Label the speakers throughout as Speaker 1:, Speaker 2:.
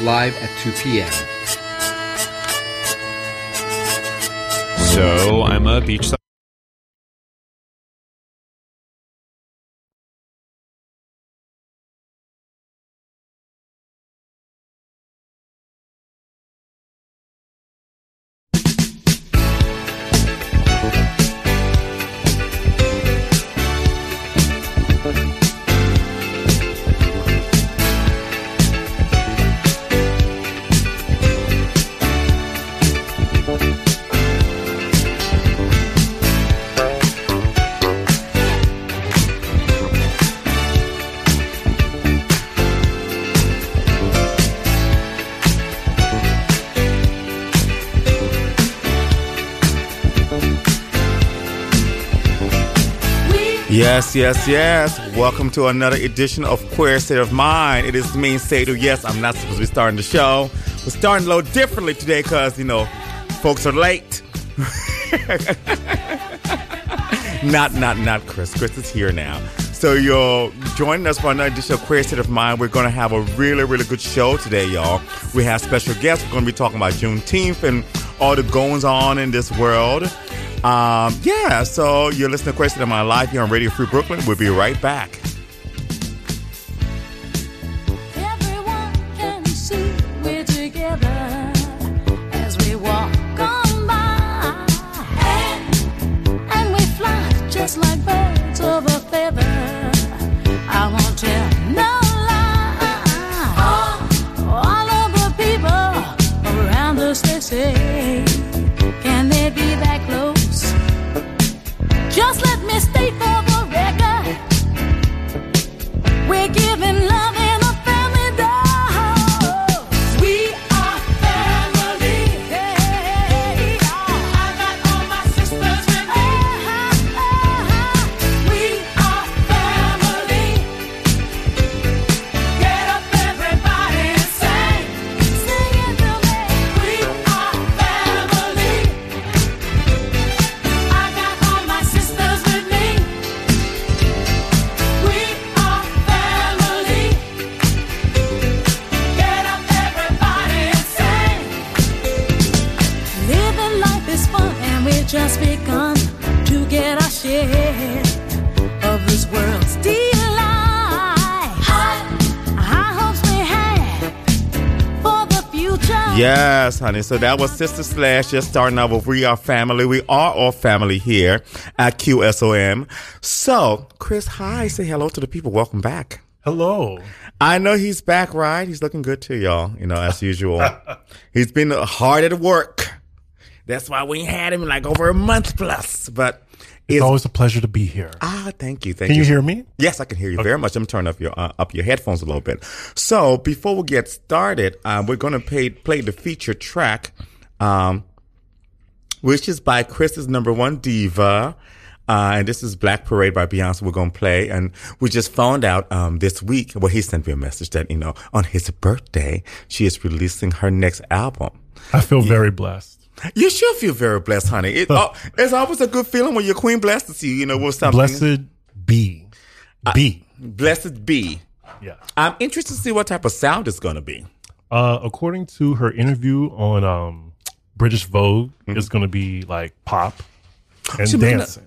Speaker 1: live at 2 p.m.
Speaker 2: So I'm a beachside.
Speaker 3: Yes, yes, yes. Welcome to another edition of Queer State of Mind. It is me, Sadu. Yes, I'm not supposed to be starting the show. We're starting a little differently today because, you know, folks are late. not, not, not Chris. Chris is here now. So you're joining us for another edition of Queer State of Mind. We're going to have a really, really good show today, y'all. We have special guests. We're going to be talking about Juneteenth and all the goings on in this world. Um, yeah, so you're listening to Queer State of Mind live here on Radio Free Brooklyn. We'll be right back.
Speaker 4: Everyone can see we're together as we walk on by, and we fly just like birds of a feather. I won't tell no lie. All of the people around us they say, can they be that close? Just let me state for the record. We're giving love in a family dose. We are family. I got all my sisters with me. We are family. Get up, everybody, and sing. Sing it to me. We are family. I got all my sisters with me. We are family. Get up, everybody, and sing. Living life is fun, and we've just begun to get our share of this world's delight. High hopes we had for the future.
Speaker 3: Yes, honey. So that was Sister Slash just starting out with We Are Family. We are all family here at QSOM. So, Chris, hi. Say hello to the people. Welcome back.
Speaker 5: Hello.
Speaker 3: I know he's back, right? He's looking good too, y'all. You know, as usual. he's been hard at work. That's why we had him like over a month plus. But
Speaker 5: It's
Speaker 3: it's,
Speaker 5: always a pleasure to be here.
Speaker 3: ah, thank you, thank
Speaker 5: Can you hear me?
Speaker 3: Yes, I can hear you very much. I'm turning up your uh, up your headphones a little bit. So before we get started, um, we're gonna pay, play the feature track, um, which is by Chris's number one diva, uh, and this is Black Parade by Beyonce. We're gonna play, and we just found out um, this week. Well, he sent me a message that you know on his birthday she is releasing her next album.
Speaker 5: I feel very blessed.
Speaker 3: You should feel very blessed, honey. It, oh, it's always a good feeling when your queen blesses you. You know, with something
Speaker 5: Blessed be. Be.
Speaker 3: Uh, blessed be.
Speaker 5: Yeah.
Speaker 3: I'm interested to see what type of sound it's going to be.
Speaker 5: Uh, according to her interview on um, British Vogue, it's going to be like pop and
Speaker 3: Mm-hmm. She might not-
Speaker 5: dancing.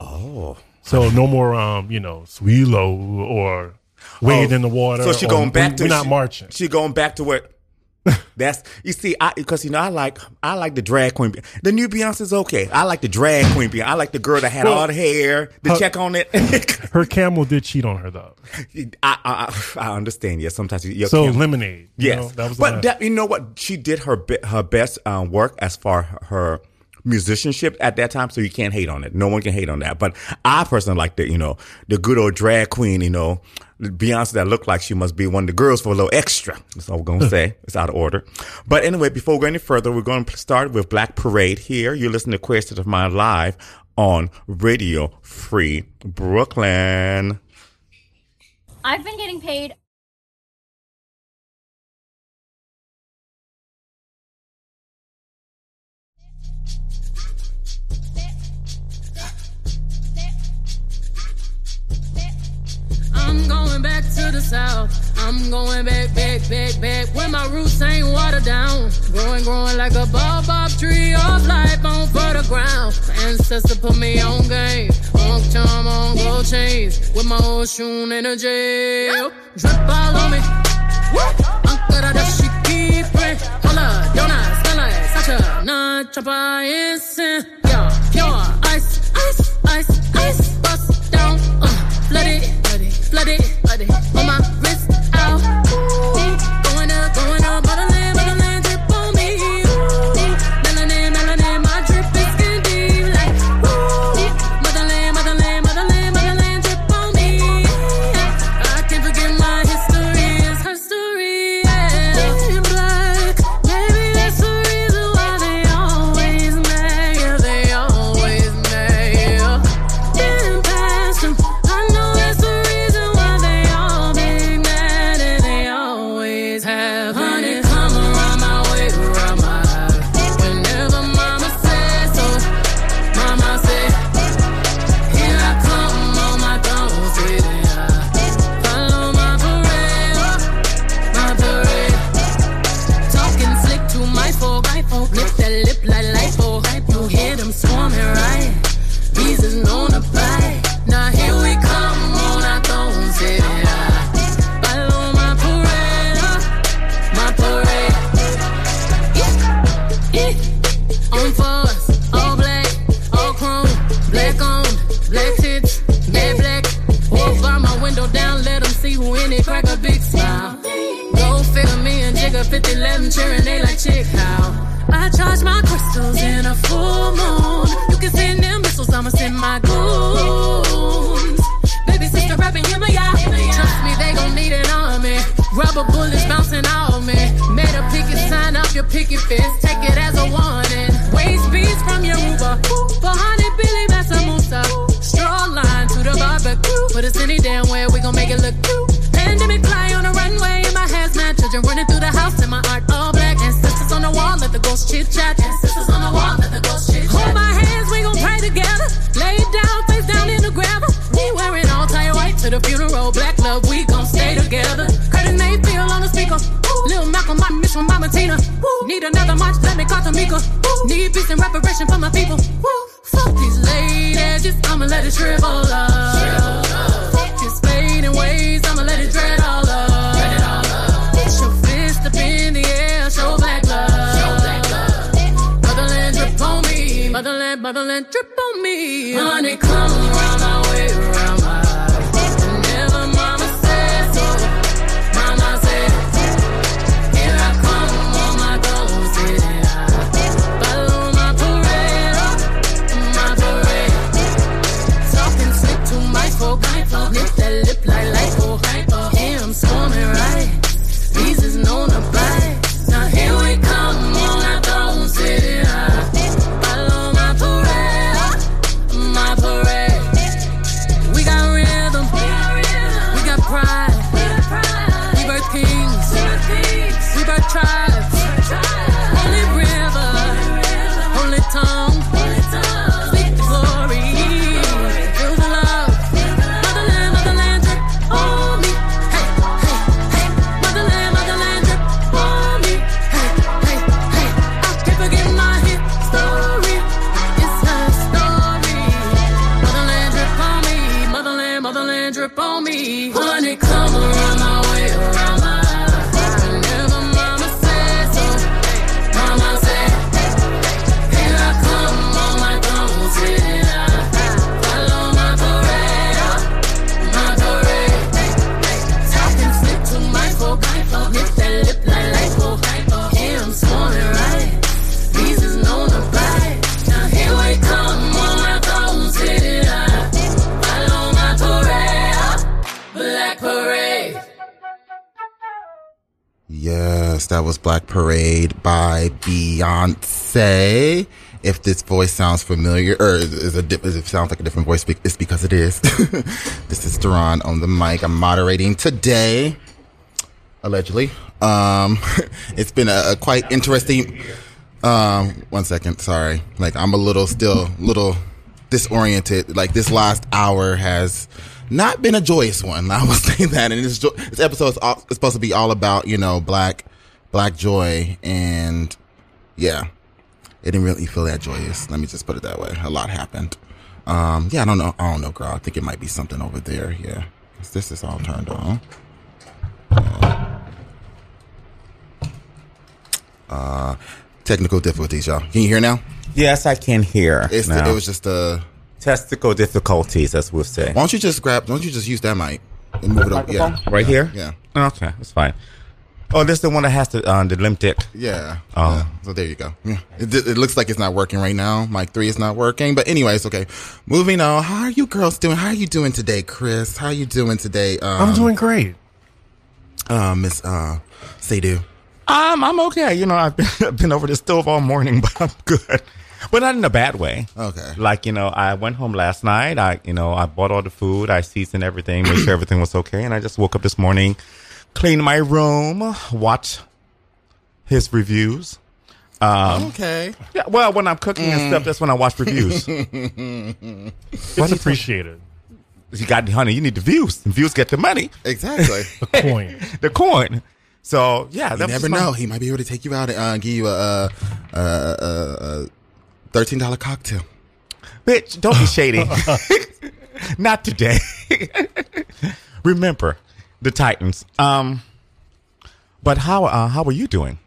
Speaker 3: Oh.
Speaker 5: So no more, um, you know, Swilo or wade
Speaker 3: Oh,
Speaker 5: in the water.
Speaker 3: So she
Speaker 5: or
Speaker 3: going back
Speaker 5: we-
Speaker 3: to
Speaker 5: We're not
Speaker 3: she-
Speaker 5: marching.
Speaker 3: She going back to where that's you see, I because you know I like I like the drag queen. Be- The new Beyonce's okay. I like the drag queen. Be- I like the girl that had all the hair. The
Speaker 5: Huh.
Speaker 3: check on it.
Speaker 5: her camel did cheat on her though.
Speaker 3: I, I I understand. Yes, sometimes you, you
Speaker 5: So
Speaker 3: can't-
Speaker 5: lemonade. you
Speaker 3: Yes,
Speaker 5: know, that was the
Speaker 3: but
Speaker 5: last-
Speaker 3: that, you know what? She did her be- her best um, work as far her musicianship at that time, so you can't hate on it. No one can hate on that. But I personally like the you know the good old drag queen, you know Beyonce that looked like she must be one of the girls for a little extra. That's all we're gonna say. It's out of order. But anyway, before we go any further, we're going to start with Black Parade here. You're listening to Queer State of Mind live on Radio Free Brooklyn.
Speaker 6: I've been getting paid
Speaker 7: I'm going back to the south. I'm going back, back, back, back. Where my roots ain't watered down. Growing, growing like a bob tree of life on fertile ground. My ancestor put me on game. On time, on gold chains. With my ocean energy. Drip all on me. Ankara that she keep it. Hola, Donna, Stella, Sacha, Nah, Chapa, Instant. Yeah, pure ice, ice, ice, ice. Bust down, uh, flood it, flood it, flood it, flood it. On my wrist, out. Going up, going up, modeling, modeling, drip on me. Ooh, melanin, melanin, my drip is skin deep. Like, ooh, modeling, modeling, modeling, modeling, drip on me. I can't forget my history, it's her story. Yeah. In black, maybe that's the reason why they always mail, they always mail. Getting past 'em, I know that's the reason why they all been mad and they always have. Honey, come around my way, around my eye. Whenever mama says so, mama said, Here I come on my throne, sitting high. Follow my parade, oh, my parade. Talking slick to my folk, my folk. Lick that lip like lipo. You hear them swarming, right? Bees is known to bite. Now here we come on our thrones, yeah. Follow my parade, uh, my parade. Yeah, yeah. On fours, all black, all chrome, black on, black tits, mad black. Walk by my window down, let 'em see who in it, crack a big smile. Go figure me and Jigga 50 11 cheering, they like chick how. I charge my crystals in a full moon. You can send them missiles, I'ma send my goons. Baby sister rapping Yimmy, Trust me, they gon' need an army. Rubber bullets bouncing on me. Made a picket sign up your picket fist. Take it as a warning. Waste beats from your Uber. Behind it, Billy Massamusa. Straw line to the barbecue. Put us any damn way, we gon' make it look cute. Pandemic fly on a runway in my hazmat. Children running through the house in my art all black. And sisters on the wall, let the ghost chit chat. And sisters on the wall, let the ghost chit chat. Hold my hands, we gon' pray together. Lay down, face down in the gravel. We wearing all tie white to the funeral. Black love, we gon' stay together. Curtis Mayfield on the speaker. Lil Malcolm, my mission, my Tina. Need another march, let me call Tamika. Need peace and reparation for my people. Fuck these ladies, just I'ma let it shrivel up. Fuck this fading ways, I'ma let it dread all up. Get your fist up in the air, show black love. Motherland drip on me, motherland, motherland drip on me. Honey, come around my way, around my eyes. Whenever mama says so, mama says, here I come on my throne, sitting high. Follow my parade, oh, my parade. Talking slick to my folk, my folk. Lick that lip like lipo, hypo. Here I'm swarming right. These is known to bite. Now here we come on our throne, sitting high. Follow my parade, oh, my parade. We got rhythm, we got, pride, we got pride. We birth kings, we birth, kings. We birth tribes, we birth tribes. Holy river, holy tongue. Speak the glory, feel the love. Motherland, motherland, drip on me. Hey, hey, hey. Motherland, motherland, drip on me. Hey, hey, hey. I can't forget my hit story. It's her story. Motherland, drip on me. Motherland, motherland, drip on me. Honey, come around my way, around my eyes. Whenever mama says so, mama said, here I come on my throne, sitting high. Follow my parade, oh, my parade. Talking slick to my folk, my folk. Lick that lip like lipo, hypo. Here I'm swarming right. These is known to bite. Now here we come on my throne, sitting high. Follow my parade, oh, black parade.
Speaker 8: Yes, that was Black Parade by Beyonce. If this voice sounds familiar, or is, is a di- is it sounds like a different voice, it's because it is. this is Duran on the mic. I'm moderating today, allegedly. Um, it's been a, a quite interesting. Um, one second, sorry. Like I'm a little still little disoriented. Like this last hour has not been a joyous one. I will say that. And this jo- this episode is all, is supposed to be all about you know black Black Joy, and yeah, it didn't really feel that joyous. Let me just put it that way. A lot happened. Um, yeah, I don't know. I don't know, girl. I think it might be something over there. Yeah, 'Cause this is all turned on. Uh, technical difficulties, y'all. Can you hear now?
Speaker 3: Yes, I can hear.
Speaker 8: It's
Speaker 3: now.
Speaker 8: it was just Uh,
Speaker 3: testicle difficulties, as we'll say.
Speaker 8: why don't you just grab? Why don't you just use that mic and move it over? Yeah,
Speaker 3: Right here?
Speaker 8: yeah,
Speaker 3: Okay, that's fine. Oh, this is the one that has the, uh, the limp dick.
Speaker 8: yeah.
Speaker 3: Oh.
Speaker 8: yeah. So there you go. Yeah. It, it looks like it's not working right now. Mic three is not working. But anyway, it's okay. Moving on. How are you girls doing? How are you doing today, Chris? How are you doing today? Um,
Speaker 5: I'm doing great.
Speaker 8: uh, Miss uh, Sadu.
Speaker 3: Um, I'm okay. You know, I've been, I've been over the stove all morning, but I'm good. But not in a bad way.
Speaker 8: Okay.
Speaker 3: Like, you know, I went home last night. I, you know, I bought all the food. I seasoned everything, made sure everything was okay. And I just woke up this morning, cleaned my room, watched his reviews. Um,
Speaker 8: okay.
Speaker 3: Yeah, well, when I'm cooking and stuff, that's when I watch reviews.
Speaker 5: It's appreciated.
Speaker 3: you got, honey, you need the views. The views get the money,
Speaker 8: Exactly. you
Speaker 5: Point.
Speaker 3: the coin. So, yeah. that was
Speaker 8: never
Speaker 3: my-
Speaker 8: know. He might be able to take you out and uh, give you a, uh, uh, uh, uh, thirteen dollar cocktail.
Speaker 3: Bitch, don't be shady. Not today. Remember the Titans. Um, but how uh, how are you doing?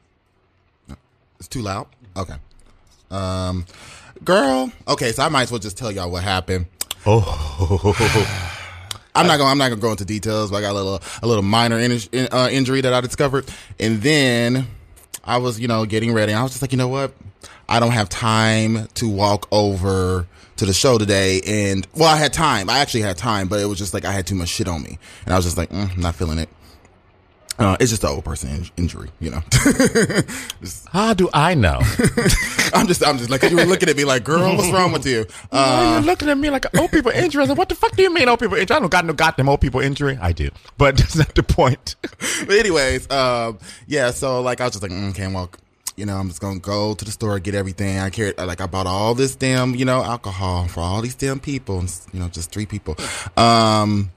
Speaker 8: It's too loud. Okay. Um, girl. Okay, so I might as well just tell y'all what happened.
Speaker 3: Oh,
Speaker 8: I'm not gonna. I'm not gonna go into details. But I got a little a little minor in, in- uh, injury that I discovered, and then I was you know getting ready. And I was just like, you know what? I don't have time to walk over to the show today. And well, I had time. I actually had time, but it was just like I had too much shit on me, and I was just like, mm, I'm not feeling it. Uh, it's just an old person in- injury, you know.
Speaker 3: how do I know?
Speaker 8: I'm just, I'm just like you were looking at me like, girl, what's wrong with you? Uh,
Speaker 3: Why are you looking at me like an old people injury? I said, what the fuck do you mean old people injury? I don't got no goddamn old people injury. I do, but that's not the point.
Speaker 8: but anyways, um, yeah. So like, I was just like, mm, can't walk. You know, I'm just gonna go to the store, get everything. I carried like I bought all this damn, you know, alcohol for all these damn people. and s- You know, just three people. Um,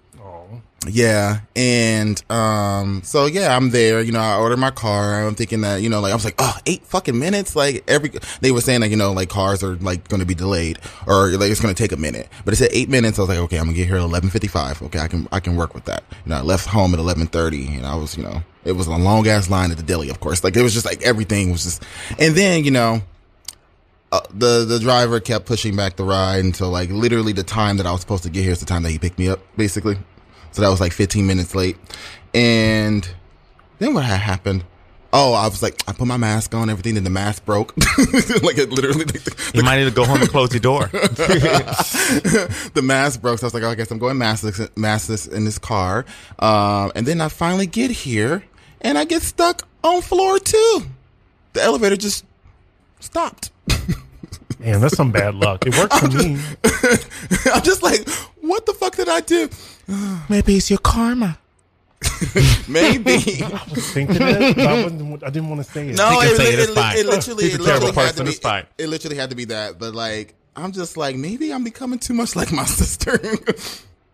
Speaker 8: yeah, and um, so yeah, I'm there. You know, I ordered my car. I'm thinking that you know, like I was like, oh, eight fucking minutes. Like every they were saying like you know, like cars are like going to be delayed or like it's going to take a minute. But it said eight minutes. I was like, okay, I'm gonna get here at eleven fifty five. Okay, I can I can work with that. You know, I left home at eleven thirty, and I was you know, it was a long ass line at the deli. Of course, like it was just like everything was just, and then you know uh, the the driver kept pushing back the ride until like literally the time that I was supposed to get here is the time that he picked me up, basically. So that was like 15 minutes late. And then what had happened? Oh, I was like, I put my mask on, everything, then the mask broke. like it literally, the,
Speaker 3: You might need to go home and close your door.
Speaker 8: the, the mask broke. So I was like, oh, I guess I'm going maskless, maskless in this car. Um, and then I finally get here and I get stuck on floor two. The elevator just stopped.
Speaker 5: Man, that's some bad luck. It worked for me.
Speaker 8: I'm just like, what the fuck did I do?
Speaker 3: Maybe it's your karma.
Speaker 8: Maybe.
Speaker 5: I was thinking it, but I, wasn't, I didn't want to say it.
Speaker 8: No,
Speaker 3: He can
Speaker 8: it,
Speaker 3: say
Speaker 8: li-
Speaker 3: it,
Speaker 8: it,
Speaker 3: it's
Speaker 8: li-
Speaker 3: fine.
Speaker 8: it literally,
Speaker 3: He's a
Speaker 8: it literally
Speaker 3: terrible
Speaker 8: had to
Speaker 3: person,
Speaker 8: be.
Speaker 3: it's fine.
Speaker 8: It, it literally had to be that. But like, I'm just like, maybe I'm becoming too much like my sister,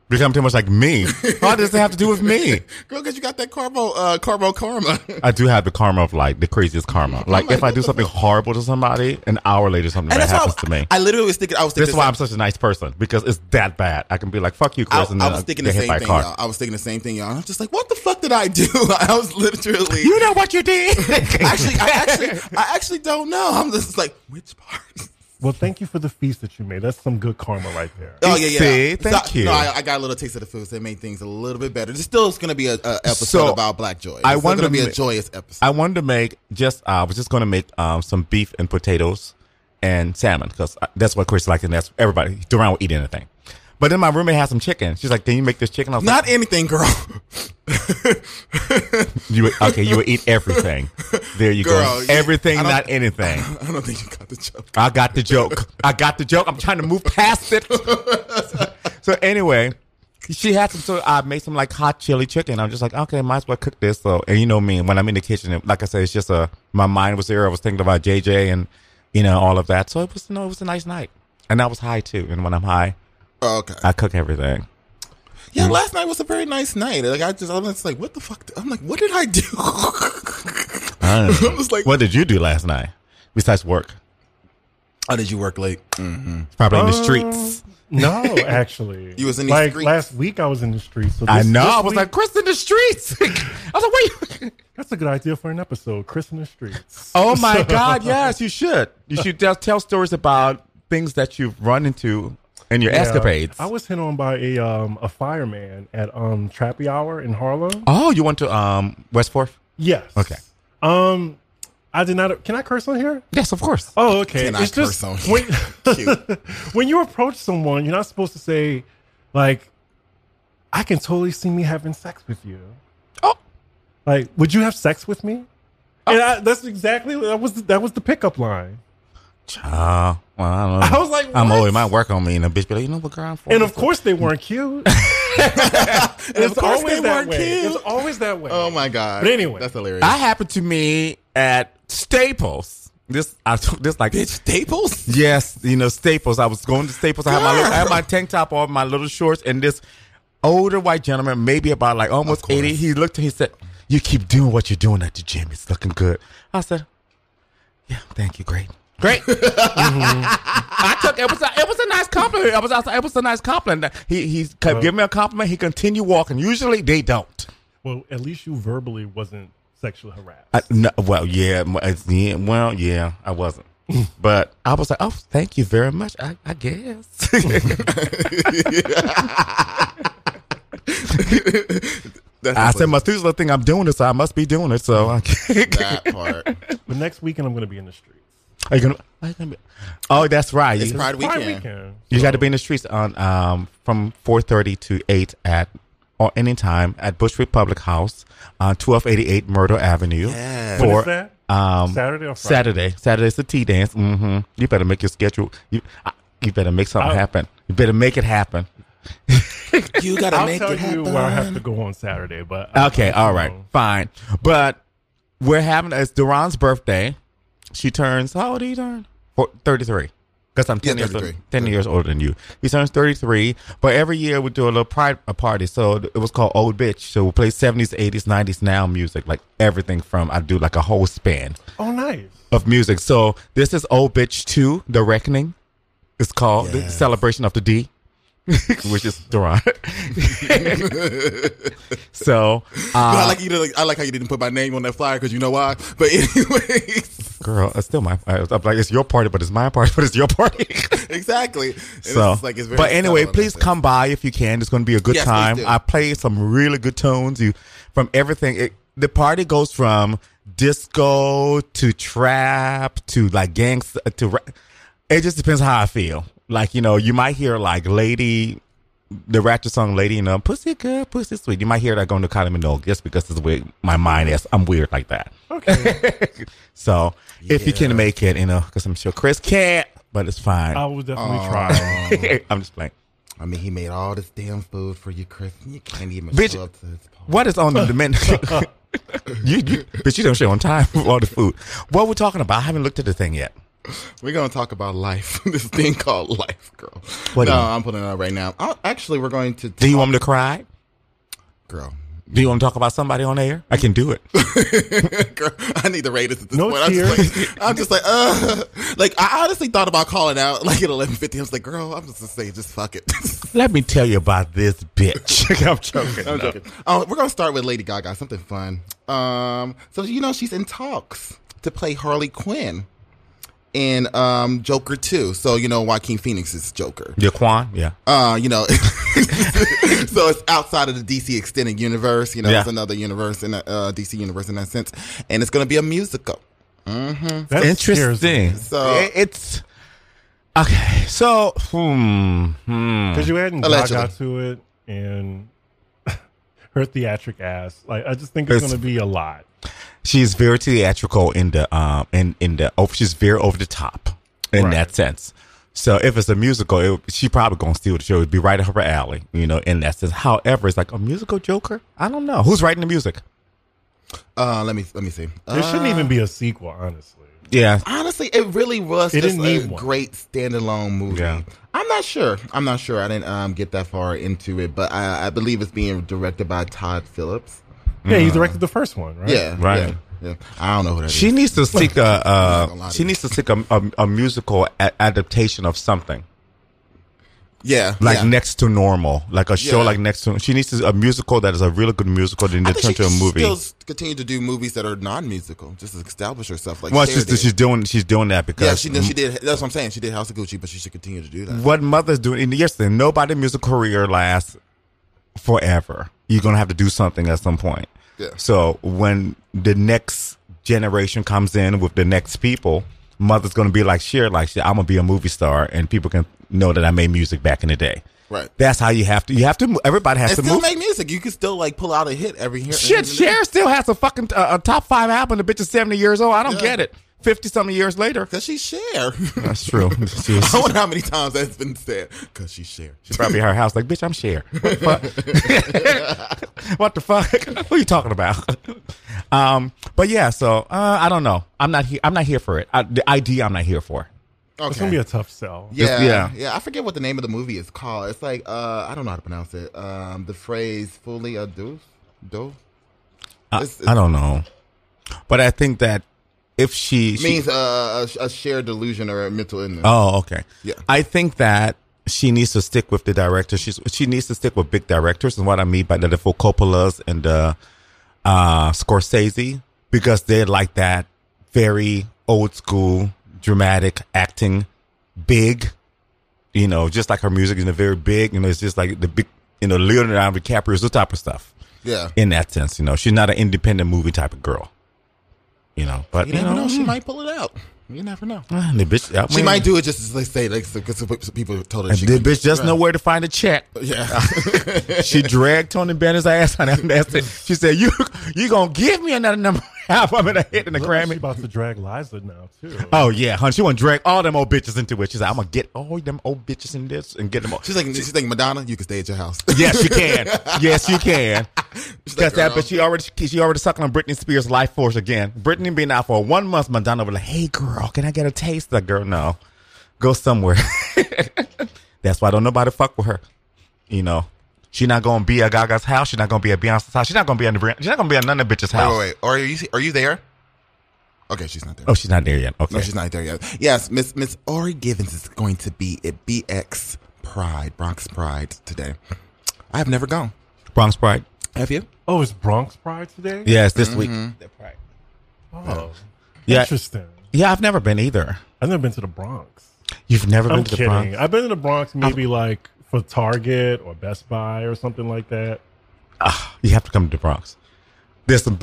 Speaker 3: Become too much like me. What does it have to do with me?
Speaker 8: girl. Because you got that carbo, uh, carbo karma. and
Speaker 3: I do have the karma of like the craziest karma.
Speaker 8: Oh
Speaker 3: Like if I do something horrible to somebody, an hour later something bad
Speaker 8: that's
Speaker 3: happens
Speaker 8: why
Speaker 3: to me.
Speaker 8: I, I literally was thinking. I was thinking.
Speaker 3: That's why I'm
Speaker 8: the
Speaker 3: such a nice person because it's that bad. I can be like, "Fuck you,
Speaker 8: same-
Speaker 3: Chris," and
Speaker 8: I,
Speaker 3: then
Speaker 8: I was
Speaker 3: I'll
Speaker 8: thinking the
Speaker 3: get
Speaker 8: same
Speaker 3: hit by a
Speaker 8: thing,
Speaker 3: car.
Speaker 8: y'all. I was thinking the same thing, y'all. I'm just like, what the fuck did I do? I was literally.
Speaker 3: You know what you did?
Speaker 8: actually, I actually, I actually don't know. I'm just like, which part?
Speaker 5: Well, thank you for the feast that you made. That's some good karma right there.
Speaker 8: Oh yeah, yeah.
Speaker 3: See?
Speaker 8: So-
Speaker 3: Thank you.
Speaker 8: No, I, I got a little taste of the food, so it made things a little bit better. There's still going to be a, a episode
Speaker 3: So,
Speaker 8: about Black Joy. It's
Speaker 3: I
Speaker 8: still
Speaker 3: wonder
Speaker 8: going to be a
Speaker 3: ma-
Speaker 8: joyous episode.
Speaker 3: I wanted to make just. uh, I was just going to make um, some beef and potatoes and salmon because that's what Chris likes, and that's everybody. Duran will eat anything. But then my roommate had some chicken. She's like, "Can you make this chicken?" I was
Speaker 8: Not
Speaker 3: like,
Speaker 8: anything, girl.
Speaker 3: you would, "Okay, you would eat everything." There you
Speaker 8: Girl,
Speaker 3: go.
Speaker 8: you-
Speaker 3: Everything,
Speaker 8: I don't-
Speaker 3: not anything.
Speaker 8: I don't think you got the joke.
Speaker 3: I got the joke. I got the joke. I'm trying to move past it. so anyway, she had some. So I made some like hot chili chicken. I'm just like, okay, might as well cook this. So and you know me, when I'm in the kitchen, it- like I said, it's just a my mind was there. I was thinking about JJ and you know all of that. So it was no, it was a nice night, and I was high too. And when I'm high,
Speaker 8: Oh, okay.
Speaker 3: I cook everything.
Speaker 8: Yeah, last night was a very nice night. Like I just, I was like, what the fuck? I'm like, what did I do?
Speaker 3: I
Speaker 8: I was like,
Speaker 3: what did you do last night besides work?
Speaker 8: How Oh, did you work late? Mm-hmm.
Speaker 3: Probably in the
Speaker 5: Uh,
Speaker 3: streets.
Speaker 5: No, actually,
Speaker 8: You was in these
Speaker 5: like
Speaker 8: streets.
Speaker 5: last week. I was in the streets. So
Speaker 3: I
Speaker 5: this-
Speaker 3: know.
Speaker 5: this
Speaker 3: I was
Speaker 5: week-
Speaker 3: like, Chris in the streets. I was like, wait.
Speaker 5: that's a good idea for an episode. Chris in the streets.
Speaker 3: Oh my God! Yes, you should. You should tell, tell stories about things that you've run into in your
Speaker 5: Yeah.
Speaker 3: escapades.
Speaker 5: I was hit on by a um a fireman at um Trappy Hour in Harlem.
Speaker 3: oh, you went to um West Fourth?
Speaker 5: Yes.
Speaker 3: Okay.
Speaker 5: Um, I did not. Can I curse on here?
Speaker 3: Yes, of course.
Speaker 5: Oh, okay.
Speaker 8: Can I
Speaker 5: It's just-
Speaker 8: curse on
Speaker 5: when,
Speaker 8: Cute.
Speaker 5: when you approach someone, you're not supposed to say, like, I can totally see me having sex with you.
Speaker 3: Oh.
Speaker 5: Like, would you have sex with me? And I, that's exactly that was that was the pickup line.
Speaker 3: Uh, well, I don't know.
Speaker 5: I was like,
Speaker 3: I'm
Speaker 5: what?
Speaker 3: always my work on me, and a bitch. But you know what, girl? I'm for
Speaker 5: And
Speaker 3: you."
Speaker 5: of course they weren't cute.
Speaker 8: of
Speaker 5: it's
Speaker 8: course
Speaker 5: always
Speaker 8: they
Speaker 5: that
Speaker 8: weren't
Speaker 5: way.
Speaker 8: cute.
Speaker 5: It's always that way.
Speaker 8: Oh my
Speaker 3: Uh,
Speaker 8: god!
Speaker 5: But anyway.
Speaker 8: that's hilarious.
Speaker 3: I happened to me at Staples. This I took this like
Speaker 8: Staples.
Speaker 3: Yes, you know Staples. I was going to Staples. I had my little, I had my tank top on, my little shorts, and this older white gentleman, maybe about like almost eighty. He looked and he said, "You keep doing what you're doing at the gym. It's looking good." I said, "Yeah, thank you. Great, great." I took it was a, it was a nice compliment. It was a, it was a nice compliment. He he kept giving me a compliment. He continued walking. Usually they don't.
Speaker 5: Well, at least you verbally wasn't sexually harassed.
Speaker 3: I, no, well, yeah, m- it's- yeah, well, yeah, I wasn't, but I was like, oh, thank you very much. I, I guess.
Speaker 8: That's
Speaker 3: I said Methuselah thing. I'm doing this. so I must be doing it. So I can't.
Speaker 8: that part.
Speaker 5: but next weekend I'm going to be in the streets.
Speaker 3: Are you gonna? Are you gonna be, oh, that's right.
Speaker 8: It's
Speaker 3: You-
Speaker 8: Pride
Speaker 5: Pride
Speaker 8: weekend.
Speaker 5: weekend.
Speaker 3: You got to be in the streets on um, from 4:30 to 8 at or any time at Bushwick Public House on 1288 Myrtle Avenue.
Speaker 8: Yes.
Speaker 5: When is
Speaker 3: For
Speaker 5: that?
Speaker 3: um,
Speaker 5: Saturday or Friday?
Speaker 3: Saturday. Saturday's the tea dance. hmm You better make your schedule. You I- you better make something
Speaker 5: I'll-
Speaker 3: happen. You better make it happen.
Speaker 8: You gotta
Speaker 5: I'll
Speaker 8: make
Speaker 5: tell
Speaker 8: it
Speaker 5: you
Speaker 8: happen.
Speaker 5: where I have to go on Saturday, but uh, I-
Speaker 3: Okay, all right,
Speaker 5: know.
Speaker 3: fine. But we're having it's Duran's birthday. She turns how old do you turn? Four- 33. Because I'm 10,
Speaker 8: Yeah,
Speaker 3: years,
Speaker 8: 33.
Speaker 3: 10 years older than you. He turns 33. But every year we do a little pride a party. So it was called Old Bitch. So we play 70s, 80s, 90s, now music. Like everything from, I do like a whole span
Speaker 5: Oh, nice.
Speaker 3: of music. So this is Old Bitch 2, The Reckoning. It's called the
Speaker 8: Yes.
Speaker 3: Celebration of the D, which is Duran. so, uh,
Speaker 8: I like you. did- I like how you didn't put my name on that flyer because you know why. But anyways,
Speaker 3: girl, it's still my. I was- I'm like, it's your party, but it's my party, but it's your party.
Speaker 8: exactly. And
Speaker 3: so,
Speaker 8: it's like it's very
Speaker 3: but anyway,
Speaker 8: subtle.
Speaker 3: please come by if you can. It's going to be a good
Speaker 8: Yes, please
Speaker 3: time.
Speaker 8: do.
Speaker 3: I play some really good tones. You from everything. It, the party goes from disco to trap to like gangs to. Ra- it just depends how I feel. Like you know, you might hear like lady. The ratchet song, lady, you know, pussy good, pussy sweet. You might hear that going to Kylie Minogue just because it's the way my mind is. I'm weird like that.
Speaker 5: Okay.
Speaker 3: So if you can make it, you know, because I'm sure Chris can't, but it's fine.
Speaker 5: I will definitely try.
Speaker 3: I'm just playing.
Speaker 8: I mean, he made all this damn food for you, Chris, and you can't even
Speaker 3: Bitch,
Speaker 8: show up to his party.
Speaker 3: What is on the menu? you, you, but you don't show on time with all the food. What we're talking about? I haven't looked at the thing yet.
Speaker 8: We're gonna talk about life. this thing called life, girl.
Speaker 3: What
Speaker 8: no,
Speaker 3: do you-
Speaker 8: I'm putting it up right now. i actually, we're going to.
Speaker 3: Do you want me to cry?
Speaker 8: girl?
Speaker 3: Do you want to talk about somebody on air? I can do it.
Speaker 8: girl, I need to rate this at this
Speaker 5: No
Speaker 8: point. I'm just like, I'm just like, uh, like I honestly thought about calling out like at 11:50. I was like, girl, I'm just gonna say, just fuck it.
Speaker 3: Let me tell you about this bitch. I'm joking.
Speaker 8: I'm
Speaker 3: No.
Speaker 8: joking. Oh, we're gonna start with Lady Gaga. Something fun. Um, so you know she's in talks to play Harley Quinn in um Joker 2. So you know Joaquin Phoenix's Joker.
Speaker 3: Jaquan, yeah.
Speaker 8: Uh, you know, so it's outside of the DC extended universe. You know,
Speaker 3: Yeah.
Speaker 8: it's another universe in the uh, DC universe in that sense, and it's going to be a musical. Mm-hmm.
Speaker 5: That
Speaker 3: Interesting.
Speaker 8: So-
Speaker 3: It- it's okay. So, hmm, hmm.
Speaker 5: Because you adding
Speaker 8: Allegedly.
Speaker 5: Gaga to it and her theatric ass. Like, I just think it's,
Speaker 3: It's-
Speaker 5: going to be a lot.
Speaker 3: she's very theatrical in the um in in the over she's very over the top in
Speaker 5: Right.
Speaker 3: that sense. So if it's a musical, it, she probably gonna steal the show. It'd be right up her alley, you know, in that sense. However, it's like a musical Joker. I don't know who's writing the music.
Speaker 8: Uh, let me let me see.
Speaker 5: There
Speaker 8: Uh,
Speaker 5: shouldn't even be a sequel, honestly.
Speaker 3: Yeah,
Speaker 8: honestly, it really was
Speaker 5: It
Speaker 8: just
Speaker 5: didn't
Speaker 8: a
Speaker 5: need one.
Speaker 8: great standalone movie.
Speaker 3: Yeah.
Speaker 8: I'm not sure. I'm not sure. I didn't um, get that far into it, but I, I believe it's being directed by Todd Phillips. Mm-hmm.
Speaker 5: Yeah, he directed the first one, right?
Speaker 8: Yeah,
Speaker 3: Right.
Speaker 8: yeah. Yeah. I don't know who that is.
Speaker 3: She needs to seek a
Speaker 8: gonna
Speaker 3: uh,
Speaker 8: lie to
Speaker 3: she
Speaker 8: you.
Speaker 3: needs to seek a, a, a musical a- adaptation of something
Speaker 8: yeah,
Speaker 3: like
Speaker 8: yeah.
Speaker 3: Next to Normal, like a show
Speaker 8: Yeah.
Speaker 3: like Next to. She needs to, a musical that is a really good musical that
Speaker 8: I
Speaker 3: need to
Speaker 8: think
Speaker 3: turn
Speaker 8: she
Speaker 3: to a
Speaker 8: should
Speaker 3: movie.
Speaker 8: Still s- continue to do movies that are non-musical, just to establish herself. Like
Speaker 3: well,
Speaker 8: Cher
Speaker 3: she's,
Speaker 8: did.
Speaker 3: she's doing she's doing that because
Speaker 8: yeah, she did, she did. That's what I'm saying. She did House of Gucci, but she should continue to do that.
Speaker 3: what mother's doing and yes and nobody musical career lasts forever you're gonna have to do something at some point
Speaker 8: Yeah.
Speaker 3: so when the next generation comes in with the next people mother's gonna be like share like shit i'm gonna be a movie star and people can know that i made music back in the day
Speaker 8: Right.
Speaker 3: that's how you have to you have to mo- everybody has
Speaker 8: And
Speaker 3: to
Speaker 8: still
Speaker 3: move
Speaker 8: make music. You can still like pull out a hit every here.
Speaker 3: shit Cher still has a fucking uh, a top five album the bitch is 70 years old i don't
Speaker 8: Yeah.
Speaker 3: get it 50 something years later
Speaker 8: because she's Cher.
Speaker 3: that's true She was-
Speaker 8: I wonder how many times that's been said. Because she's Cher.
Speaker 3: She's probably at her house, like, bitch, I'm Cher. What the fuck? what the fuck? Who you talking about? Um, but yeah, so uh, I don't know. I'm not here. I'm not here for it. I, the idea, I'm not here for.
Speaker 5: It's gonna be a tough sell.
Speaker 8: yeah,
Speaker 3: yeah.
Speaker 8: yeah, I forget what the name of the movie is called. It's like uh, I don't know how to pronounce it. Um, the phrase "fully a doof, doof"
Speaker 3: I,
Speaker 8: It's-
Speaker 3: I don't know. But I think that if she, she
Speaker 8: means uh, a, a shared delusion or a mental illness.
Speaker 3: oh, okay,
Speaker 8: Yeah.
Speaker 3: I think that she needs to stick with the director. She's she needs to stick with big directors, and what I mean by that, the for Coppolas and the uh, Scorsese because they like that very old school dramatic acting, big. You know, just like her music is very big. You know, it's just like the big. You know, Leonardo DiCaprio's the type of stuff.
Speaker 8: yeah,
Speaker 3: In that sense, you know, she's not an independent movie type of girl. You know, but
Speaker 8: you
Speaker 3: you,
Speaker 8: never
Speaker 3: know,
Speaker 8: know. She might pull it out. You never know.
Speaker 3: eh, the bitch. I
Speaker 8: She
Speaker 3: mean,
Speaker 8: might do it just as they say, like because people told her.
Speaker 3: If
Speaker 8: she
Speaker 3: the
Speaker 8: could do
Speaker 3: bitch
Speaker 8: it.
Speaker 3: just
Speaker 8: Right.
Speaker 3: know where to find a check.
Speaker 8: Yeah,
Speaker 3: She dragged Tony Bennett's ass on that. That's it. She said, "You, you gonna give me another number album and a hit in the
Speaker 5: She's
Speaker 3: Grammy?"
Speaker 5: about to drag Liza now too.
Speaker 3: Oh yeah, hun. She want to drag all them old bitches into it. She said, "I'm gonna get all them old bitches in this and get them all."
Speaker 8: she's like she's like Madonna. You can stay at your house.
Speaker 3: yes, you can. Yes, you can.
Speaker 8: She's
Speaker 3: Because
Speaker 8: like,
Speaker 3: that,
Speaker 8: "Girl."
Speaker 3: but she already she already sucking on Britney Spears' life force again. Britney been out for one month. Madonna was like, "Hey, girl, can I get a taste?" Like, girl, no, go somewhere. That's why don't nobody fuck with her. You know, she not gonna be at Gaga's house. She not gonna be at Beyonce's house. She not gonna be at the Bri- she not gonna be at none of the bitches'
Speaker 8: Wait,
Speaker 3: house.
Speaker 8: wait, wait. Are you are you there? Okay, she's not there.
Speaker 3: Oh, she's not there yet. Okay,
Speaker 8: No, she's not there yet. Yes, Miss Miss Ori Givens is going to be at BX Pride, Bronx Pride today. I have never gone.
Speaker 3: Bronx Pride.
Speaker 8: Have you? Mm-hmm.
Speaker 5: Oh, it's Bronx Pride today.
Speaker 3: Yes, this week.
Speaker 5: Oh,
Speaker 3: Yeah,
Speaker 5: interesting.
Speaker 3: yeah. I've never been either.
Speaker 5: I've never been to the Bronx.
Speaker 3: You've never
Speaker 5: I'm
Speaker 3: been to the
Speaker 5: kidding.
Speaker 3: Bronx.
Speaker 5: I've been to the Bronx maybe like for Target or Best Buy or something like that.
Speaker 3: You have to come to the Bronx. There's some.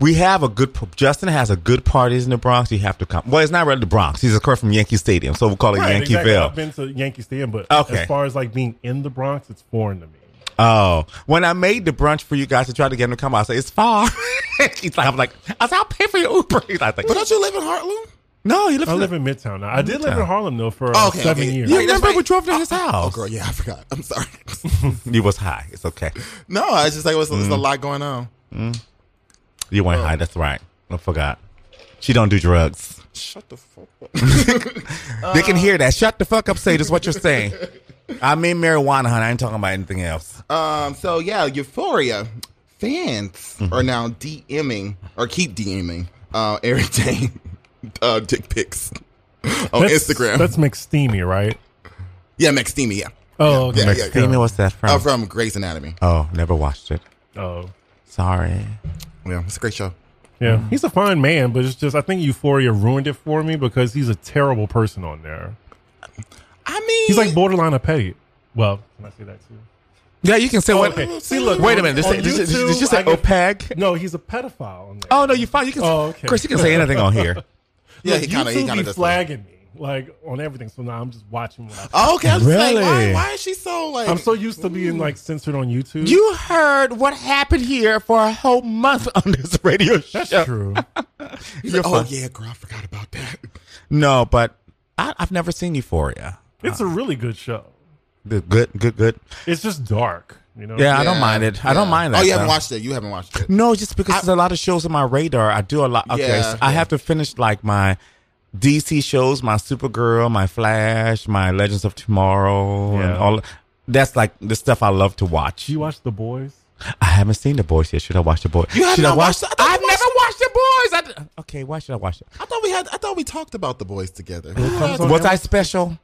Speaker 3: We have a good. Justin has a good parties in the Bronx. You have to come. Well, it's not really the Bronx. He's of course from Yankee Stadium, so we'll call it
Speaker 5: Right,
Speaker 3: Yankee
Speaker 5: exactly.
Speaker 3: Vale.
Speaker 5: I've been to Yankee Stadium, but
Speaker 3: Okay.
Speaker 5: as far as like being in the Bronx, it's foreign to me.
Speaker 3: oh, when I made the brunch for you guys to try to get him to come, I said it's far. He's like, I'm like, I said, I'll pay for your Uber. He's like,
Speaker 8: But don't you live in Harlem?
Speaker 3: no, you live.
Speaker 5: I
Speaker 3: in
Speaker 5: live
Speaker 3: the-
Speaker 5: in Midtown now. I did live in Harlem though for
Speaker 8: Oh,
Speaker 5: uh,
Speaker 8: okay,
Speaker 5: seven
Speaker 8: okay.
Speaker 5: years.
Speaker 3: You
Speaker 8: Wait, that's
Speaker 3: remember we
Speaker 8: right.
Speaker 3: drove to his house?
Speaker 8: Oh, girl, yeah, I forgot. I'm sorry.
Speaker 3: You was high. It's okay. Mm.
Speaker 8: no, I was just like, there's a lot going on.
Speaker 3: You weren't high. That's right. I forgot. She don't do drugs.
Speaker 8: Shut the fuck up.
Speaker 3: they
Speaker 8: Uh.
Speaker 3: can hear that. Shut the fuck up, Sage. Is what you're saying. I mean marijuana, honey. I ain't talking about anything else.
Speaker 8: Um, so yeah, Euphoria fans
Speaker 3: Mm-hmm.
Speaker 8: are now DMing or keep DMing uh, Eric Jane uh, dick pics on
Speaker 5: That's-
Speaker 8: Instagram.
Speaker 5: That's McSteamy, right?
Speaker 8: yeah, Maxtimi, yeah,
Speaker 5: Oh, okay.
Speaker 8: yeah, yeah.
Speaker 3: Steamy, what's that from?
Speaker 8: Uh, from Grey's Anatomy.
Speaker 3: Oh, never watched it.
Speaker 5: Oh,
Speaker 3: Sorry.
Speaker 8: Yeah, it's a great show.
Speaker 5: yeah. He's a fine man, but it's just I think Euphoria ruined it for me because he's a terrible person on there.
Speaker 8: I mean,
Speaker 5: He's like borderline a petty. Well, can I say that too?
Speaker 3: Yeah, you can say
Speaker 5: Oh,
Speaker 3: what.
Speaker 5: okay.
Speaker 3: See, look. Wait a minute. Did
Speaker 5: on
Speaker 3: you say- did you-
Speaker 5: YouTube,
Speaker 3: did you say
Speaker 5: I get-
Speaker 3: opaque?
Speaker 5: No, he's a pedophile on there.
Speaker 3: Oh no, you fine. You can.
Speaker 5: Oh, okay.
Speaker 3: Chris, you can say anything on here.
Speaker 8: yeah,
Speaker 5: Look,
Speaker 8: he kind of, he
Speaker 5: YouTube
Speaker 8: kind
Speaker 5: be
Speaker 8: of does. that.
Speaker 5: flagging me like on everything. So now I'm just watching. What I
Speaker 8: Oh, okay, I'm just like,
Speaker 3: Really?
Speaker 8: why, why is she so like?
Speaker 5: I'm so used to being like censored on YouTube.
Speaker 3: You heard what happened here for a whole month on this radio show.
Speaker 5: That's true.
Speaker 8: He's
Speaker 3: you're
Speaker 8: like, oh
Speaker 3: fine.
Speaker 8: yeah, girl, I forgot about that.
Speaker 3: No, but I, I've never seen Euphoria.
Speaker 5: It's a really good show.
Speaker 3: The good, good, good.
Speaker 5: It's just dark, you know.
Speaker 3: Yeah, I don't
Speaker 8: Yeah,
Speaker 3: mind it. I don't
Speaker 8: yeah.
Speaker 3: mind that.
Speaker 8: Oh, you
Speaker 3: though.
Speaker 8: haven't watched it. You haven't watched it.
Speaker 3: No, just because there's a lot of shows on my radar. I do a lot. Okay,
Speaker 8: Yeah,
Speaker 3: so I
Speaker 8: yeah.
Speaker 3: have to finish like my DC shows, my Supergirl, my Flash, my Legends of Tomorrow, and
Speaker 5: Yeah.
Speaker 3: all. That's like the stuff I love to watch.
Speaker 5: Do you watch The Boys?
Speaker 3: I haven't seen The Boys yet. Should I watch The Boys?
Speaker 8: You have
Speaker 3: Should I
Speaker 8: not watched- I thought you
Speaker 3: I've never watched The boys. I, okay, why should I watch it?
Speaker 8: I thought we had. I thought we talked about the boys together.
Speaker 5: comes on
Speaker 3: Was I
Speaker 5: Amazon-
Speaker 3: special?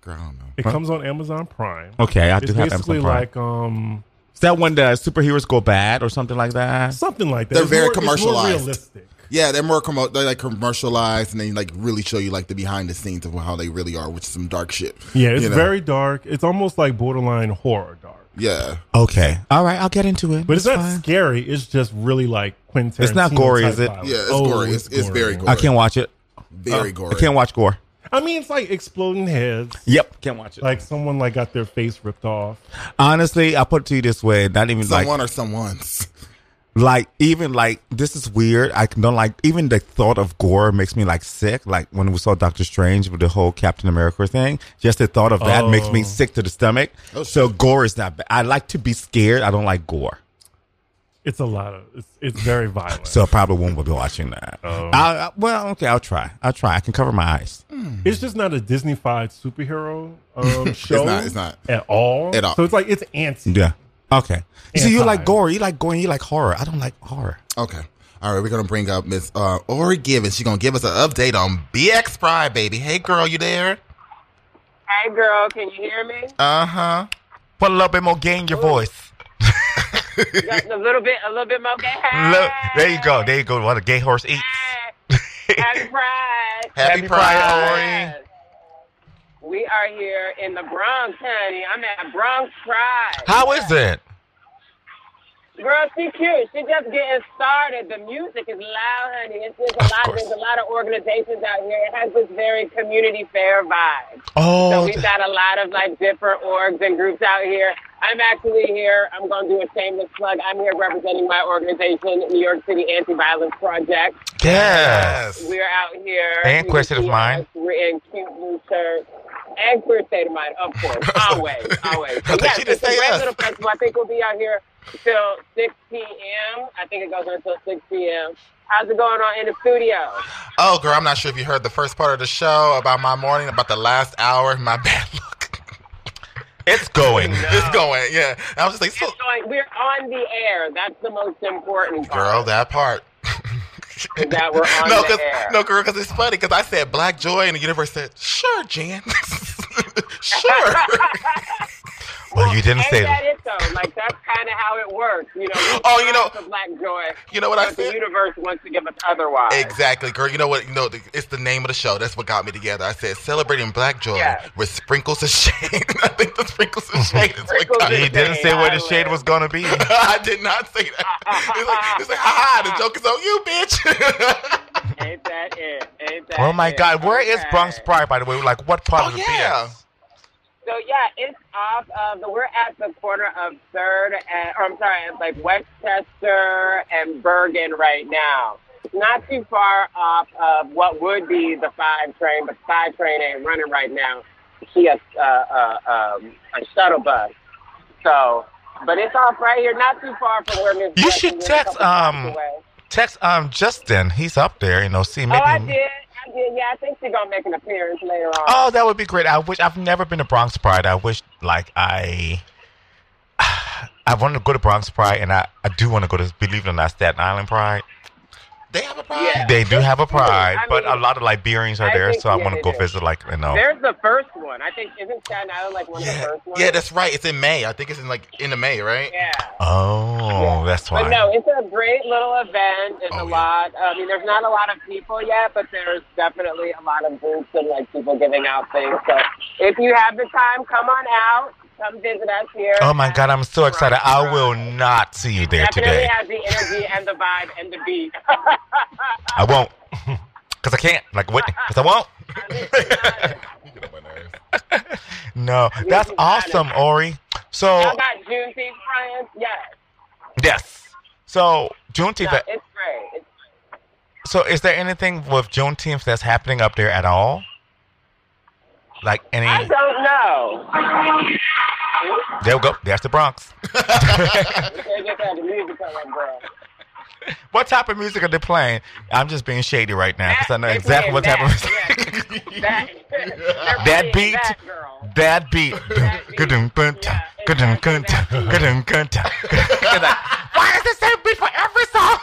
Speaker 8: Girl, I don't know.
Speaker 5: It comes on Amazon Prime.
Speaker 3: Okay, I do
Speaker 5: It's
Speaker 3: have Amazon
Speaker 5: basically
Speaker 3: Prime.
Speaker 5: like um
Speaker 3: Is that when the superheroes go bad or something like that?
Speaker 5: something like that.
Speaker 8: They're
Speaker 5: It's
Speaker 8: very
Speaker 5: more- it's more
Speaker 8: commercialized.
Speaker 5: realistic.
Speaker 8: Yeah, they're more commo- they're like commercialized, and they like really show you like the behind the scenes of how they really are, which is some dark shit.
Speaker 5: Yeah, it's
Speaker 8: you know?
Speaker 5: very dark. It's almost like borderline horror dark.
Speaker 8: Yeah,
Speaker 3: Okay, all right, I'll get into it.
Speaker 5: But it's, not
Speaker 3: fine.
Speaker 5: scary. It's just really like Quentin.
Speaker 3: It's not
Speaker 5: Tarantino
Speaker 3: gory,
Speaker 5: type
Speaker 3: is it?
Speaker 5: violence. Oh,
Speaker 8: yeah, it's gory. It's, it's very gory.
Speaker 3: I can't watch it.
Speaker 5: Uh,
Speaker 8: Very gory.
Speaker 3: I can't watch gore.
Speaker 5: I mean, it's like exploding heads.
Speaker 3: Yep, can't watch it.
Speaker 5: Like someone like got their face ripped off.
Speaker 3: Honestly, I put it to you this way: not even like
Speaker 8: Someone or someone's.
Speaker 3: like even like this is weird i don't like even the thought of gore makes me like sick like when we saw doctor strange with the whole captain america thing just the thought of that makes me
Speaker 5: Oh.
Speaker 3: sick to the stomach so gore is not bad i like to be scared i don't like gore
Speaker 5: It's a lot of. It's, it's very violent.
Speaker 3: so I probably won't be watching that
Speaker 5: Oh.
Speaker 3: I, I, well okay i'll try i'll try i can cover my eyes
Speaker 5: it's just not a Disney-fied superhero um, show.
Speaker 8: not, Hmm. it's not.
Speaker 5: at all.
Speaker 8: At all.
Speaker 5: So it's like it's anti.
Speaker 3: yeah okay you see you
Speaker 5: Anti.
Speaker 3: like gore you like gore you like horror i don't like horror
Speaker 8: Okay. All right, we're gonna bring up Miss uh, Ori Givens. She's gonna give us an update on BX Pride, baby. Hey, girl, you there?
Speaker 1: Hey, girl, can you hear me?
Speaker 8: Uh huh.
Speaker 3: Uh-huh. put a little bit more gain in your voice
Speaker 1: Just a little bit, a little bit more. Hey,
Speaker 3: Look, there you go there you go what a gay horse eats
Speaker 1: Happy Pride.
Speaker 8: Happy,
Speaker 3: Happy
Speaker 8: Pride,
Speaker 1: Pride. We are here in the Bronx, honey. I'm at Bronx Pride.
Speaker 3: how is it
Speaker 1: Girl, she cute. She just getting started. The music is loud, honey. It's just a
Speaker 3: Of
Speaker 1: lot.
Speaker 3: course.
Speaker 1: There's a lot of organizations out here. It has this very community fair vibe. So
Speaker 3: oh
Speaker 1: we've got a lot of like different orgs and groups out here. I'm actually here. I'm gonna do a shameless plug. I'm here representing my organization, New York City Anti-Violence Project.
Speaker 3: yes
Speaker 1: We're out here.
Speaker 3: And
Speaker 1: You
Speaker 3: Queer
Speaker 1: can
Speaker 3: State of
Speaker 1: see
Speaker 3: Mind.
Speaker 1: us. We're in cute blue shirts. And queer state of mind, of course, always, always.
Speaker 3: I was like, she didn't
Speaker 1: it's a
Speaker 3: say
Speaker 1: great
Speaker 3: us.
Speaker 1: little festival. I think we'll be out here till 6 p.m. I think it goes until 6 p.m. How's it going on in the studio?
Speaker 8: Oh, girl, I'm not sure if you heard the first part of the show about my morning, about the last hour. My bad look.
Speaker 3: It's going.
Speaker 8: It's going. Yeah, I was just like, so,
Speaker 1: It's going, we're on the air. That's the most important part.
Speaker 8: girl, that part.
Speaker 1: that we're on
Speaker 8: no,
Speaker 1: the
Speaker 8: cause,
Speaker 1: air.
Speaker 8: no, girl, because it's funny. Because I said Black Joy, and the universe said, "Sure, Jan, sure."
Speaker 3: Well, you didn't
Speaker 1: Ain't
Speaker 3: say
Speaker 1: that
Speaker 3: that.
Speaker 1: it though? Like that's kind of how it works, you know. We
Speaker 8: Oh, you
Speaker 1: strive
Speaker 8: know-
Speaker 1: for black joy,
Speaker 8: you know what I
Speaker 1: but the
Speaker 8: said?
Speaker 1: universe wants to give us otherwise.
Speaker 8: Exactly, girl. You know what? You know, the- it's the name of the show. That's what got me together. I said celebrating Black Joy
Speaker 1: Yes.
Speaker 8: with sprinkles of shade. I think the sprinkles of shade is what
Speaker 1: Sprinkles
Speaker 8: got
Speaker 1: of
Speaker 8: me.
Speaker 3: He didn't say where the shade was gonna be.
Speaker 8: I did not say that. It's like, it's like, ha ha, the joke is on you, bitch.
Speaker 1: Ain't that it? Ain't that
Speaker 3: Oh my
Speaker 1: it?
Speaker 3: God, where is
Speaker 1: Okay.
Speaker 3: Bronx Pride? By the way, like what part
Speaker 8: Oh,
Speaker 3: of the
Speaker 8: yeah.
Speaker 3: BX?
Speaker 1: So yeah, it's off of the. We're at the corner of Third and, or I'm sorry, it's like Westchester and Bergen right now. Not too far off of what would be the five train, but the five train ain't running right now. She has uh, uh, um, a shuttle bus. So, but it's off right here, not too far from where Miss.
Speaker 3: You
Speaker 1: Jessie
Speaker 3: should
Speaker 1: lives, a
Speaker 3: text,
Speaker 1: couple blocks
Speaker 3: um,
Speaker 1: away.
Speaker 3: Text um Justin. He's up there. You know, see maybe.
Speaker 1: Oh, I did. I did. Yeah, I think she's gonna make an appearance later on.
Speaker 3: Oh, that would be great. I wish I've never been to Bronx Pride. I wish like I. I want to go to Bronx Pride, and I, I do want to go to believe it or not Staten Island Pride.
Speaker 8: They
Speaker 3: Oh,
Speaker 8: have a problem.
Speaker 1: Yeah.
Speaker 3: They do have a pride,
Speaker 1: I
Speaker 3: but a
Speaker 1: mean,
Speaker 3: lot of Liberians are
Speaker 1: I
Speaker 3: there,
Speaker 1: think,
Speaker 3: so I
Speaker 1: yeah,
Speaker 3: want to
Speaker 1: they
Speaker 3: go
Speaker 1: do.
Speaker 3: visit. Like you know,
Speaker 1: There's the first one. I think isn't Staten Island like one of the
Speaker 8: Yeah.
Speaker 1: first ones?
Speaker 8: yeah, that's right. It's in May. I think it's in like end of May, right?
Speaker 1: yeah.
Speaker 3: oh, that's why.
Speaker 1: But no, it's a great little event. It's
Speaker 8: Oh,
Speaker 1: a
Speaker 8: yeah.
Speaker 1: lot. I mean, there's not a lot of people yet, but there's definitely a lot of groups and like people giving out things. So if you have the time, come on out. Come visit us here.
Speaker 3: oh my
Speaker 1: at
Speaker 3: God, I'm so
Speaker 1: Bronx
Speaker 3: excited. I
Speaker 1: Pride.
Speaker 3: will not see you there
Speaker 1: Definitely
Speaker 3: today.
Speaker 1: has the energy and the vibe and the beat.
Speaker 3: I won't. Because I can't. Like, what? Because I won't.
Speaker 8: You get on my nerves.
Speaker 3: No. That's awesome, Ori. So,
Speaker 1: I got Juneteenth friends. Yes,
Speaker 3: yes. So, Juneteenth. uh,
Speaker 1: no,
Speaker 3: that-
Speaker 1: it's great. It's
Speaker 3: So, is there anything with Juneteenth that's happening up there at all? Like, any.
Speaker 1: I don't know.
Speaker 3: There we go. That's the Bronx.
Speaker 1: They just had the music on, girl.
Speaker 3: What type of music are they playing? I'm just being shady right now because I know
Speaker 1: They
Speaker 3: exactly
Speaker 1: playing
Speaker 3: what type of music.
Speaker 1: that, yes. That, They're
Speaker 3: That beat.
Speaker 1: playing that, girl.
Speaker 3: That beat.
Speaker 1: That beat.
Speaker 3: Ka-dum, ka-dum, ka-dum,
Speaker 1: Yeah, exactly
Speaker 3: ka-dum,
Speaker 1: that beat.
Speaker 3: ka-dum, ka-dum. It's like, Why is the same beat for every song?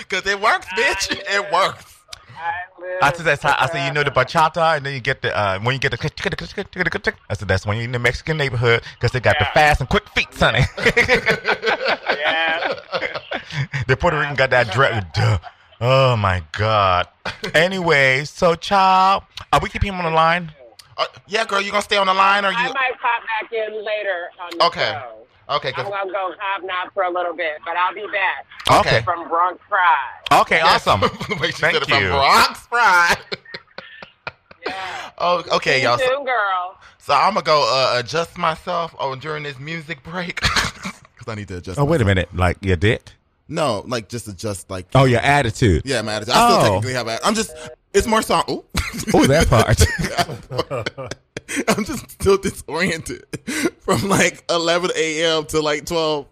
Speaker 8: Because it works, bitch. It works.
Speaker 1: I live.
Speaker 4: I said that's how I said you know the
Speaker 1: forever.
Speaker 4: bachata, and then you get the uh, when you get the. I said that's when you're in the Mexican neighborhood because they got the
Speaker 1: Yeah.
Speaker 4: fast and quick feet, sonny.
Speaker 1: Yeah.
Speaker 4: the Puerto Rican got that dress. Oh my god. Anyway, so child, are we keeping him on the line?
Speaker 8: Uh, yeah, girl, you gonna stay on the line or
Speaker 1: I
Speaker 8: you?
Speaker 1: might pop back in later on the
Speaker 8: Okay.
Speaker 1: show.
Speaker 8: Okay, 'cause-
Speaker 1: I'm gonna go hobnob for a little bit, but I'll be back
Speaker 4: Okay.
Speaker 1: from Bronx Pride.
Speaker 4: Okay, awesome.
Speaker 8: the way she
Speaker 4: Thank
Speaker 8: said it from
Speaker 4: you.
Speaker 8: Bronx Pride.
Speaker 1: Yeah.
Speaker 8: oh, okay, y'all.
Speaker 1: See
Speaker 8: So,
Speaker 1: you soon, girl.
Speaker 8: so I'm gonna go uh, adjust myself oh, during this music break because I need to adjust.
Speaker 3: Oh, wait a
Speaker 8: myself.
Speaker 3: minute. Like your dick?
Speaker 8: No, like just adjust, like
Speaker 3: Oh, your attitude.
Speaker 8: yeah, my attitude. I still
Speaker 3: Oh.
Speaker 8: technically have. a- I'm just. It's more song. Ooh.
Speaker 3: Oh, that part.
Speaker 8: I'm just still disoriented from like 11 a.m. to like 12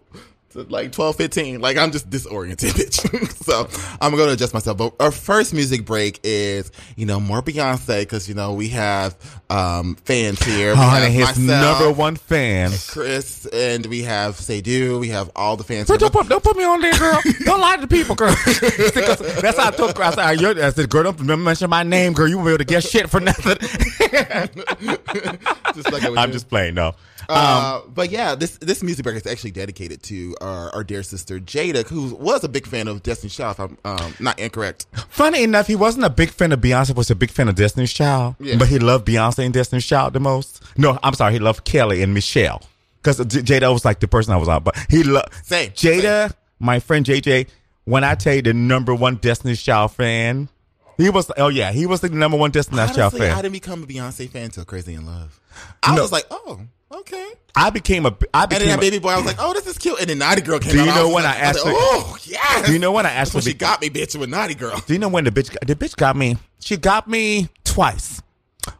Speaker 8: to like 12:15. Like I'm just disoriented, bitch. so I'm gonna adjust myself. But our first music break is you know more Beyonce because you know we have um fans here. We
Speaker 3: Honey,
Speaker 8: have
Speaker 3: his
Speaker 8: myself,
Speaker 3: number one fan.
Speaker 8: Chris, and we have Seydu. We have all the fans.
Speaker 3: Girl,
Speaker 8: here.
Speaker 3: don't, put, don't put me on there, girl. Don't lie to the people, girl. that's how I told her. I said, "Ah, you're- I said, girl, don't mention my name, girl. You won't be able to get shit for nothing.
Speaker 8: just like I was
Speaker 3: I'm
Speaker 8: doing.
Speaker 3: just playing, no. Um,
Speaker 8: Uh, but yeah, this this music break is actually dedicated to our, our dear sister Jada, who was a big fan of Destiny's Child. If I'm um, not incorrect.
Speaker 3: Funny enough, he wasn't a big fan of Beyonce, was a big fan of Destiny's Child.
Speaker 8: Yeah.
Speaker 3: But he loved Beyonce and Destiny's Child the most. No, I'm sorry, he loved Kelly and Michelle. Because J- Jada was like the person I was on. But he loved
Speaker 8: Same,
Speaker 3: Jada, my friend JJ, when I tell you the number one Destiny's Child fan, he was oh yeah, he was the number one Destiny's Child
Speaker 8: Honestly,
Speaker 3: fan.
Speaker 8: I didn't become a Beyonce fan till Crazy in Love. I
Speaker 3: No.
Speaker 8: was like, oh, okay.
Speaker 3: I became a I
Speaker 8: And then
Speaker 3: became
Speaker 8: that
Speaker 3: a-
Speaker 8: baby boy, I was like, oh, this is cute. And then Naughty Girl came
Speaker 3: Do
Speaker 8: out.
Speaker 3: you know
Speaker 8: was
Speaker 3: when
Speaker 8: like-
Speaker 3: I asked
Speaker 8: was like,
Speaker 3: her-
Speaker 8: oh, yes.
Speaker 3: Do you know when I asked
Speaker 8: That's when she
Speaker 3: her be-
Speaker 8: got me, bitch, with Naughty Girl.
Speaker 3: Do you know when the bitch the bitch got me? She got me twice.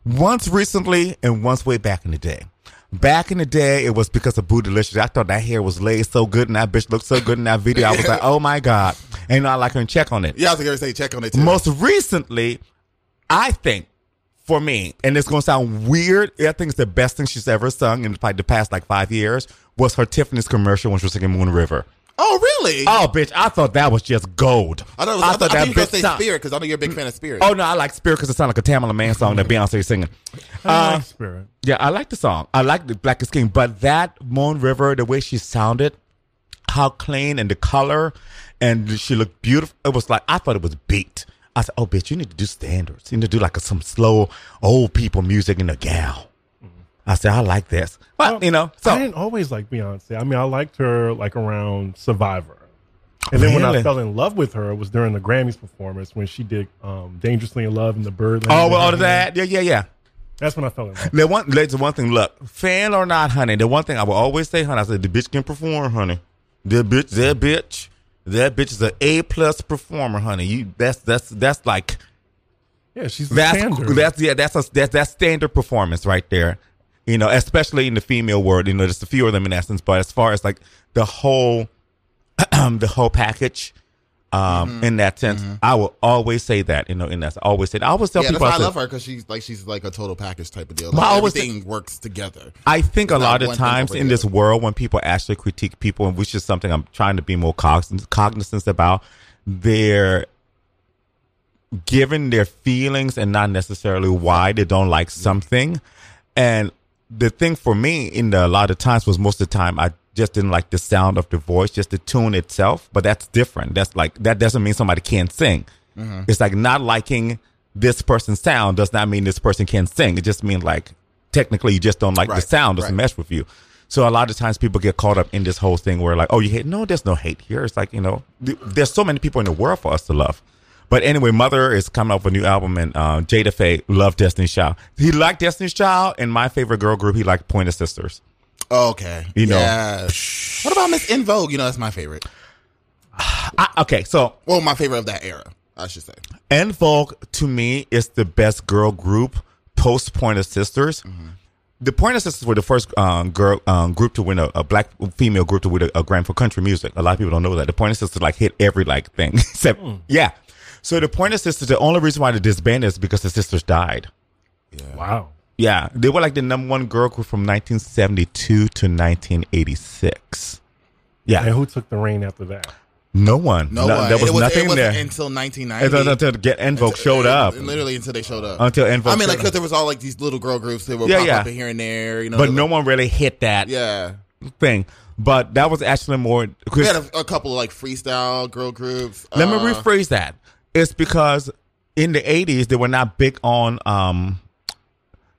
Speaker 3: Once recently and once way back in the day. Back in the day, it was because of Boo Delicious. I thought that hair was laid so good and that bitch looked so good in that video. I was like, oh my God. And I like her and check on it.
Speaker 8: Yeah, I was going to say, check on it too.
Speaker 3: Most recently, I think for me, and it's gonna sound weird. I think it's the best thing she's ever sung in like the past like five years was her Tiffany's commercial when she was singing Moon River.
Speaker 8: oh, really?
Speaker 3: Oh, bitch! I thought that was just gold.
Speaker 8: I thought, it was, I thought, that you were going to say
Speaker 3: sung-
Speaker 8: Spirit because I know you're a big fan of Spirit.
Speaker 3: Oh no, I like Spirit because it sounds like a Tamala Man song that Beyonce is singing.
Speaker 5: I like Spirit.
Speaker 3: Yeah, I like the song. I like the Black is King, but that Moon River, the way she sounded, how clean and the color, and she looked beautiful. It was like I thought it was beat. I said, "Oh, bitch, you need to do standards. You need to do like a, some slow old people music in a gown." I said, "I like this," but you know,
Speaker 5: I
Speaker 3: so
Speaker 5: didn't always like Beyonce. I mean, I liked her like around Survivor. And then when
Speaker 3: Really?
Speaker 5: I fell in love with her was during the Grammys performance when she did um, "Dangerously in Love" and the Bird.
Speaker 3: oh, well, all of that, yeah, yeah, yeah.
Speaker 5: That's when I fell in love.
Speaker 3: The one, that's the one thing. Look, fan or not, honey. The one thing I will always say, honey, I said the bitch can perform, honey. The bitch, that bitch, that bitch is an A plus performer, honey. You, that's that's that's like
Speaker 5: Yeah, she's the
Speaker 3: that's
Speaker 5: standard.
Speaker 3: that's yeah, that's a that's that's standard performance right there. You know, especially in the female world. You know, there's a few of them in essence, but as far as like the whole, the whole package. Um,
Speaker 8: Mm-hmm.
Speaker 3: in that sense, I will always say that, you know, and that's I always said, I always tell
Speaker 8: yeah, that's
Speaker 3: people,
Speaker 8: why I
Speaker 3: I, said,
Speaker 8: love her because she's like she's like a total package type of deal.
Speaker 3: Well,
Speaker 8: Like,
Speaker 3: I always
Speaker 8: everything works together.
Speaker 3: I think a
Speaker 8: It's
Speaker 3: lot
Speaker 8: not
Speaker 3: of
Speaker 8: one thing
Speaker 3: times
Speaker 8: over
Speaker 3: in
Speaker 8: the
Speaker 3: this
Speaker 8: other.
Speaker 3: world, when people actually critique people, and which is something I'm trying to be more cognizant, cognizant about, they're given their feelings and not necessarily why they don't like something. And the thing for me, in the, a lot of times, was most of the time I just didn't like the sound of the voice, just the tune itself. But that's different. That's like that doesn't mean somebody can't sing.
Speaker 8: Mm-hmm.
Speaker 3: It's like not liking this person's sound does not mean this person can sing. It just means like technically you just don't like the
Speaker 8: Right,
Speaker 3: sound doesn't
Speaker 8: right.
Speaker 3: mesh with you. So a lot of times people get caught up in this whole thing where like, oh, you hate? No, there's no hate here. It's like you know, th- there's so many people in the world for us to love. But anyway, Mother is coming out with a new album, and uh, Jada Faye loved Destiny's Child. He liked Destiny's Child, and my favorite girl group, he liked Pointer Sisters.
Speaker 8: Oh, Okay.
Speaker 3: You know.
Speaker 8: Yes. What about Miss In Vogue? You know, that's my favorite.
Speaker 3: I, okay, so
Speaker 8: Well, my favorite of that era, I should say.
Speaker 3: En Vogue to me is the best girl group post Pointer Sisters.
Speaker 8: Mm-hmm.
Speaker 3: The Pointer Sisters were the first um, girl um, group to win a, a black female group to win a, a Grammy for country music. A lot of people don't know that the Pointer Sisters like hit every like thing except
Speaker 8: Hmm.
Speaker 3: yeah. So the Pointer Sisters, the only reason why they disbanded is because the sisters died.
Speaker 5: wow.
Speaker 3: Yeah, they were like the number one girl group from 1972 to 1986. Yeah,
Speaker 5: And who took the reign after that?
Speaker 3: No one.
Speaker 8: No, one.
Speaker 3: There was,
Speaker 8: it was
Speaker 3: nothing
Speaker 8: it wasn't
Speaker 3: there.
Speaker 8: until 1990.
Speaker 3: It was until Get Envoke showed
Speaker 8: It was
Speaker 3: up.
Speaker 8: Literally until they showed up.
Speaker 3: Until Envoke
Speaker 8: I mean, like,
Speaker 3: showed up.
Speaker 8: because there was all like these little girl groups that were
Speaker 3: Yeah,
Speaker 8: popping
Speaker 3: yeah.
Speaker 8: up here and there, you know.
Speaker 3: But
Speaker 8: like-
Speaker 3: no one really hit that
Speaker 8: Yeah.
Speaker 3: thing. But that was actually more.
Speaker 8: We had a, a couple of like freestyle girl groups.
Speaker 3: Let me
Speaker 8: Uh,
Speaker 3: rephrase that. It's because in the eighties they were not big on um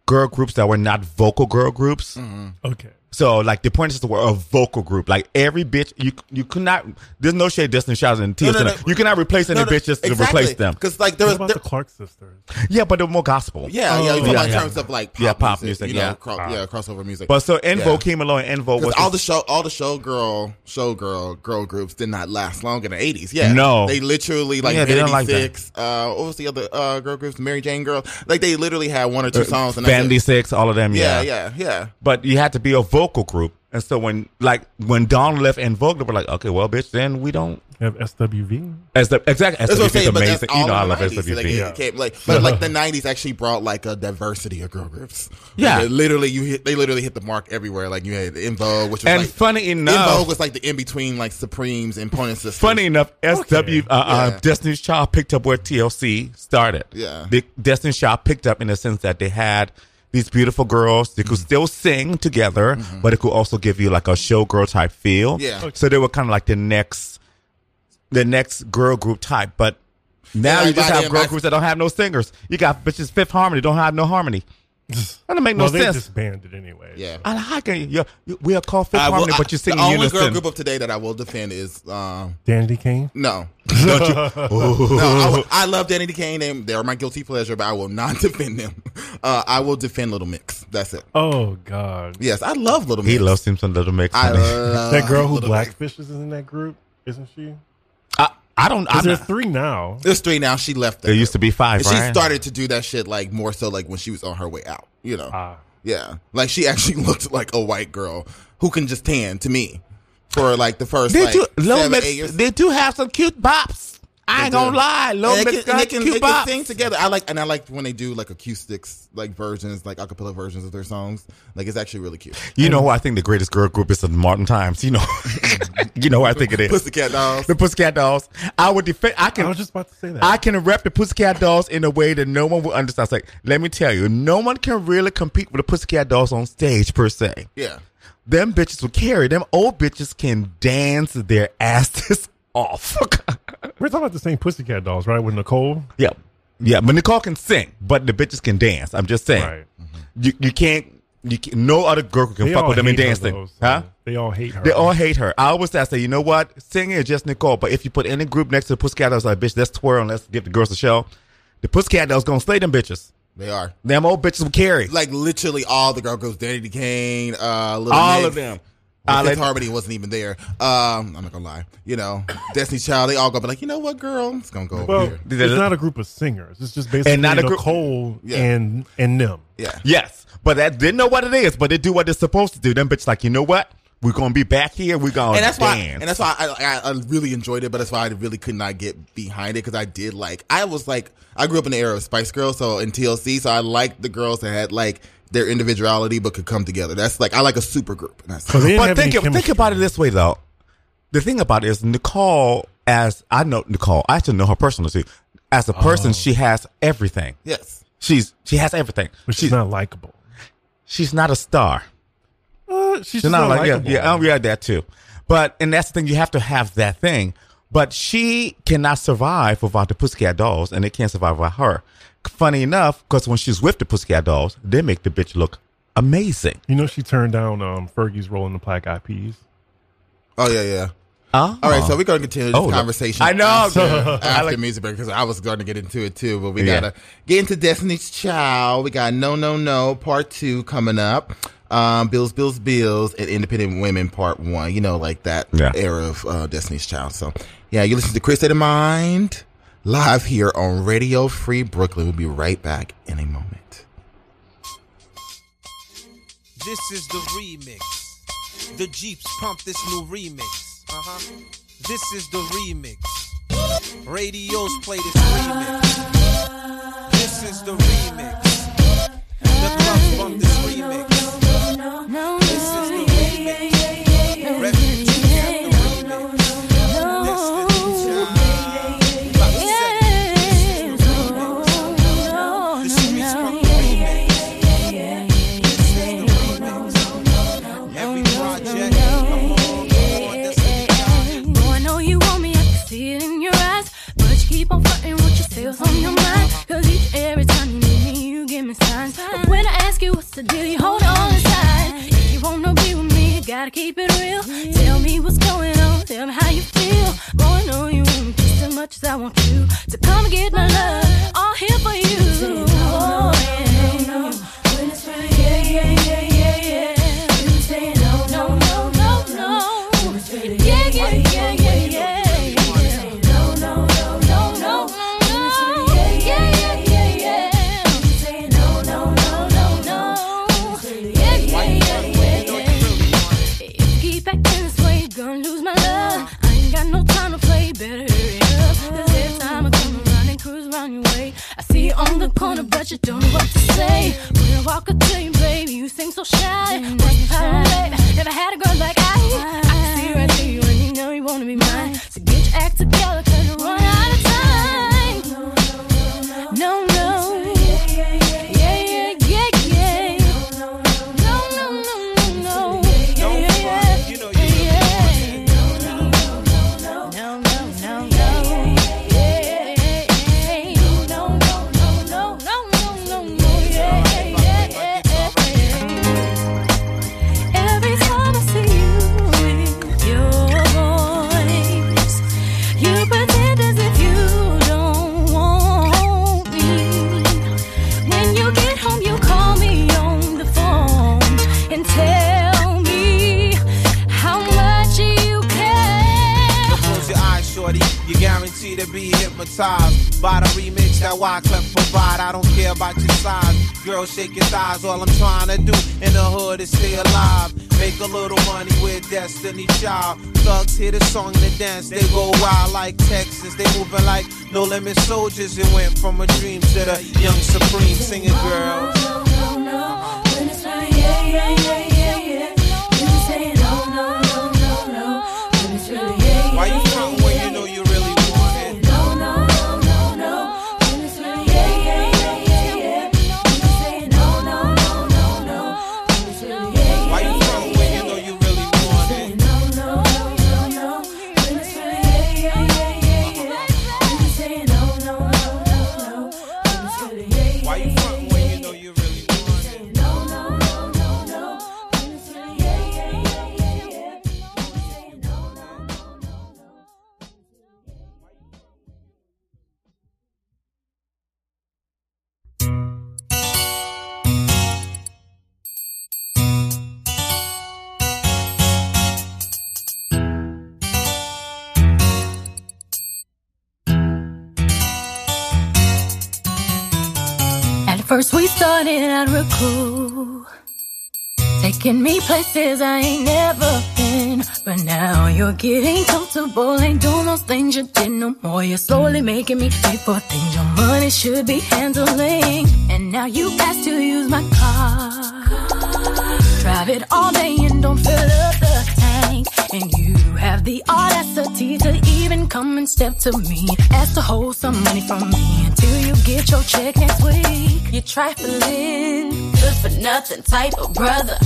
Speaker 3: girl groups that were not vocal girl groups.
Speaker 8: Mm-hmm.
Speaker 5: Okay.
Speaker 3: So like the Pointer Sisters were a vocal group. Like every bitch you you could not there's no shade Destiny Shouts and Tia
Speaker 8: No, no,
Speaker 3: Center.
Speaker 8: no.
Speaker 3: You cannot replace any bitches to replace them.
Speaker 8: Because like there was
Speaker 5: what about
Speaker 8: there-
Speaker 5: the Clark sisters?
Speaker 3: Yeah, but they're more gospel.
Speaker 8: yeah, yeah,
Speaker 5: Oh,
Speaker 8: you talking
Speaker 3: yeah,
Speaker 8: about in
Speaker 3: yeah.
Speaker 8: terms of like pop
Speaker 3: Yeah, pop music,
Speaker 8: you know,
Speaker 3: yeah.
Speaker 8: cro-
Speaker 5: Ah.
Speaker 8: yeah, crossover music.
Speaker 3: But so Envo
Speaker 8: Yeah.
Speaker 3: came along and Envo was
Speaker 8: Because all the show, all the showgirl, showgirl, girl groups did not last long in the eighties. Yeah,
Speaker 3: No.
Speaker 8: they literally like
Speaker 3: Yeah, they didn't
Speaker 8: Vanity
Speaker 3: like that.
Speaker 8: Six. Uh, what was the other uh, girl groups? Mary Jane girls. Like they literally had one or two songs. And that's
Speaker 3: Vanity
Speaker 8: it.
Speaker 3: Six, Uh, all of them,
Speaker 8: Yeah, yeah, yeah.
Speaker 3: but you had to be a vocal group. And so when like when Don left and Vogue, they were like, okay, well, bitch, then we don't.
Speaker 5: You have SWV.
Speaker 3: As the exact as
Speaker 8: That's what I'm saying. But that's
Speaker 3: amazing.
Speaker 8: all
Speaker 3: You know, I
Speaker 8: in the
Speaker 3: love
Speaker 8: 90s. So,
Speaker 3: SWV.
Speaker 8: Like, it
Speaker 5: Yeah.
Speaker 8: came- like, but like the nineties actually brought like a diversity of girl groups. Like,
Speaker 3: Yeah.
Speaker 8: they literally you hit, they literally hit the mark everywhere. Like you had the In Vogue, which was
Speaker 3: And
Speaker 8: like
Speaker 3: funny
Speaker 8: In
Speaker 3: enough,
Speaker 8: Vogue was like the in between like Supremes and Point Sisters.
Speaker 3: funny enough, SW uh,
Speaker 8: Yeah.
Speaker 3: uh, Destiny's Child picked up where TLC started.
Speaker 8: Yeah.
Speaker 3: the Destiny's Child picked up in the sense that they had these beautiful girls. They
Speaker 8: Mm-hmm.
Speaker 3: could still sing together, but it could also give you like a showgirl type feel.
Speaker 8: Yeah. Okay.
Speaker 3: so they were kind of like the next, the next girl group type, but. Now
Speaker 8: Yeah,
Speaker 3: you just
Speaker 8: by
Speaker 3: have
Speaker 8: then,
Speaker 3: girl
Speaker 8: by-
Speaker 3: groups that don't have no singers. You got bitches Fifth Harmony don't have no harmony. That don't make no
Speaker 5: well, they
Speaker 3: sense.
Speaker 5: disbanded anyway.
Speaker 8: Yeah.
Speaker 3: And how can you? you- We are called Fifth
Speaker 8: I will-
Speaker 3: Harmony,
Speaker 8: I-
Speaker 3: but you sing
Speaker 8: the
Speaker 3: in
Speaker 8: only
Speaker 3: unison.
Speaker 8: girl group of today that I will defend is um,
Speaker 5: Dandy Kane.
Speaker 8: no. no, I, will- I love Danny Kane. and they're my guilty pleasure, but I will not defend them. Uh, I will defend Little Mix. That's it.
Speaker 5: Oh God.
Speaker 8: Yes, I love Little Mix.
Speaker 3: He loves him some little mix.
Speaker 8: I
Speaker 3: honey.
Speaker 8: love
Speaker 5: that girl who
Speaker 8: Little Mix.
Speaker 5: blackfishes is in that group, isn't she?
Speaker 3: I, I don't. I'm
Speaker 5: Because there's
Speaker 3: not,
Speaker 5: three now.
Speaker 8: There's three now. She left. that
Speaker 3: there used to
Speaker 8: group.
Speaker 3: be five.
Speaker 8: And she
Speaker 3: right?
Speaker 8: started to do that shit like more so like when she was on her way out. You know.
Speaker 5: Ah,
Speaker 8: yeah. Like she actually looked like a white girl who can just tan to me for like the first
Speaker 3: They
Speaker 8: like
Speaker 3: do. Little
Speaker 8: seven,
Speaker 3: mix.
Speaker 8: eight years.
Speaker 3: They do have some cute bops. I ain't
Speaker 8: do.
Speaker 3: gonna lie. Little
Speaker 8: and they
Speaker 3: mix
Speaker 8: can, and
Speaker 3: got
Speaker 8: they can, they
Speaker 3: cute
Speaker 8: can
Speaker 3: bops.
Speaker 8: sing together. I like and I like when they do like acoustics like versions, like acapella versions of their songs. Like it's actually really cute.
Speaker 3: You know who I think the greatest girl group is of modern times. You know. you know who I think it is.
Speaker 8: Pussycat dolls.
Speaker 3: The Pussycat Dolls. I would defend. I
Speaker 5: I
Speaker 3: can.
Speaker 5: was just about to say that.
Speaker 3: I can rep the Pussycat Dolls in a way that no one will understand. It's like, let me tell you, no one can really compete with the Pussycat Dolls on stage per se.
Speaker 8: Yeah.
Speaker 3: them bitches will carry. Them old bitches can dance their asses off.
Speaker 5: We're talking about the same Pussycat Dolls, right? With Nicole.
Speaker 3: yeah. Yeah, but Nicole can sing, but the bitches can dance. I'm just saying. Mm-hmm.
Speaker 5: Right.
Speaker 3: You you can't you can, no other girl can
Speaker 5: They
Speaker 3: fuck
Speaker 5: all
Speaker 3: with them and
Speaker 5: hate her,
Speaker 3: dancing.
Speaker 5: though, so
Speaker 3: huh?
Speaker 5: They all hate her.
Speaker 3: They all hate her. I always say, I say, you know what? Singing is just Nicole, but if you put any group next to the Pussycat Dolls, like, bitch, let's twirl and let's give the girls a show. The Pussycat Dolls gonna slay them bitches.
Speaker 8: They are.
Speaker 3: Them old bitches will carry.
Speaker 8: Like literally all the girl groups, Danny Kane, uh Little
Speaker 3: All
Speaker 8: Mix,
Speaker 3: of them. I
Speaker 8: Fifth
Speaker 3: like-
Speaker 8: Harmony wasn't even there. Um, I'm not gonna lie. You know, Destiny Child, they all go, but like, you know what, girl, it's gonna go over
Speaker 5: Well,
Speaker 8: here.
Speaker 3: Did they-
Speaker 5: it's not a group of singers. It's just basically
Speaker 3: And not a group-
Speaker 5: Nicole
Speaker 8: Yeah.
Speaker 5: and and them.
Speaker 8: Yeah,
Speaker 3: Yes, but that didn't know what it is, but they do what they're supposed to do. Them bitches like, you know what? We're gonna be back here. We're gonna
Speaker 8: and that's why,
Speaker 3: Oh, dance.
Speaker 8: and that's why I, I, I really enjoyed it, but that's why I really could not get behind it because I did like I was like I grew up in the era of Spice Girls, so in TLC, so I liked the girls that had like their individuality but could come together. That's like I like a super group. And that's,
Speaker 5: So they didn't
Speaker 3: but
Speaker 5: have
Speaker 3: think
Speaker 5: any
Speaker 3: of, think
Speaker 5: chemistry.
Speaker 3: about it this way though. The thing about it is Nicole, as I know Nicole, I actually know her personally too. As a
Speaker 5: Oh.
Speaker 3: person, she has everything.
Speaker 8: yes,
Speaker 3: She's she has everything.
Speaker 5: but she's
Speaker 3: She's
Speaker 5: not likable.
Speaker 3: she's not a star.
Speaker 5: Uh, she's,
Speaker 3: She's
Speaker 5: just
Speaker 3: not,
Speaker 5: not
Speaker 3: like yeah,
Speaker 5: likable.
Speaker 3: yeah, oh, yeah, that too. But and that's the thing, you have to have that thing. But she cannot survive without the Pussycat Dolls, and they can't survive without her. Funny enough, because when she's with the Pussycat Dolls, they make the bitch look amazing.
Speaker 5: You know, she turned down um, Fergie's role in the Black Eyed Peas.
Speaker 8: oh yeah, yeah.
Speaker 3: Oh.
Speaker 8: All right, so we're going to continue this
Speaker 3: Oh, look.
Speaker 8: conversation.
Speaker 3: I know.
Speaker 8: after,
Speaker 3: I
Speaker 8: after
Speaker 3: like-
Speaker 8: music break because I was going to get into it too, but we
Speaker 3: Yeah.
Speaker 8: gotta get into Destiny's Child. We got No No No Part Two coming up. Um, bills, bills, bills, and Independent Women Part One. You know, like that
Speaker 3: Yeah.
Speaker 8: era of uh, Destiny's Child. So, yeah, you listen to Chris State of Mind live here on Radio Free Brooklyn. We'll be right back in a moment.
Speaker 9: This is the remix. The Jeeps pump this new remix. Uh huh. This is the remix. Radios play this remix. This is the remix. The clubs bump this remix. This is the remix. Refugees have the remix. This is the
Speaker 10: Oh, Oh, So do you hold on inside? If you wanna be with me, you gotta keep it real. Tell me what's going on, tell me how you feel. Boy, I know you want me just as much as I want you. So come and get my love, all here for you. Oh, yeah. When it's right, yeah, yeah, yeah, yeah, yeah. You say no, no, no, no, no. When it's right, yeah, yeah, yeah, yeah, yeah, yeah. You say no, no, no, no, no, no. When it's right, yeah, yeah, yeah, yeah, yeah. You say no, no, no, no, no. Yeah, yeah, yeah, yeah, yeah. If you keep acting this way, you're gonna lose my love. I ain't got no time to play, better hurry up. 'Cause every time I come around and cruise around your way, I see you on the corner, but you don't know what to say. When I walk up to you, baby, you seem so shy. Must be high, babe. Never had a girl like I. I can see right through you, and you know you wanna be mine. So get your act together, cause you're running out of time. No, no. Yeah, yeah, yeah, yeah. No, no, no, no, no. Yeah, yeah, yeah.
Speaker 9: You know,
Speaker 10: Yeah,
Speaker 9: you
Speaker 10: yeah. No, no, no, no. Yeah, yeah, yeah. No, no, no, no, no, no, no, no. Yeah, yeah, yeah, yeah. Every time I see you with your voice, you pretend as if you don't want me. When you get home, you call me on the phone and tell me how much you care.
Speaker 9: Close your eyes, shorty. You're guaranteed to be hypnotized by the remix that Wyclef provide. I don't care about your size. Girl, shake your thighs. All I'm trying to do in the hood is stay alive. Make a little money with Destiny Child. Thugs hear the song and the dance. They go wild like Texas. They moving like no limit soldiers. It went from a dream to the young supreme singing girl. Why you front when you know you really want it? Why you front when you know you really want it? Why you front when you know you really want it?
Speaker 10: At first we started out real cool, taking me places I ain't never been. But now you're getting comfortable, ain't doing those things you did no more. You're slowly making me pay for things your money should be handling. And now you ask to use my car, drive it all day and don't fill up the tank. And you have the audacity to even come and step to me, ask to hold some money from me until you get your check next week. You're trifling, good for nothing type of brother.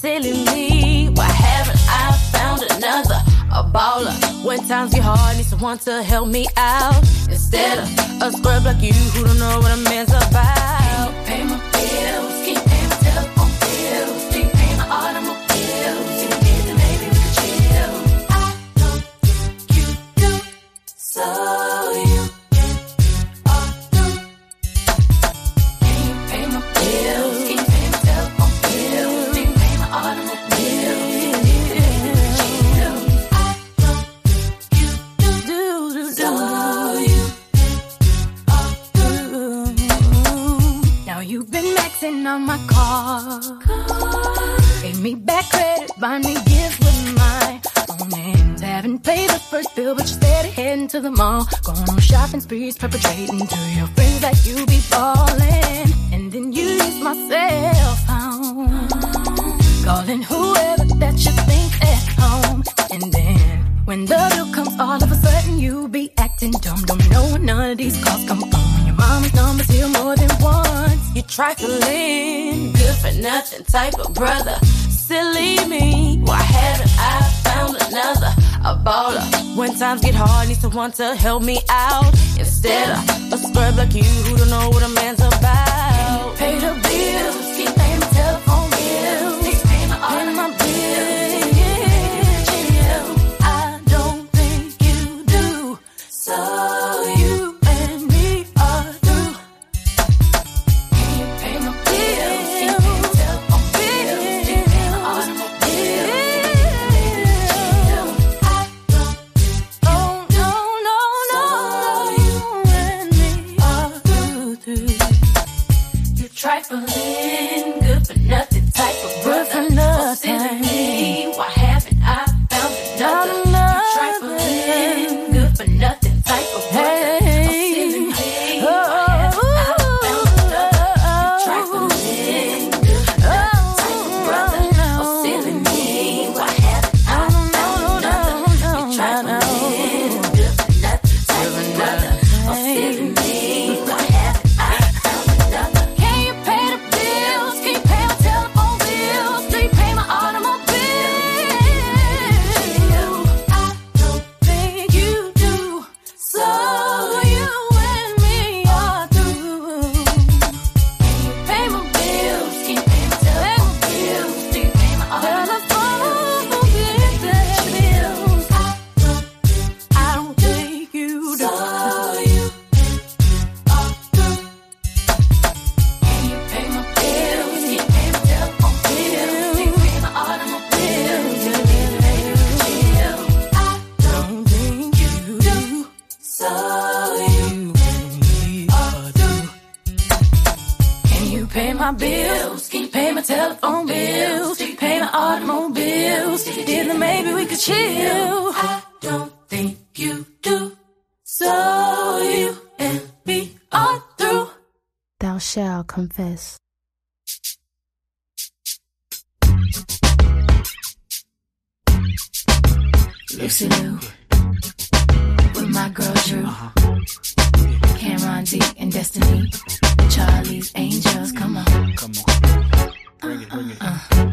Speaker 10: Silly me, why haven't I found another? A baller. When times get hard, need someone to help me out. Instead of a scrub like you who don't know what a man's about. Pay my bills, keep paying my telephone bills, keep paying my automobiles. If you need them, maybe we could chill. I know you, you do, so you get all through. Now you've been maxing on my car. Gave me back credit, buying me gifts with my own hands. Haven't paid the first bill, but you're steady heading to the mall. Going on shopping sprees, perpetrating to your friends that you be falling. And then you use my cell phone. Calling whoever that you think at home. And then when the bill comes, all of a sudden you be acting dumb. Don't know where none of these calls come from. Your mama's number's here more than once. You trifling, good for nothing type of brother. Silly me, why haven't I found another? A baller. When times get hard, need someone to help me out. Instead of a scrub like you who don't know what a man's about. Pay the bills, keep paying my telephone trifling, good for nothing type of brother. So silly me, why haven't I found another? You trifling, good for nothing type of brother. So silly me, why haven't I found another? You trifling, good for nothing type of brother. So silly me, why haven't I found another? You trifling, good for nothing type of brother. So silly me, why haven't I found another?
Speaker 4: Can you pay the bills? Can you pay my telephone bills? Do you pay my automobile? I don't think you do. So you and me are through. Can you pay my bills? Can you pay my telephone bills? Do you pay my automobile? bills? I don't, I don't think you do. So you
Speaker 10: My bills, can you pay my telephone bills? Can you pay my automobiles? Then maybe we could chill. I don't think you do.
Speaker 4: So you and me are through.
Speaker 11: Thou shalt confess.
Speaker 10: Lucy Lou with my girl Drew, Cameron D and Destiny, Charlie's Angels. Come on, come on, bring it, bring it. Uh-uh.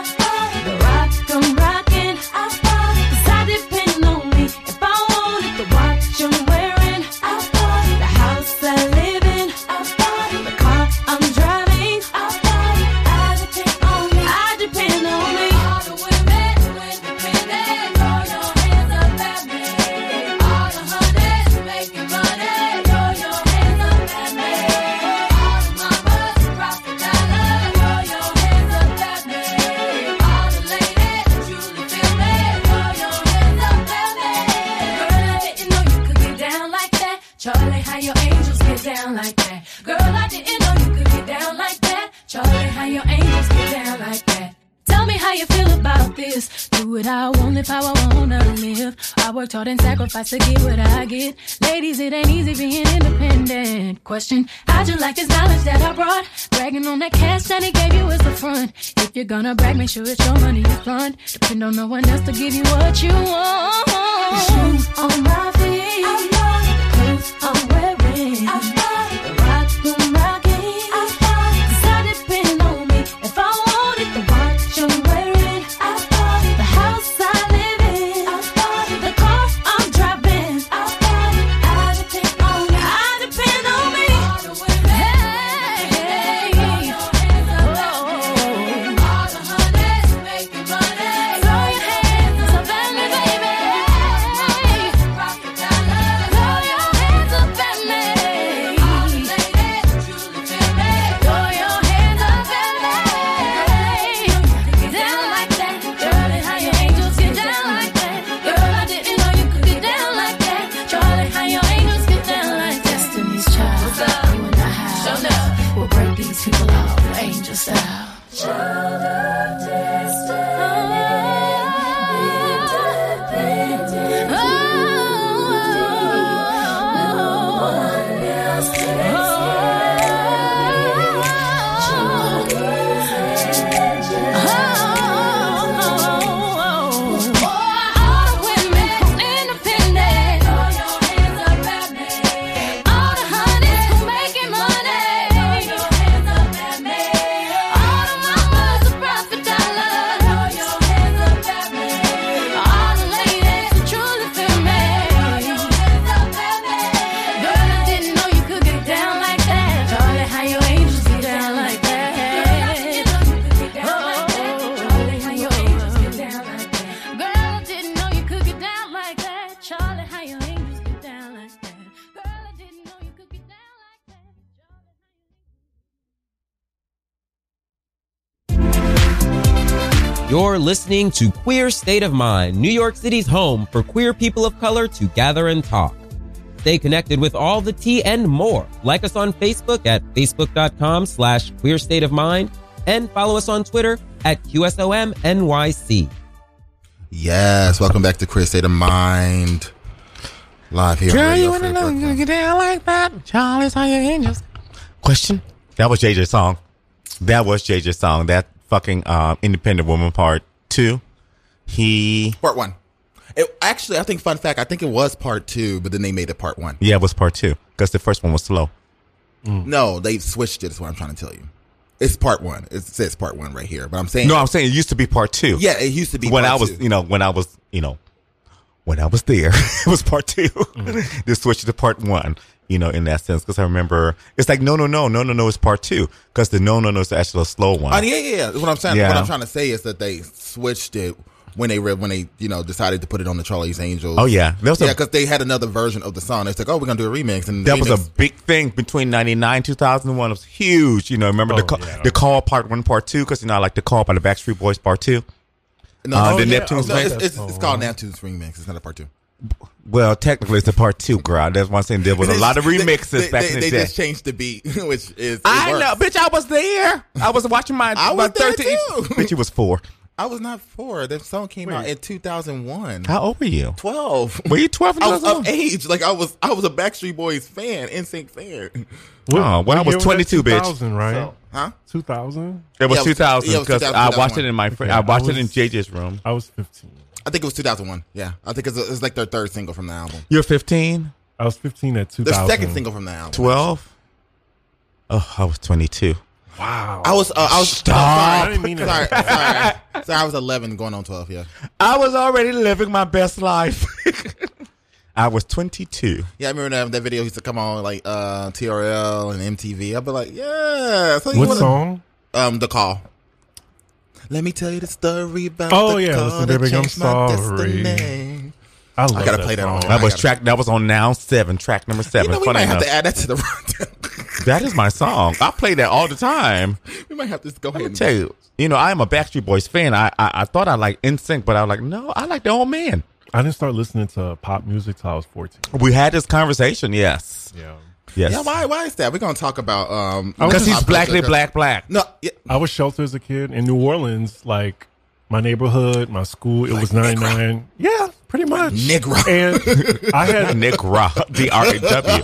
Speaker 10: buy. The rock I'm rocking, I buy. 'Cause I depend on me if I want it. The watch I'm wearing, I buy. The house I live in, I buy. The car I'm driving, I buy. I depend on me. I depend on me. All the women who independent, throw your hands up at me. All the hunters making money, throw your hands up at me. All the mamas who rock the dollar, throw your hands up at me. All the ladies who truly feel me, throw your hands up at me. Girl, I didn't know you could get down like that. Charlie, how your angels get down like that. Girl, I didn't know you could get down like that. Charlie, how your angels get down like that. Tell me how you feel about this. Do what I want, live how I wanna live. I worked hard and sacrificed to get what I get. Ladies, it ain't easy being independent. Question: How'd you like this knowledge that I brought? Bragging on that cash that he gave you is the front. If you're gonna brag, make sure it's your money you fund. Depend on no one else to give you what you want. Shoes on my feet, clothes I'm wearing, the rock I'm rocking, 'Cause I depend on me if I want it. The watch I'm wearing, the house I live in, the car I'm driving. I depend on me. I depend on me. Hey, oh. Throw your hands up at me, baby. Throw
Speaker 12: You're listening to Queer State of Mind, New York City's home for queer people of color to gather and talk. Stay connected with all the tea and more. Like us on Facebook at facebook.com slash queer state of mind and follow us on Twitter at QSOMNYC.
Speaker 8: Yes, welcome back to Queer State of Mind. Live here. on
Speaker 13: Girl,
Speaker 8: Radio
Speaker 13: you wanna
Speaker 8: Free
Speaker 13: know?
Speaker 8: Brooklyn.
Speaker 13: You get down like that? Charlie's on your angels.
Speaker 3: Question. That was JJ's song. That was JJ's song. That fucking uh, independent woman part two. He
Speaker 8: Part one. It, actually, I think, fun fact, I think it was part two, but then they made it part one.
Speaker 3: yeah, it was part two because the first one was slow. Mm.
Speaker 8: No, they switched it, is what I'm trying to tell you. It's part one. It says part one right here, but I'm saying.
Speaker 3: No, I'm saying it used to be part two.
Speaker 8: Yeah, it used to be
Speaker 3: when
Speaker 8: part
Speaker 3: I was,
Speaker 8: two.
Speaker 3: you know, when I was, you know, when I was there, it was part 2 they switched to part one, you know, in that sense. Because I remember it's like no, no, no, no, no, no, it's part two because the no, no, no is actually a slow one.
Speaker 8: Oh, yeah, yeah, yeah. That's What I'm saying, what
Speaker 3: Yeah.
Speaker 8: I'm trying to say is that they switched it when they re- when they you know decided to put it on the Charlie's Angels.
Speaker 3: Oh, yeah. That was a-
Speaker 8: yeah, because they had another version of the song. It's like, oh, we're gonna do a remix, and the
Speaker 3: That was
Speaker 8: remix-
Speaker 3: a big thing between 99 2001. It was huge. You know, remember the, call, the call part one, part two? Because, you know, I like the call by the Backstreet Boys part two.
Speaker 8: no,
Speaker 3: Uh,
Speaker 8: no,
Speaker 3: the
Speaker 8: yeah.
Speaker 3: Neptune's
Speaker 8: No, it's,
Speaker 3: remix. Oh.
Speaker 8: it's, it's called Neptune's remix. It's not a part two.
Speaker 3: Well, technically, it's a part two, girl. That's one thing. There was a lot of
Speaker 8: They-
Speaker 3: remixes
Speaker 8: they,
Speaker 3: back
Speaker 8: they,
Speaker 3: in the
Speaker 8: they
Speaker 3: day.
Speaker 8: just changed the beat, which is it
Speaker 3: I
Speaker 8: works.
Speaker 3: know, bitch. I was there. I was watching my.
Speaker 8: I
Speaker 3: my
Speaker 8: was there
Speaker 3: 13
Speaker 8: too.
Speaker 3: Bitch, it was four.
Speaker 8: I was not four. That song came out in 2001.
Speaker 3: How old were you?
Speaker 8: Twelve.
Speaker 3: Were you 12 and
Speaker 8: I was
Speaker 3: 12?
Speaker 8: of age. Like I was, I was a Backstreet Boys fan, NSYNC fan.
Speaker 3: oh, when I was twenty two, bitch.
Speaker 5: 2000, right?
Speaker 8: huh?
Speaker 5: 2000?
Speaker 8: Yeah,
Speaker 3: It was
Speaker 8: it was-
Speaker 3: two thousand
Speaker 8: yeah, it was
Speaker 3: because
Speaker 8: 2000,
Speaker 3: I
Speaker 8: that
Speaker 3: watched
Speaker 8: one.
Speaker 3: it in my. Fr-
Speaker 5: Okay,
Speaker 3: I watched
Speaker 5: I
Speaker 3: it in
Speaker 5: was-
Speaker 3: JJ's room.
Speaker 5: I was 15.
Speaker 8: I think it was 2001. Yeah, I think it's, it's like their third single from the album.
Speaker 3: You're fifteen.
Speaker 5: I was 15 at 2000.
Speaker 8: Their second single from the album.
Speaker 3: Twelve. Oh, I was twenty two.
Speaker 5: Wow.
Speaker 8: I was, uh, I was
Speaker 3: Stop.
Speaker 8: Sorry,
Speaker 5: I didn't mean it.
Speaker 8: sorry, sorry, sorry. I was 11, going on 12. Yeah,
Speaker 3: I was already living my best life. I was twenty two.
Speaker 8: yeah. I remember that, that video used to come on like uh, TRL and MTV. I'd be like, yeah. So you
Speaker 5: What
Speaker 8: wanna-
Speaker 5: song?
Speaker 8: Um, the call. Let me tell you the story about.
Speaker 5: Oh,
Speaker 8: the
Speaker 5: yeah,
Speaker 8: call that
Speaker 5: listen, baby, I'm
Speaker 8: changed my
Speaker 5: sorry.
Speaker 8: destiny.
Speaker 5: I, love
Speaker 8: I gotta
Speaker 5: that
Speaker 8: play that
Speaker 5: song.
Speaker 8: on.
Speaker 3: That
Speaker 8: I
Speaker 3: was
Speaker 8: gotta-
Speaker 3: track. That was on now seven. Track number
Speaker 8: You
Speaker 3: seven.
Speaker 8: know, we
Speaker 3: Funny
Speaker 8: might have
Speaker 3: enough,
Speaker 8: to add that to the rundown.
Speaker 3: that is my song. I play that all the time.
Speaker 8: we might have to go ahead.
Speaker 3: Let me
Speaker 8: and
Speaker 3: tell you, you know, I am a Backstreet Boys fan. I I, I thought I liked NSYNC, but I was like, no, I like the old man.
Speaker 5: I didn't start listening to pop music till I was 14.
Speaker 3: We had this conversation, yes.
Speaker 5: Yeah.
Speaker 3: Yes.
Speaker 8: Yeah, why? Why is that? We're gonna talk about um
Speaker 5: I was
Speaker 3: Because
Speaker 5: just-
Speaker 3: he's blackly
Speaker 8: because-
Speaker 3: black, black.
Speaker 8: No, yeah,
Speaker 5: I was sheltered as a kid in New Orleans, like my neighborhood, my school. It was 99. Yeah, pretty much.
Speaker 8: Negro.
Speaker 5: And I had
Speaker 3: Nick Ra, D-R-A-W.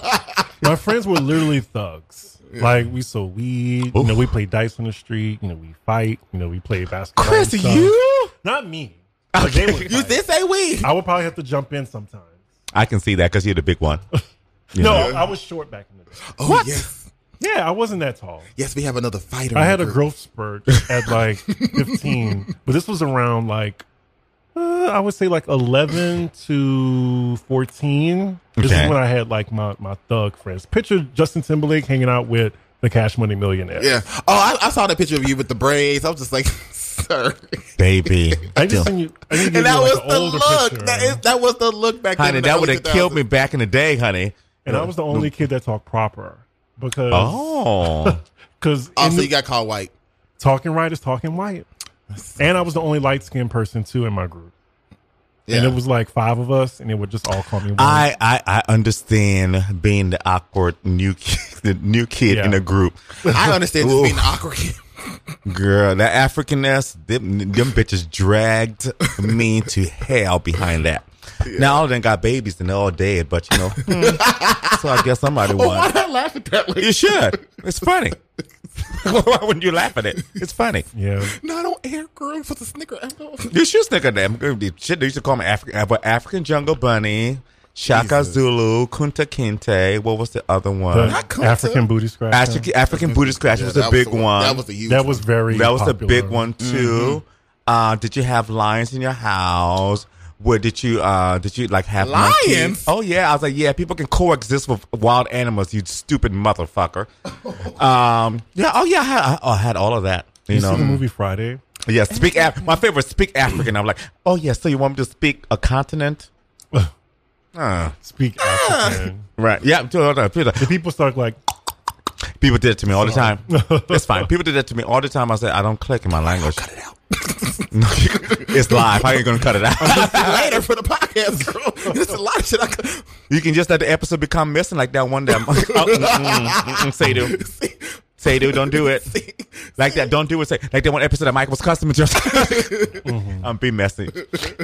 Speaker 5: my friends were literally thugs. Like we sold weed, you know, we played dice on the street, you know, we fight, you know, we played basketball. and
Speaker 3: Chris,
Speaker 5: stuff.
Speaker 3: you?
Speaker 5: not me. But they would
Speaker 8: you
Speaker 5: fight.
Speaker 8: did say we.
Speaker 5: I would probably have to jump in sometimes.
Speaker 3: I can see that because you're the big one. You
Speaker 5: no,
Speaker 3: know.
Speaker 5: I was short back in the day.
Speaker 8: Oh, Yes.
Speaker 5: Yeah, I wasn't that tall.
Speaker 8: yes, we have another fighter.
Speaker 5: I
Speaker 8: in
Speaker 5: had
Speaker 8: the
Speaker 5: a
Speaker 8: group.
Speaker 5: growth spurt at like 15, but this was around like uh, I would say like 11 to 14. This
Speaker 3: Okay.
Speaker 5: is when I had like my my thug friends. Picture Justin Timberlake hanging out with the Cash Money Millionaire.
Speaker 8: Yeah. Oh, I, I saw the picture of you with the braids. I was just like, sir.
Speaker 3: Baby.
Speaker 5: I just send you. I need to give
Speaker 8: And that
Speaker 5: you, like,
Speaker 8: was
Speaker 5: an
Speaker 8: the
Speaker 5: older
Speaker 8: look.
Speaker 5: picture.
Speaker 8: That, is, that was the look back
Speaker 3: honey,
Speaker 8: then.
Speaker 3: that would have killed me back in the day, honey.
Speaker 5: and I was the only kid that talked proper because
Speaker 3: Oh.
Speaker 5: because
Speaker 8: Also, you got called white.
Speaker 5: talking right is talking white, and I was the only light skinned person too in my group.
Speaker 8: Yeah.
Speaker 5: And it was like five of us, and it would just all call me. White.
Speaker 3: I, I, I understand being the awkward new kid, the new kid
Speaker 5: Yeah.
Speaker 3: in a group.
Speaker 8: I understand this
Speaker 3: Ooh.
Speaker 8: being the awkward. kid.
Speaker 3: Girl, that Africanness, them, them bitches dragged me to hell behind that. Now all of them got babies and they're all dead, but you know, hmm. so I guess somebody
Speaker 8: Oh, why
Speaker 3: won.
Speaker 8: did I laugh at that? Like,
Speaker 3: You should. It's funny. Why wouldn't you laugh at it? It's funny.
Speaker 5: yeah,
Speaker 8: no, I don't air girl for the snicker. I don't-
Speaker 3: You should think of them. Shit, they used to call me African, African Jungle Bunny, Shaka Zulu, Kunta Kinte. What was the other one?
Speaker 5: the
Speaker 8: Kunta.
Speaker 5: African booty scratch.
Speaker 3: African, African Buddhist Crash was
Speaker 8: Yeah,
Speaker 3: a
Speaker 8: that
Speaker 3: big
Speaker 8: the
Speaker 3: one.
Speaker 8: That was a huge Mm-hmm.
Speaker 5: that was very.
Speaker 3: That was a
Speaker 5: popular.
Speaker 3: big one too. Uh, did you have lions in your house? Where did you uh did you like have monkeys?
Speaker 8: Lions?
Speaker 3: Oh yeah, I was like, yeah, people can coexist with wild animals. You stupid motherfucker. um, yeah, oh yeah, I had, I, I had all of that. You,
Speaker 5: You
Speaker 3: know,
Speaker 5: see the movie Friday?
Speaker 3: yeah, speak. Af- my favorite, speak African. I'm like, oh yeah, so you want me to speak a continent? Uh,
Speaker 5: Speak African.
Speaker 3: right. Yeah.
Speaker 5: The people start like,
Speaker 3: People did it to me all the time. It's fine. People did that to me all the time. I said, I don't click in my language. it's live. How you gonna cut it out?
Speaker 8: Later for the podcast, girl. There's a lot of shit I could.
Speaker 3: you can just let the episode become missing like that one day. oh, mm, mm, mm, say do. Say do, don't do it. Like that, don't do it. Say like that one episode of Michael's Custom just I'm Mm-hmm. be messy.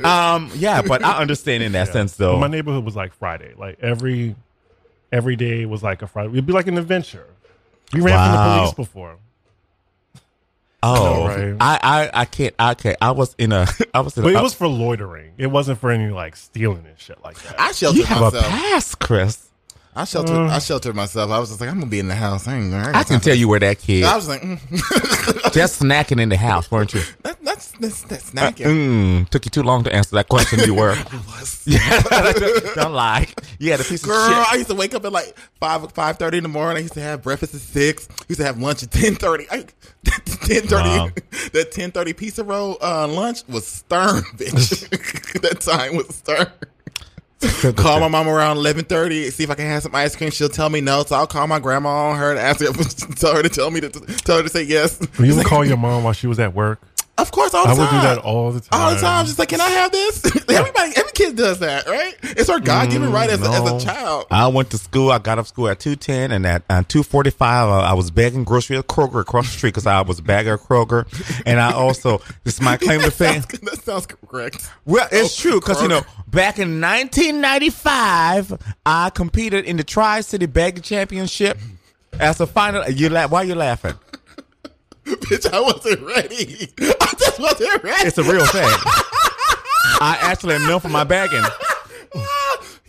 Speaker 3: Um, yeah, but I understand in that sense though.
Speaker 5: My neighborhood was like Friday. Like every every day was like a Friday. It'd be like an adventure. We ran from the
Speaker 3: Wow.
Speaker 5: police before.
Speaker 3: Oh,
Speaker 5: I know, right?
Speaker 3: I, I, I can't, I can't. I was in a, I was in.
Speaker 5: But
Speaker 3: a,
Speaker 5: it was for loitering. It wasn't for any like stealing and shit like that.
Speaker 8: I sheltered
Speaker 3: You have a
Speaker 8: myself.
Speaker 3: pass, Chris.
Speaker 8: I sheltered.
Speaker 5: Uh.
Speaker 8: I sheltered myself. I was just like, I'm gonna be in the house. I, ain't, I, ain't got
Speaker 3: I can
Speaker 8: time for
Speaker 3: tell you where that kid.
Speaker 8: that. I was like, mm.
Speaker 3: just snacking in the house, weren't you?
Speaker 8: that, that's that's that's
Speaker 3: Uh,
Speaker 8: snacking.
Speaker 3: mm, took you too long to answer that question. You were. Yeah, don't lie. You had a piece
Speaker 8: Girl,
Speaker 3: of shit.
Speaker 8: I used to wake up at like five five thirty in the morning. I used to have breakfast at six. I used to have lunch at ten thirty. Ten thirty.
Speaker 3: Wow.
Speaker 8: That ten thirty pizza roll uh, lunch was stern, bitch. that time was stern. Call my mom around eleven thirty. See if I can have some ice cream. She'll tell me no, so I'll call my grandma on her and ask her, tell her to tell me to tell her to say yes.
Speaker 5: You would call your mom while she was at work.
Speaker 8: Of course, all the
Speaker 5: I would
Speaker 8: time.
Speaker 5: do that all the time.
Speaker 8: All the time, just like, can I have this? Everybody, every kid does that, right? It's our God given right as, a
Speaker 3: Mm, no.
Speaker 8: as a child.
Speaker 3: I went to school. I got up school at two ten, and at uh, two forty five, I, I was bagging grocery at Kroger across the street because I was a bagger at Kroger, and I also this is my claim to fame.
Speaker 8: that sounds correct.
Speaker 3: Well, it's true because you know
Speaker 8: Kroger.
Speaker 3: back in 1995, I competed in the Tri City Bagging Championship as a final. You la- Why are you laughing?
Speaker 8: Bitch, I wasn't ready. I just wasn't ready.
Speaker 3: It's a real thing. I actually am known for my bagging.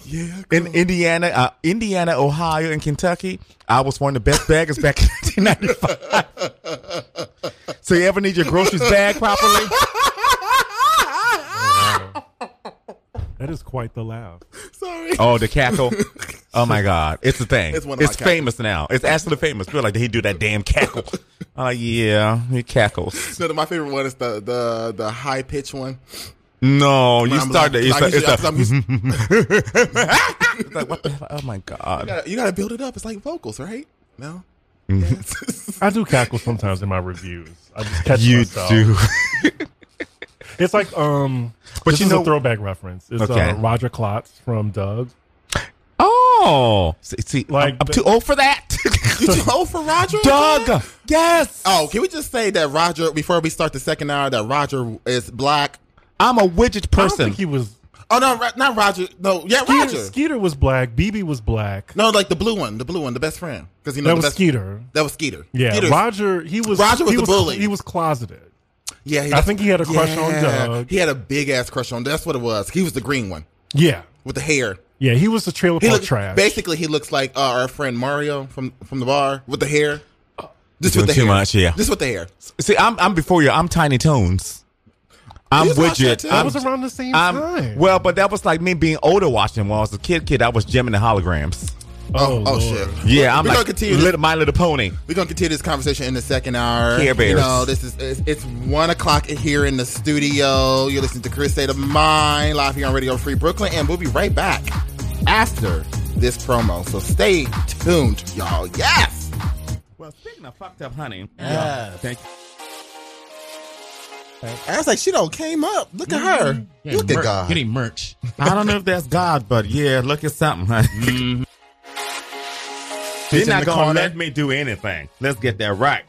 Speaker 8: yeah.
Speaker 3: In Indiana, uh, Indiana, Ohio, and Kentucky, I was one of the best baggers back in 1995. so you ever need your groceries bagged properly?
Speaker 5: That is quite the laugh.
Speaker 8: Sorry.
Speaker 3: Oh, the cackle! Oh my God, it's a thing.
Speaker 8: It's
Speaker 3: It's,
Speaker 8: one of my cackles.
Speaker 3: famous now. It's actually famous. People are like he do that damn cackle. I'm like, yeah, he cackles.
Speaker 8: No, my favorite one is the the the high pitch one.
Speaker 3: No, Oh, you
Speaker 8: I'm
Speaker 3: start
Speaker 8: like-
Speaker 3: to. It's,
Speaker 8: like,
Speaker 3: a, it's,
Speaker 8: usually-
Speaker 3: a,
Speaker 8: I'm used- you
Speaker 3: it's like what the hell? Oh my God!
Speaker 8: gotta- you gotta build it up. It's like vocals, right? No. Yes.
Speaker 5: I do cackle sometimes in my reviews. I just catch
Speaker 3: You
Speaker 5: myself.
Speaker 3: do.
Speaker 5: It's like um,
Speaker 3: But
Speaker 5: but this
Speaker 3: you
Speaker 5: is
Speaker 3: know-
Speaker 5: a throwback reference. It's
Speaker 3: Okay.
Speaker 5: uh, Roger Klotz from Doug.
Speaker 3: Oh, see, see,
Speaker 5: Like
Speaker 3: I'm, I'm
Speaker 5: the-
Speaker 3: too old for that.
Speaker 8: you too old for Roger?
Speaker 3: Doug, yes.
Speaker 8: Oh, can we just say that Roger? Before we start the second hour, that Roger is black.
Speaker 3: I'm a widget
Speaker 5: I don't
Speaker 3: person.
Speaker 5: think he was.
Speaker 8: Oh no, Ro- not Roger. No, yeah,
Speaker 5: Skeeter,
Speaker 8: Roger.
Speaker 5: Skeeter was black. BB was black.
Speaker 8: No, like the blue one, the blue one, the best friend. Because you know
Speaker 5: that
Speaker 8: the
Speaker 5: was
Speaker 8: best,
Speaker 5: Skeeter.
Speaker 8: That was Skeeter.
Speaker 5: Yeah,
Speaker 8: Skeeter's-
Speaker 5: Roger. He was.
Speaker 8: Roger was
Speaker 5: he
Speaker 8: the bully.
Speaker 5: He was closeted.
Speaker 8: Yeah,
Speaker 5: I think he had a crush on Doug.
Speaker 8: He had a big ass crush on. That's what it was. He was the green one
Speaker 5: Yeah,
Speaker 8: with the hair.
Speaker 5: yeah. He was the trailer
Speaker 8: He
Speaker 5: park
Speaker 8: looked,
Speaker 5: trash.
Speaker 8: basically he looks like uh, our friend Mario from from the bar with the hair. Just
Speaker 3: Doing
Speaker 8: with the
Speaker 3: too
Speaker 8: hair.
Speaker 3: much, yeah.
Speaker 8: Just with the hair.
Speaker 3: see, I'm I'm before you. I'm Tiny Tones. I'm
Speaker 8: You watched that
Speaker 3: widget.
Speaker 8: too?
Speaker 5: that
Speaker 3: I'm-
Speaker 5: was around the same
Speaker 3: I'm-
Speaker 5: time.
Speaker 3: well, but that was like me being older watching. When I was a kid, kid, I was jamming the holograms.
Speaker 8: Oh, oh,
Speaker 5: Lord.
Speaker 8: shit.
Speaker 3: Yeah, I'm
Speaker 8: We're gonna
Speaker 3: like
Speaker 8: continue
Speaker 3: little, My Little Pony.
Speaker 8: We're gonna continue this conversation in the second hour.
Speaker 3: Care Bears.
Speaker 8: You know, this is it's, it's one o'clock here in the studio. You're listening to Chris State of Mind live here on Radio Free Brooklyn, and we'll be right back after this promo. So stay tuned, y'all. Yes.
Speaker 3: Well, speaking of fucked up, honey.
Speaker 8: Yes.
Speaker 3: Thank you.
Speaker 8: I was like, she don't came up. Look at
Speaker 3: Mm-hmm.
Speaker 8: her. Look at God.
Speaker 4: Getting merch.
Speaker 3: I don't know if that's God, but yeah, look at something, honey. You're
Speaker 8: in
Speaker 3: not
Speaker 8: the
Speaker 3: gonna
Speaker 8: corner.
Speaker 3: let me do anything. Let's get that right.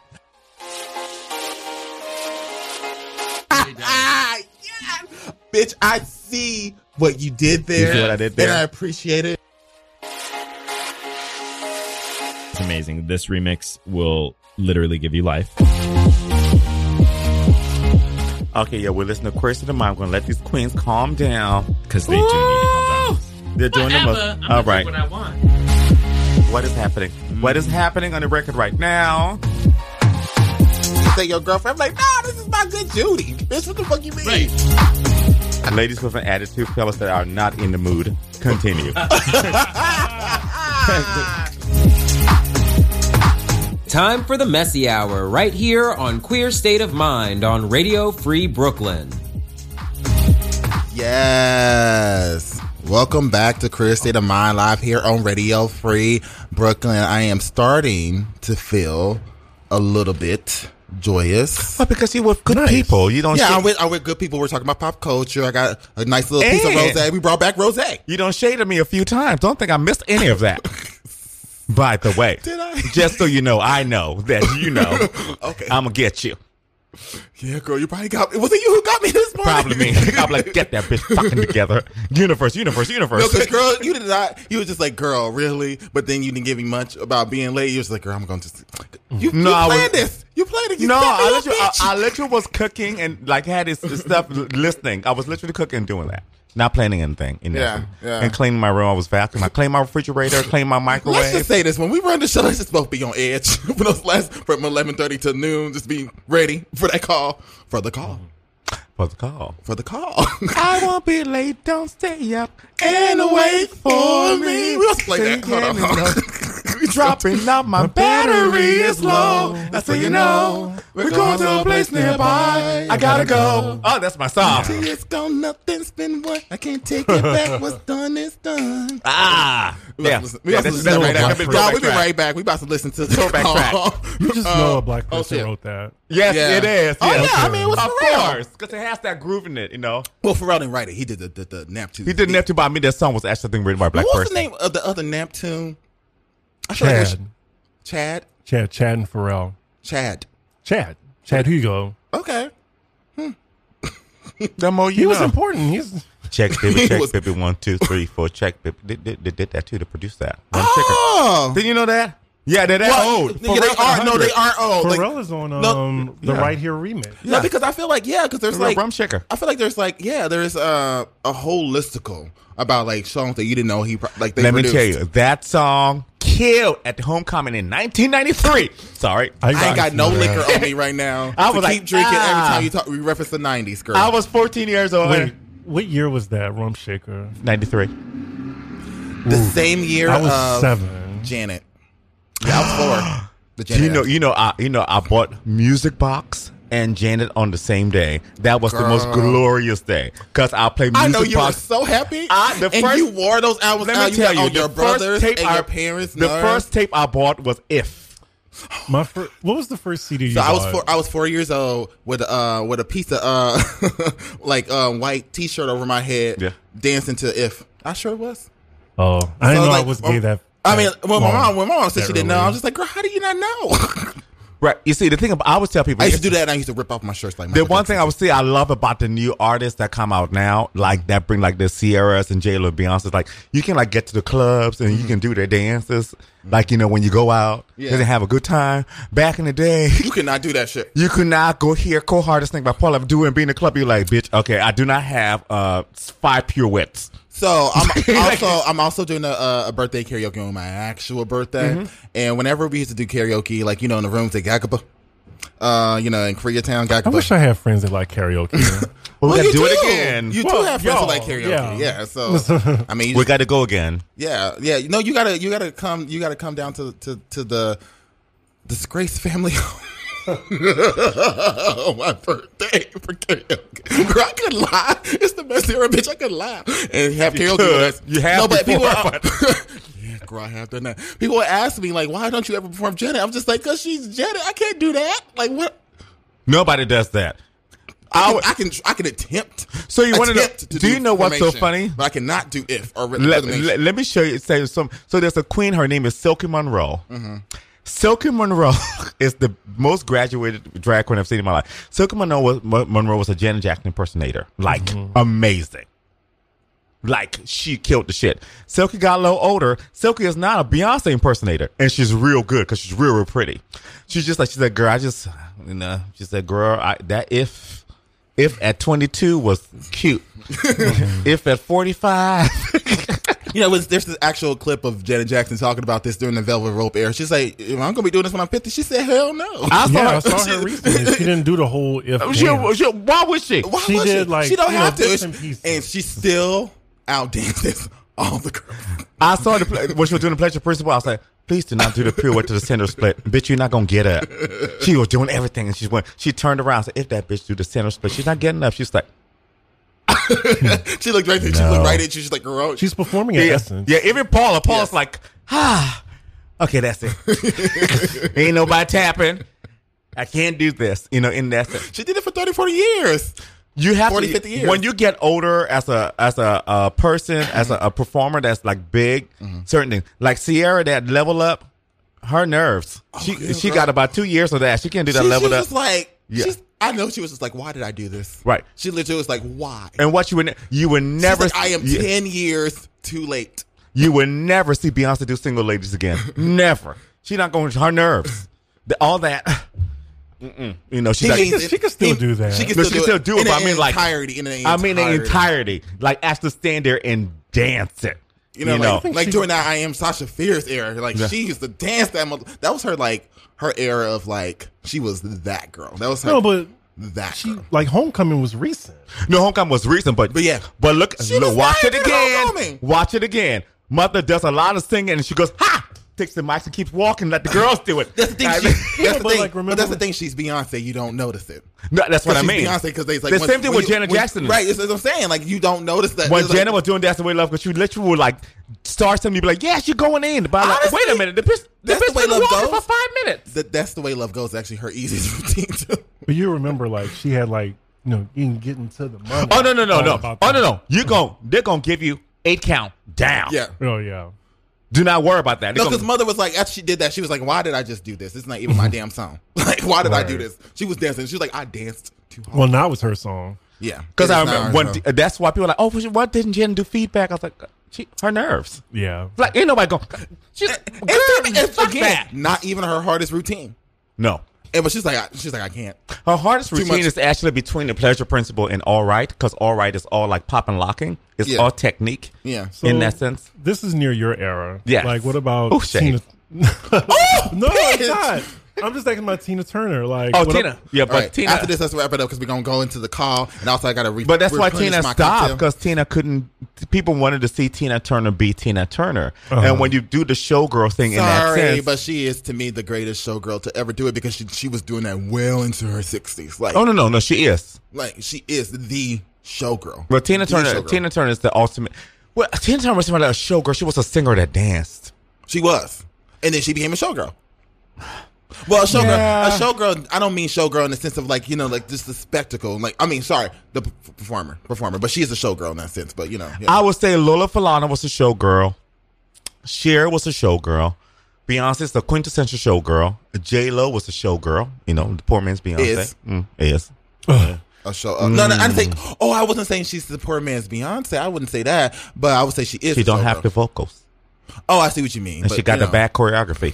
Speaker 8: ah, yeah. Bitch, I see what you did there.
Speaker 3: You see what I did there?
Speaker 8: And I appreciate it.
Speaker 4: It's amazing. This remix will literally give you life.
Speaker 3: Okay, yeah, we're listening to Chris and the Mom. I'm gonna let these queens calm down.
Speaker 4: Because they do need to calm
Speaker 3: They're doing the most.
Speaker 4: down.
Speaker 3: All right.
Speaker 4: I want.
Speaker 3: What is happening? What is happening on the record right now?
Speaker 8: Say your girlfriend. I'm like, no, this is my good Judy. Bitch, what the fuck you mean?
Speaker 3: Ladies with an attitude, fellas that are not in the mood. Continue.
Speaker 12: Time for the messy hour right here on Queer State of Mind on Radio Free Brooklyn.
Speaker 8: Yes. Welcome back to Career State of Mind Live here on Radio Free Brooklyn. I am starting to feel a little bit joyous.
Speaker 3: Well, Oh, because you with good people, you don't.
Speaker 8: yeah,
Speaker 3: shade-
Speaker 8: I'm with, I'm with good people. We're talking about pop culture. I got a nice little piece of
Speaker 3: And-
Speaker 8: rose. We brought back rose.
Speaker 3: You don't shaded me a few times. Don't think I missed any of that. By the way, did I? Just so you know, I know that you know. okay, I'm gonna get you.
Speaker 8: Yeah, girl, you probably got. Was it you who got me this morning?
Speaker 3: Probably me. I'm like, get that bitch fucking together. Universe, universe, universe.
Speaker 8: No, because girl, you did not. You was just like, girl, really? But then you didn't give me much about being late. You was like, girl, I'm going to. You,
Speaker 3: No,
Speaker 8: you
Speaker 3: I was-
Speaker 8: planned this. You planned it. You
Speaker 3: no,
Speaker 8: set me
Speaker 3: I
Speaker 8: up,
Speaker 3: literally, I,
Speaker 8: bitch.
Speaker 3: I literally was cooking and like had this this stuff listening. I was literally cooking and doing that, not planning anything. You know,
Speaker 8: Yeah, yeah.
Speaker 3: And cleaning my room, I was vacuuming. I cleaned my refrigerator, cleaned my microwave.
Speaker 8: Let's just say this: when we run the show, let's just both be on edge for those last from eleven thirty to noon. Just be ready for that call, for the call,
Speaker 3: for the call,
Speaker 8: for the call.
Speaker 3: I won't be late. Don't stay up
Speaker 8: and wait for me. We don't like that. Hold on, hold on.
Speaker 3: Dropping out my battery is low. That's how you know. We're going to a place nearby. I gotta go. Oh, that's my song.
Speaker 8: See, it's gone, nothing's been won. I can't take it back. What's done is done.
Speaker 3: Ah,
Speaker 8: We
Speaker 3: yeah.
Speaker 8: about to listen- we
Speaker 3: yeah
Speaker 8: about to
Speaker 3: that's-
Speaker 8: listen to
Speaker 3: that's-
Speaker 8: that
Speaker 3: that's-
Speaker 8: right
Speaker 3: that's-
Speaker 8: now. We'll be
Speaker 3: that's-
Speaker 8: right back. We about to listen to the
Speaker 3: Throwback track.
Speaker 5: You just know a black
Speaker 8: oh,
Speaker 5: person
Speaker 8: shit.
Speaker 5: wrote that.
Speaker 3: Yes,
Speaker 8: Yeah.
Speaker 3: it is.
Speaker 8: Oh,
Speaker 3: yes.
Speaker 8: yeah, I mean, what's
Speaker 3: of
Speaker 8: for real?
Speaker 3: course, because it has that groove in it, you know.
Speaker 8: Well, Pharrell didn't write it. He did the, the, the Neptune.
Speaker 3: He didn't have to buy me. That song was actually I think, written by a black
Speaker 8: What was
Speaker 3: person.
Speaker 8: the name of the other Neptune? I feel like it was
Speaker 5: Chad,
Speaker 8: Chad.
Speaker 5: Chad, Chad, and Pharrell.
Speaker 8: Chad.
Speaker 5: Chad, Chad Hugo.
Speaker 8: Okay. Hmm.
Speaker 3: The more
Speaker 5: He was important. He's
Speaker 3: Check, baby,
Speaker 8: He
Speaker 3: check,
Speaker 8: was-
Speaker 3: baby. One, two, three, four. Check, baby. Did, did, did, did that too to produce that. One
Speaker 8: Oh.
Speaker 3: Did you know that? Yeah, they're that
Speaker 8: Well,
Speaker 3: old.
Speaker 8: yeah, they
Speaker 3: Pharrell's
Speaker 8: are. No,
Speaker 3: 100.
Speaker 8: they are old. Like,
Speaker 5: Pharrell is on um,
Speaker 8: no,
Speaker 5: the
Speaker 3: yeah.
Speaker 5: Right Here remix.
Speaker 8: No, because I feel like yeah, because there's
Speaker 3: Pharrell
Speaker 8: like
Speaker 3: Rum Shaker.
Speaker 8: I feel like there's like yeah, there's uh, a whole listicle about like songs that you didn't know he pro- like they
Speaker 3: Let
Speaker 8: produced.
Speaker 3: me tell you, that song killed at the homecoming in 1993. Sorry, I,
Speaker 8: I ain't got no
Speaker 5: Yeah.
Speaker 8: liquor on me right now.
Speaker 3: I
Speaker 8: I
Speaker 3: was
Speaker 8: was
Speaker 3: like,
Speaker 8: keep drinking
Speaker 3: ah.
Speaker 8: every time you talk. We reference the '90s, girl.
Speaker 3: was 14 years old.
Speaker 5: Wait, what year was that? Rum Shaker.
Speaker 3: 93.
Speaker 8: the same year
Speaker 5: I was
Speaker 8: of
Speaker 5: seven.
Speaker 8: Janet. Yeah, I was four. The Janet.
Speaker 3: You know,
Speaker 8: album.
Speaker 3: you know, I, you know, I bought Music Box and Janet on the same day. That was the most
Speaker 8: Girl.
Speaker 3: glorious day because I played Music
Speaker 8: I know you were
Speaker 3: Box.
Speaker 8: so happy.
Speaker 3: I- the
Speaker 8: and
Speaker 3: first-
Speaker 8: you wore those albums
Speaker 3: Let
Speaker 8: out.
Speaker 3: me
Speaker 8: You
Speaker 3: tell
Speaker 8: had
Speaker 3: you,
Speaker 8: on your
Speaker 3: the first
Speaker 8: brothers
Speaker 3: tape
Speaker 8: and
Speaker 3: I,
Speaker 8: your parents.
Speaker 3: the
Speaker 8: nerves.
Speaker 3: first tape I bought was If.
Speaker 5: My fir- what was the first CD you
Speaker 8: So I was
Speaker 5: bought?
Speaker 8: four. I was four years old with uh with a piece of uh like uh white t shirt over my head,
Speaker 3: Yeah.
Speaker 8: dancing to if I sure was.
Speaker 5: oh, I didn't
Speaker 8: So,
Speaker 5: know
Speaker 8: like,
Speaker 5: I was
Speaker 8: well,
Speaker 5: gay. That
Speaker 8: I mean,
Speaker 5: that
Speaker 8: well, my
Speaker 5: long,
Speaker 8: mom when my mom said
Speaker 5: that
Speaker 8: she didn't know,
Speaker 5: early.
Speaker 8: I was just like, girl, how do you not know?
Speaker 3: Right. You see, the thing about, I always tell people
Speaker 8: I used to do that. and I used to rip off my shirts like
Speaker 3: The
Speaker 8: Michael
Speaker 3: one
Speaker 8: Jackson.
Speaker 3: thing I would say I love about the new artists that come out now, like that bring like the Sierras and J Lo, Beyonce, like you can like get to the clubs and you can do their dances, like you know when you go out
Speaker 8: Mm-hmm. Yeah.
Speaker 3: and have a good time. Back in the day,
Speaker 8: you could not do that shit.
Speaker 3: you could not go hear "Cold This Thing" by Paul Abdul and be in the club. You're like, bitch, okay, I do not have uh five pirouettes.
Speaker 8: So I'm also I'm also doing a, a birthday karaoke on my actual birthday,
Speaker 5: Mm-hmm.
Speaker 8: and whenever we used to do karaoke, like you know in the rooms at Gagaba, uh, you know in Koreatown, Gagaba.
Speaker 5: I wish I had friends that like karaoke.
Speaker 3: We
Speaker 8: Well,
Speaker 3: gotta
Speaker 8: you
Speaker 3: do it again.
Speaker 8: You
Speaker 5: Well,
Speaker 8: do have friends who like
Speaker 5: y'all,
Speaker 8: karaoke,
Speaker 5: yeah.
Speaker 8: yeah. so I mean, you
Speaker 3: we
Speaker 8: just,
Speaker 3: got to go again.
Speaker 8: yeah, yeah. No, you gotta you gotta come you gotta come down to to, to the disgrace family. on my birthday for karaoke. Girl, I could lie. It's the best era, bitch. I could lie and have karaoke.
Speaker 3: could.
Speaker 8: with us.
Speaker 3: You have
Speaker 8: no, but people.
Speaker 3: before,
Speaker 8: Are, yeah, girl, I have done that. People ask me like, why don't you ever perform Janet? I'm just like, cause she's Janet. I can't do that. Like what?
Speaker 3: Nobody does that.
Speaker 8: I,
Speaker 3: I
Speaker 8: can,
Speaker 3: would-
Speaker 8: I can I can attempt.
Speaker 3: So you wanna know-
Speaker 8: attempt to
Speaker 3: do you know what's so
Speaker 8: formation,
Speaker 3: funny?
Speaker 8: But I cannot do if or rhythm.
Speaker 3: let,
Speaker 8: rhythmation.
Speaker 3: let, let me show you. Say some. So there's a queen. Her name is Silky Monroe.
Speaker 8: Mm-hmm.
Speaker 3: Silky Monroe is the most graduated drag queen I've seen in my life. Silky Monroe was, Mon- Monroe was a Janet Jackson impersonator. Like amazing. Like she killed the shit. Silky got a little older. Silky is not a Beyonce impersonator, and she's real good because she's real, real pretty. She's just like she's like girl. I just you know. She said girl. I, that if if at 22 was cute. if at 45
Speaker 8: You know, was, there's this actual clip of Janet Jackson talking about this during the Velvet Rope era. She's like, "Am I gonna be doing this when I'm 50?" She said, "Hell no."
Speaker 3: I saw
Speaker 5: yeah,
Speaker 3: her.
Speaker 5: I saw her recently. Oh, She didn't do the whole if.
Speaker 3: She,
Speaker 5: dance.
Speaker 3: she, why would she?
Speaker 8: Why
Speaker 5: She
Speaker 8: would
Speaker 5: did,
Speaker 8: she?
Speaker 5: like,
Speaker 8: she don't
Speaker 5: you
Speaker 8: have
Speaker 5: know,
Speaker 8: to,
Speaker 5: bits and pieces.
Speaker 8: and she still outdances all the girls.
Speaker 3: I saw the pla- when she was doing the pleasure principle. I was like, please do not do the pirouette to the center split, bitch. You're not gonna get up. She was doing everything, and she went. She turned around. and said, if that bitch do the center split, she's not getting up. She's like,
Speaker 8: she looked right. She looked right at you. She's like, "Girl,
Speaker 5: She's performing
Speaker 3: yeah,
Speaker 5: at
Speaker 3: yeah.
Speaker 5: Essence.
Speaker 3: Even Paula, Paula's like, ah, okay, that's it. Ain't nobody tapping. I can't do this. You know, in that
Speaker 8: she did it for 30, 40 years.
Speaker 3: You have
Speaker 8: 40,
Speaker 3: to
Speaker 8: 50 years. Mm-hmm.
Speaker 3: when you get older as a as a, a person as a, a performer that's like big certain things like Sierra that level up her nerves she she got about two years of that she can't do that
Speaker 8: Oh, she,
Speaker 3: level
Speaker 8: she
Speaker 3: up
Speaker 8: was like,
Speaker 3: Yeah.
Speaker 8: she's, I know she was just like, why did I do this?
Speaker 3: right
Speaker 8: She literally was like, why?
Speaker 3: and what you would ne- you would
Speaker 8: She's
Speaker 3: never
Speaker 8: like, I am
Speaker 3: yeah.
Speaker 8: 10 years too late.
Speaker 3: You will never see Beyonce do single ladies again. never. She not going to her nerves. The- all that. Mm-mm. You know, she's
Speaker 8: He
Speaker 3: like,
Speaker 8: means it. He- She can
Speaker 3: No,
Speaker 8: still, do, it,
Speaker 3: but I
Speaker 8: in
Speaker 3: mean,
Speaker 8: the
Speaker 3: like,
Speaker 8: entirety. In the
Speaker 3: I mean, the
Speaker 8: entirety.
Speaker 3: entirety. Like, actually stand there and dance it.
Speaker 8: You know, like, like during that I am Sasha Fierce era, like
Speaker 3: Yeah.
Speaker 8: she used to dance that. Mother- that was her like her era of like she was that girl. That was her.
Speaker 5: No, but
Speaker 8: that
Speaker 5: she like homecoming was recent.
Speaker 3: No, homecoming was recent, but
Speaker 8: but yeah,
Speaker 3: but look,
Speaker 5: She
Speaker 3: look
Speaker 5: was
Speaker 3: watch it
Speaker 5: married to
Speaker 3: again.
Speaker 5: Homecoming.
Speaker 3: Watch it again. Mother does a lot of singing, and she goes, "Ha!" Takes the mic and keeps walking. Let the girls do it.
Speaker 8: That's the thing.
Speaker 3: I
Speaker 8: She,
Speaker 3: mean-
Speaker 8: that's the thing. but that's the thing. She's Beyonce. You don't notice it.
Speaker 3: No, that's what I
Speaker 8: she's
Speaker 3: mean.
Speaker 8: Beyonce because they like
Speaker 3: the
Speaker 8: when-
Speaker 3: same thing
Speaker 8: when
Speaker 3: with
Speaker 8: you-
Speaker 3: Janet
Speaker 8: when-
Speaker 3: Jackson.
Speaker 8: Right. That's what I'm saying. Like you don't notice that.
Speaker 3: when
Speaker 8: It's like-
Speaker 3: Janet was doing Dancing with Love, because she literally would like start something, be like, "Yeah, she's going in." But I'm like,
Speaker 8: Honestly,
Speaker 3: wait a minute, the bitch, the
Speaker 8: that's
Speaker 3: bitch
Speaker 8: the way
Speaker 3: been
Speaker 8: love
Speaker 3: walking
Speaker 8: goes.
Speaker 3: for five minutes.
Speaker 8: That, that's the way love goes. Actually, her easiest routine. Too.
Speaker 5: But you remember, like she had like you know you can get into the money.
Speaker 3: Oh no, no, no,
Speaker 5: All
Speaker 3: no,
Speaker 5: about
Speaker 3: oh no,
Speaker 5: that.
Speaker 3: no. You gon' they're gonna give you eight count down.
Speaker 8: Yeah.
Speaker 5: Oh yeah.
Speaker 3: Do not worry about that. They
Speaker 8: No,
Speaker 3: gonna-
Speaker 8: because mother was like, after she did that, she was like, "Why did I just do this? This is not even my damn song. Like, why did I do
Speaker 5: Right.
Speaker 8: this?" She was dancing. She was like, "I danced too hard."
Speaker 5: Well, now it's her song.
Speaker 8: yeah,
Speaker 3: Because
Speaker 8: It
Speaker 3: I
Speaker 8: is not
Speaker 3: remember
Speaker 8: her
Speaker 3: when,
Speaker 8: song.
Speaker 3: that's why people are like, oh, why didn't Jen do feedback? I was like, she, her nerves.
Speaker 5: Yeah.
Speaker 3: Like, ain't nobody going, she's,
Speaker 8: It's, it's,
Speaker 3: fuck
Speaker 8: again,
Speaker 3: that.
Speaker 8: not even her hardest routine.
Speaker 3: No.
Speaker 8: And but she's like, I, she's like, I can't.
Speaker 3: Her hardest
Speaker 8: Too
Speaker 3: routine
Speaker 8: much-
Speaker 3: is actually between the pleasure principle and all right, because all right is all like pop and locking. It's
Speaker 8: Yeah.
Speaker 3: all technique.
Speaker 8: Yeah.
Speaker 3: in that sense.
Speaker 5: This is near your era.
Speaker 3: Yes.
Speaker 5: Like what about
Speaker 3: Ooh,
Speaker 5: Tina?
Speaker 3: shade.
Speaker 5: no, it's
Speaker 8: bitch.
Speaker 5: not. I'm just thinking about Tina Turner. Like
Speaker 3: Oh,
Speaker 5: what
Speaker 3: Tina.
Speaker 5: ab-
Speaker 3: yeah, but
Speaker 8: All right,
Speaker 3: Tina.
Speaker 8: After this, let's wrap it up because we're gonna go into the call, and also I gotta. Re-
Speaker 3: But that's why
Speaker 8: replenish
Speaker 3: Tina
Speaker 8: my
Speaker 3: stopped
Speaker 8: cocktail.
Speaker 3: because Tina couldn't. People wanted to see Tina Turner be Tina Turner, and when you do the showgirl thing in that
Speaker 8: Uh-huh. Sorry,
Speaker 3: sense,
Speaker 8: but she is to me the greatest showgirl to ever do it because she she was doing that well into her sixties. Like,
Speaker 3: oh no, no, no, she is.
Speaker 8: like she is the showgirl.
Speaker 3: But Tina
Speaker 8: The
Speaker 3: Turner,
Speaker 8: showgirl.
Speaker 3: Tina Turner is the ultimate. Well, Tina Turner was not a showgirl. She was a singer that danced.
Speaker 8: She was, and then she became a showgirl. Well, a showgirl,
Speaker 3: Yeah.
Speaker 8: a showgirl. I don't mean showgirl in the sense of like you know, like just the spectacle. Like I mean, sorry, the p- performer, performer. But she is a showgirl in that sense. But you know, yeah.
Speaker 3: I would say Lola Falana was a showgirl. Cher was a showgirl. Beyonce's the quintessential showgirl. J Lo was a showgirl. You know, the poor man's Beyonce.
Speaker 8: Is.
Speaker 3: Mm, is.
Speaker 8: a show. uh, No, no, I didn't
Speaker 3: Mm.
Speaker 8: say. Oh, I wasn't saying she's the poor man's Beyonce. I wouldn't say that, but I would say she is.
Speaker 3: She
Speaker 8: a
Speaker 3: don't have
Speaker 8: showgirl.
Speaker 3: the vocals,
Speaker 8: Oh, I see what you mean.
Speaker 3: and
Speaker 8: but,
Speaker 3: she got
Speaker 8: you
Speaker 3: the
Speaker 8: know.
Speaker 3: bad choreography.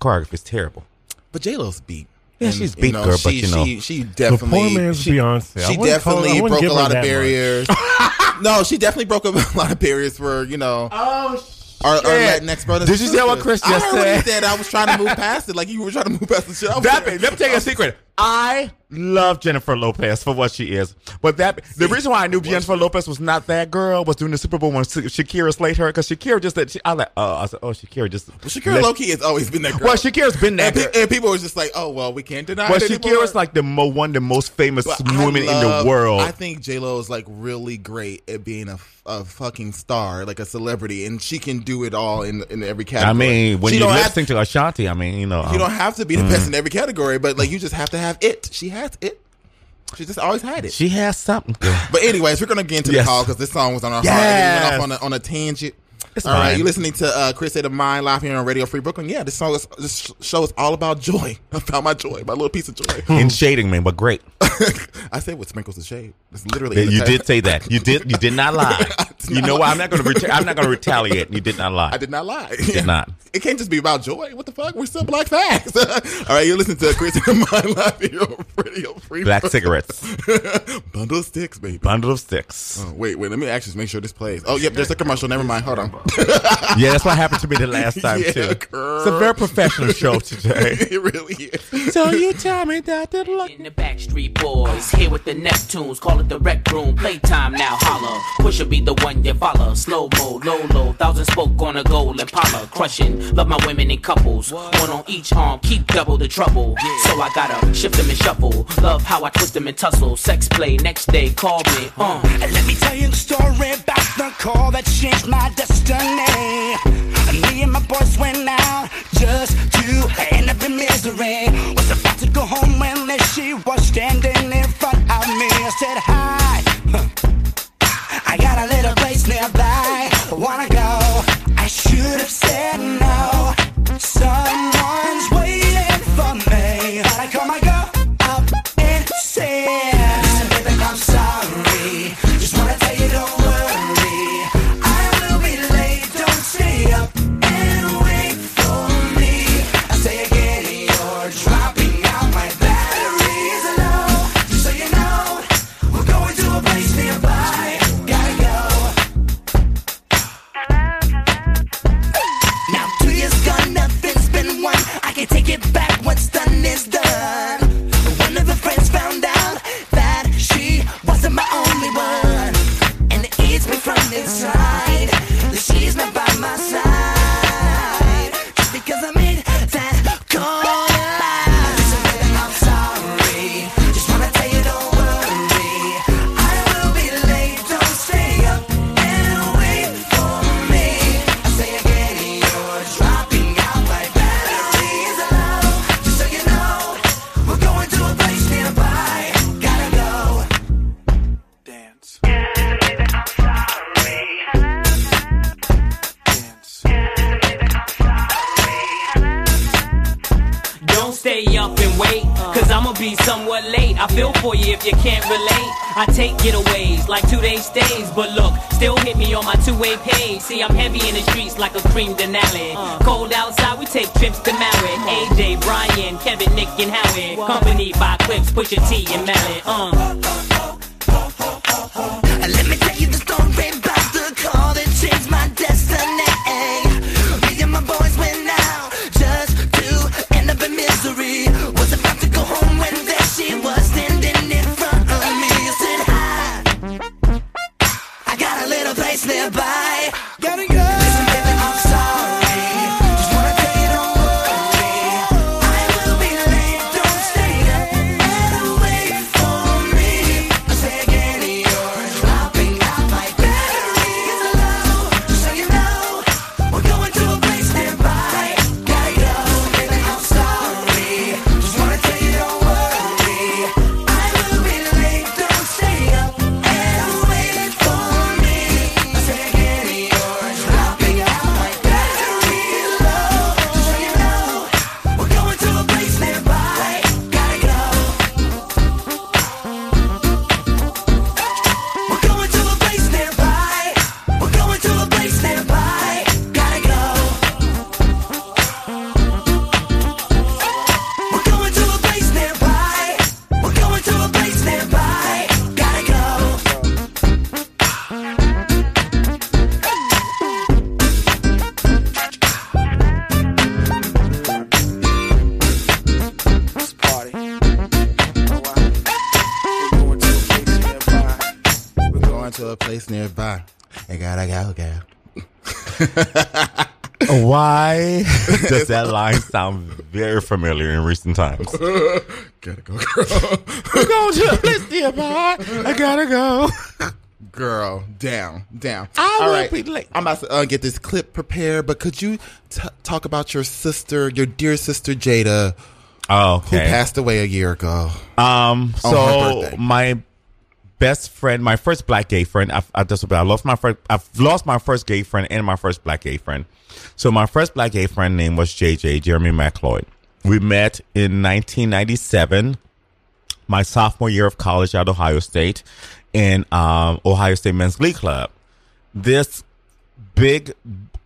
Speaker 3: Choreography is terrible.
Speaker 8: But J Lo's beat.
Speaker 3: Yeah,
Speaker 8: And,
Speaker 3: she's
Speaker 8: you
Speaker 3: beat,
Speaker 8: know,
Speaker 3: girl, but
Speaker 8: she,
Speaker 3: you know.
Speaker 8: she, she definitely.
Speaker 5: the poor man's
Speaker 8: she,
Speaker 5: Beyonce. I
Speaker 8: She
Speaker 5: wouldn't call- I
Speaker 8: definitely
Speaker 5: wouldn't
Speaker 8: broke
Speaker 5: give
Speaker 8: a
Speaker 5: her
Speaker 8: lot
Speaker 5: that
Speaker 8: of
Speaker 5: much.
Speaker 8: barriers. no, she definitely broke up a lot of barriers for you know.
Speaker 3: Oh,
Speaker 8: Our, our Latinx brothers.
Speaker 3: Did
Speaker 8: and
Speaker 3: you see what
Speaker 8: sisters.
Speaker 3: Chris
Speaker 8: I
Speaker 3: just
Speaker 8: heard what he
Speaker 3: said?
Speaker 8: said. I was trying to move past it, like you were trying to move past the shit. I was
Speaker 3: That
Speaker 8: like-
Speaker 3: be- let me tell you a secret. I love Jennifer Lopez for what she is, but that be- the reason why I knew Jennifer Lopez was not that girl was during the Super Bowl when Sha- Shakira slayed her because Shakira just that she, I like oh I said oh Shakira just
Speaker 8: Shakira
Speaker 3: let-
Speaker 8: Loki has always been that girl.
Speaker 3: well Shakira's been that
Speaker 8: and,
Speaker 3: girl.
Speaker 8: pe- and people were just like, "Oh well, we can't deny it
Speaker 3: Well,
Speaker 8: anymore."
Speaker 3: Shakira's like the mo- one of the most famous
Speaker 8: But I
Speaker 3: women in
Speaker 8: love-
Speaker 3: the world.
Speaker 8: I think J Lo is like really great at being a, a fucking star, like a celebrity, and she can do it all in in every category.
Speaker 3: I mean, when
Speaker 8: She
Speaker 3: you
Speaker 8: don't
Speaker 3: lip
Speaker 8: have-
Speaker 3: sync to Ashanti, I mean, you know,
Speaker 8: you
Speaker 3: um,
Speaker 8: don't have to be the best in every category, but like you just have to have it. She has it. She just always had it.
Speaker 3: she has something. girl.
Speaker 8: But anyways, we're gonna get into
Speaker 3: Yes.
Speaker 8: the call because this song was on our
Speaker 3: Yes.
Speaker 8: heart. and We went off on a, on a tangent.
Speaker 3: It's
Speaker 8: all right,
Speaker 3: fine.
Speaker 8: you're listening to uh, Chris State of Mind live here on Radio Free Brooklyn. Yeah, this song, is, this show is all about joy. About my joy, my little piece of joy.
Speaker 3: In shading, man, but great.
Speaker 8: I said with sprinkles of shade. It's literally
Speaker 3: Yeah, you
Speaker 8: entertainment.
Speaker 3: did say that. You did. You did not lie. you know what? I'm not going to. Reta- I'm not going to retaliate. You did not lie.
Speaker 8: I did not lie.
Speaker 3: Did not.
Speaker 8: It can't just be about joy. What the fuck? We're still black facts. All right, you're listening to Chris State of Mind live here on Radio Free.
Speaker 3: Black
Speaker 8: Brooklyn.
Speaker 3: cigarettes,
Speaker 8: Bundle of sticks, baby.
Speaker 3: bundle of sticks.
Speaker 8: Oh, wait, wait. Let me actually make sure this plays. Oh, yep. There's a commercial. Never mind. Hold on.
Speaker 3: Yeah, that's what happened to me the last time
Speaker 8: Yeah,
Speaker 3: too.
Speaker 8: girl.
Speaker 3: It's a very professional show today.
Speaker 8: it really is.
Speaker 3: so you tell me that the look.
Speaker 14: In the Backstreet Boys, here with the Neptunes, call it the rec room, playtime now, holla. Pusha be the one you follow, slow mo, low low, thousand spoke on a goal Impala, crushing. Love my women in couples, one on each arm, keep double the trouble. So I gotta shift them and shuffle. Love how I twist them and tussle. Sex play next day, call me. Uh.
Speaker 4: Let me tell you the story about the call that changed my destiny. Me and my boys went out just to end up in misery. Was about to go home when there she was standing in front of me. I said, Hi, huh. I got a little place nearby. Wanna go? I should have said no. Someone's waiting for me. But I call my girl up and said, Listen, baby, I'm sorry. Just wanna tell you, don't worry. I will be late. Don't stay up and wait for me. I say again, you're dropping out. My battery's low. Just so you know, we're going to a place nearby. Gotta go. Now two years gone, nothing's been won. I can take it back. What's done is done. One of her friends found out that she wasn't my only one, and it eats me from inside. That she's not by my side just because I made that call. Listen, baby, I'm sorry. Just wanna tell you, don't worry. I will be late. Don't stay up and wait for me. I say again, you're dropping out. My battery's low. Just so you know, we're going to a place nearby. Gotta go.
Speaker 14: Don't stay up and wait, cause I'ma be somewhat late. I feel for you if you can't relate. I take getaways like two day stays, but look, still hit me on my two way page. See, I'm heavy in the streets like a cream denali. Cold outside, we take trips to Maui. AJ, Brian, Kevin, Nick, and Howie. Accompanied by clips, push your T and Mallet. Uh.
Speaker 4: Let me tell you the story about the call that changed my destiny. Me and my boys went out just to end up in misery. Was about to go home when there she was standing in front of me. I said, Hi, I got a little place nearby. Gotta go. Listen, baby, I'm sorry. Just wanna tell you, don't worry. I will be late. Don't stay up and wait for me. I say again, you're dropping out. My battery is low. Just so you know, we're going to a place nearby. Gotta go. Baby, I'm sorry. Just wanna tell you, don't worry. I will be late. Don't stay up and wait for me. I say again, you're dropping out. My battery is low. Just so you know, we're going to a place nearby. Gotta go. We're going to a place nearby. We're going to a place nearby. Gotta go. We're going to a place nearby. We're going to a place nearby. Gotta go.
Speaker 8: We're going to a place nearby. I gotta go, girl.
Speaker 3: Why does that line sound very familiar in recent times?
Speaker 8: gotta go, girl.
Speaker 3: We're going to a place nearby. I gotta go.
Speaker 8: Girl, down, down.
Speaker 3: I will be late.
Speaker 8: I'm about to uh, get this clip prepared, but could you t- talk about your sister, your dear sister Jada,
Speaker 3: Oh,
Speaker 8: who
Speaker 3: okay.
Speaker 8: passed away a year ago?
Speaker 3: Um,
Speaker 8: On her
Speaker 3: so
Speaker 8: birthday.
Speaker 3: my best friend, my first black gay friend, I, I just I lost my first, I've lost my first gay friend and my first black gay friend. So my first black gay friend name was JJ Jeremy McLeod. We met in 1997, my sophomore year of college at Ohio State, in um, Ohio State Men's League Club. This big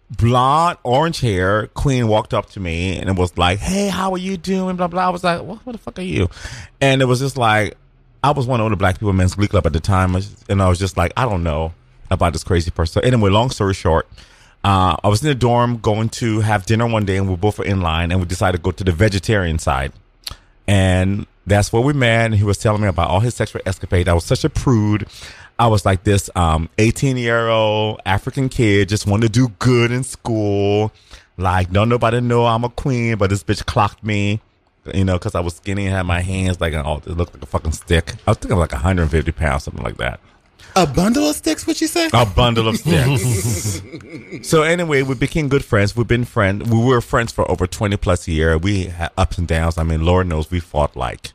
Speaker 3: blonde orange hair queen walked up to me and it was like hey how are you doing blah blah i was like what, what the fuck are you and it was just like i was one of the black people men's glee club at the time and i was just like i don't know about this crazy person so anyway long story short uh, i was in the dorm going to have dinner one day and we both were in line and we decided to go to the vegetarian side and that's where we met. And he was telling me about all his sexual escapade. I was such a prude. I was like this um, 18 year old African kid, just wanted to do good in school. Like, don't nobody know I'm a queen, but this bitch clocked me, you know, because I was skinny and had my hands like, an, oh, it looked like a fucking stick. I was thinking like 150 pounds, something like that.
Speaker 8: A bundle of sticks, what you say?
Speaker 3: A bundle of sticks. so anyway, we became good friends. We've been friends. We were friends for over twenty plus year. We had ups and downs. I mean, Lord knows we fought like,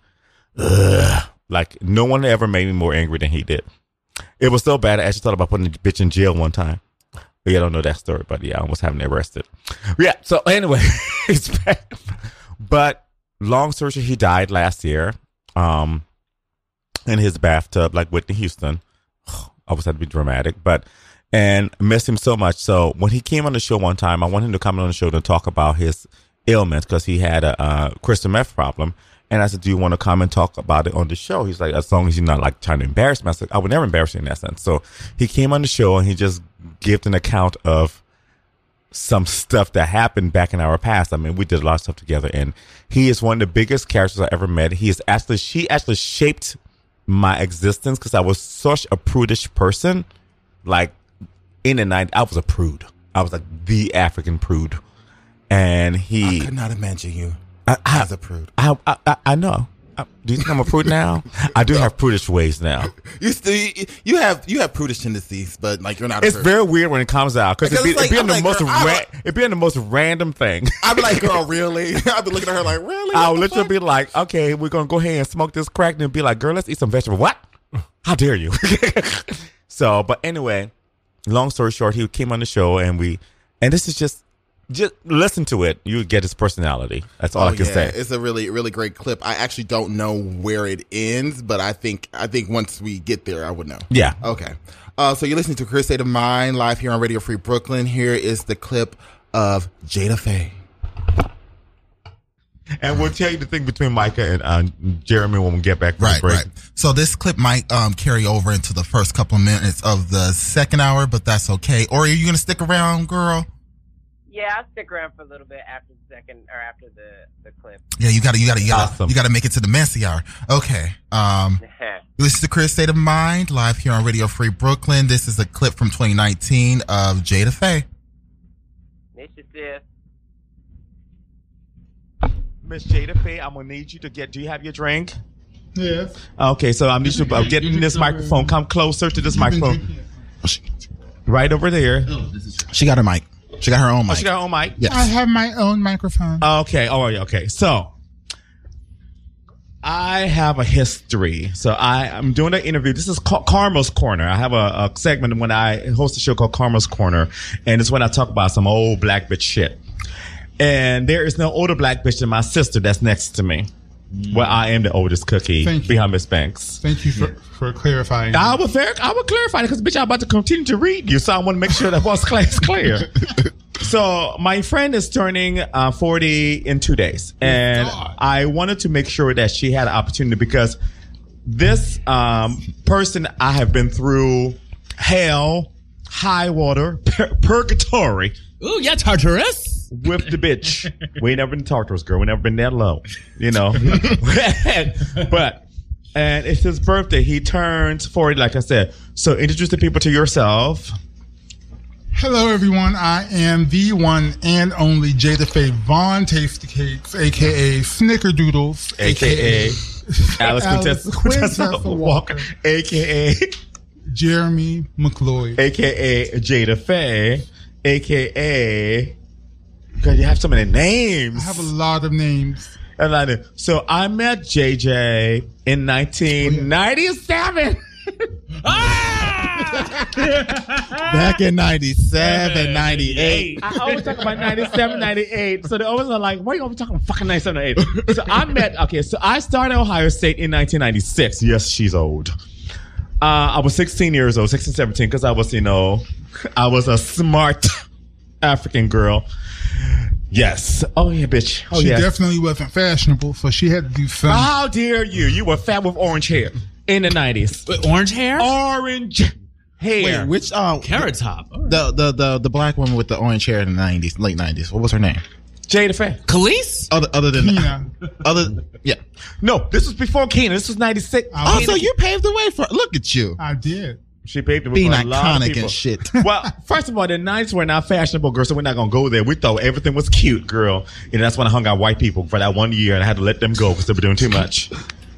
Speaker 3: ugh. like no one ever made me more angry than he did. It was so bad. I actually thought about putting the bitch in jail one time. Yeah, I don't know that story, but yeah, I almost having arrested. Yeah. So anyway, it's bad. But long story, short, he died last year. Um, in his bathtub, like Whitney Houston. I was had to be dramatic, but and missed him so much. So when he came on the show one time, I wanted him to come on the show to talk about his ailments because he had a uh, crystal meth problem. And I said, "Do you want to come and talk about it on the show?" He's like, "As long as you're not like trying to embarrass me." I said, "I would never embarrass you in that sense." So he came on the show and he just gave an account of some stuff that happened back in our past. I mean, we did a lot of stuff together, and he is one of the biggest characters I ever met. He is actually she actually shaped my existence because I was such a prudish person. Like in the night, I was a prude. I was like the African prude, and he.
Speaker 8: I could not imagine you
Speaker 3: I, I,
Speaker 8: as a prude.
Speaker 3: I, I, I, I know. I, do you think I'm a prude now? I do have prudish ways now.
Speaker 8: You still you- you have you have prudish tendencies, but like you're not. A
Speaker 3: It's
Speaker 8: prude.
Speaker 3: very weird when it comes out because
Speaker 8: Because
Speaker 3: it be,
Speaker 8: it's like-
Speaker 3: it be on
Speaker 8: I'm
Speaker 3: the
Speaker 8: like,
Speaker 3: most
Speaker 8: girl, I-
Speaker 3: ra- it be on the most random thing.
Speaker 8: I'd be like, girl, really? I'd be looking at her like, really?
Speaker 3: I would literally be like, okay, we're gonna go ahead and smoke this crack, and be like, girl, let's eat some vegetable. What? How dare you? so, but anyway, long story short, he came on the show, and we, and this is just, just listen to it. You get his personality. That's all
Speaker 8: Oh,
Speaker 3: I can
Speaker 8: yeah.
Speaker 3: say.
Speaker 8: It's a really, really great clip. I actually don't know where it ends, but I think I think once we get there, I would know.
Speaker 3: Yeah.
Speaker 8: Okay. Uh, so you're listening to Career State of Mind live here on Radio Free Brooklyn. Here is the clip of Jada Faye.
Speaker 3: And we'll tell you the thing between Micah and uh, Jeremy when we get back from the
Speaker 8: Right,
Speaker 3: break.
Speaker 8: right. So this clip might um, carry over into the first couple minutes of the second hour, but that's okay. Or are you going to stick around, girl?
Speaker 1: Yeah, I'll stick around for a little bit after the second or after the, the clip.
Speaker 8: Yeah, you gotta, you gotta, you gotta,
Speaker 3: Awesome.
Speaker 8: you gotta make it to the messy hour. Okay. Um, this is the Career State of Mind live here on Radio Free Brooklyn. This is a clip from 2019 of Jada Faye.
Speaker 1: Initiative.
Speaker 3: Miss Jada Faye, I'm gonna need you to get. Do you have your drink?
Speaker 6: Yeah.
Speaker 3: Okay, so I'm need you to get in this microphone. Come closer to this microphone.
Speaker 8: Oh,
Speaker 3: Right over there.
Speaker 8: She got her mic. She got her own
Speaker 3: Oh,
Speaker 8: mic.
Speaker 3: she got her own mic.
Speaker 6: I have my own microphone.
Speaker 3: Okay. Oh, yeah, okay. So I have a history. So I, I'm doing an interview. This is Car- Karma's Corner. I have a, a segment when I host a show called Karma's Corner, and it's when I talk about some old black bitch shit. And there is no older black bitch than my sister that's next to me. Well, I am the oldest cookie
Speaker 6: Thank you.
Speaker 3: behind Miss Banks.
Speaker 6: Thank you for, for clarifying.
Speaker 3: I will, ver- I will clarify because, bitch, I'm about to continue to read you, so I want to make sure that was clear. is clear. so, my friend is turning uh, 40 in two days, and I wanted to make sure that she had an opportunity because this um, person I have been through hell, high water, pur- purgatory. Ooh, yeah, Tartarus. With the bitch. we ain't never been to Tartarus, girl. We never been that low, you know. but and it's his birthday. He turns 40, like I said. So introduce the people to yourself.
Speaker 6: Hello, everyone. I am the one and only Jada Faye Vaughn Tasty Cakes, aka Snickerdoodles,
Speaker 3: AKA Alice
Speaker 6: Alice
Speaker 3: Quintessa, Quintessa
Speaker 6: Quintessa
Speaker 3: Walker, AKA
Speaker 6: Jeremy McLeod,
Speaker 3: AKA Jada Faye, AKA. God, you have so many names. I have a
Speaker 6: lot of names.
Speaker 3: A lot of, so I met JJ in 1997.
Speaker 8: Back in 97, 98.
Speaker 3: I always talk about 97, 98. So they always are like, why are you always talking about fucking 97, 98? So I met, okay, so I started Ohio State in 1996. Yes, she's old. Uh, I was 16 years old, 16, 17, because I was, you know, I was a smart African girl. Yes. Oh, yeah, bitch. Oh,
Speaker 6: she
Speaker 3: yeah.
Speaker 6: definitely wasn't fashionable, so she had to do something.
Speaker 3: How dare you? You were fat with orange hair in the 90s. orange hair? Orange hair.
Speaker 8: Wait, which uh,
Speaker 3: Carrot Top.
Speaker 8: The, the the the black woman with the orange hair in the 90s, late 90s. What was her name?
Speaker 3: Jada Faye. Khalees?
Speaker 8: Other other than
Speaker 3: Other, yeah. No, this was before Keenan. This was 96.
Speaker 8: Oh, so you paved the way for. Look at you.
Speaker 6: I did.
Speaker 3: She paved the way
Speaker 8: Being
Speaker 3: for a lot of
Speaker 8: iconic
Speaker 3: people.
Speaker 8: and shit.
Speaker 3: well, first of all, the 90s were not fashionable, girl, so we're not going to go there. We thought everything was cute, girl. And that's when I hung out with white people for that one year, and I had to let them go because they were doing too much.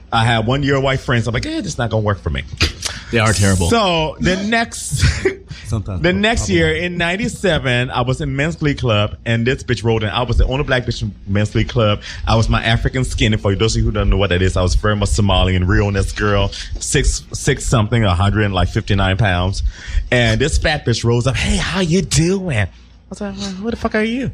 Speaker 3: I had one year white friends. I'm like, eh, this is not gonna work for me.
Speaker 15: They are terrible.
Speaker 3: So the next
Speaker 15: Sometimes
Speaker 3: the next year in '97, I was in men's league club, and this bitch rolled in. I was the only black bitch in men's league club. I was my African skin, and for those of you who don't know what that is, I was very much Somali and real. And this girl, six six something, 100 and like 59 pounds, and this fat bitch rose up. Hey, how you doing? I was like, well, who the fuck are you?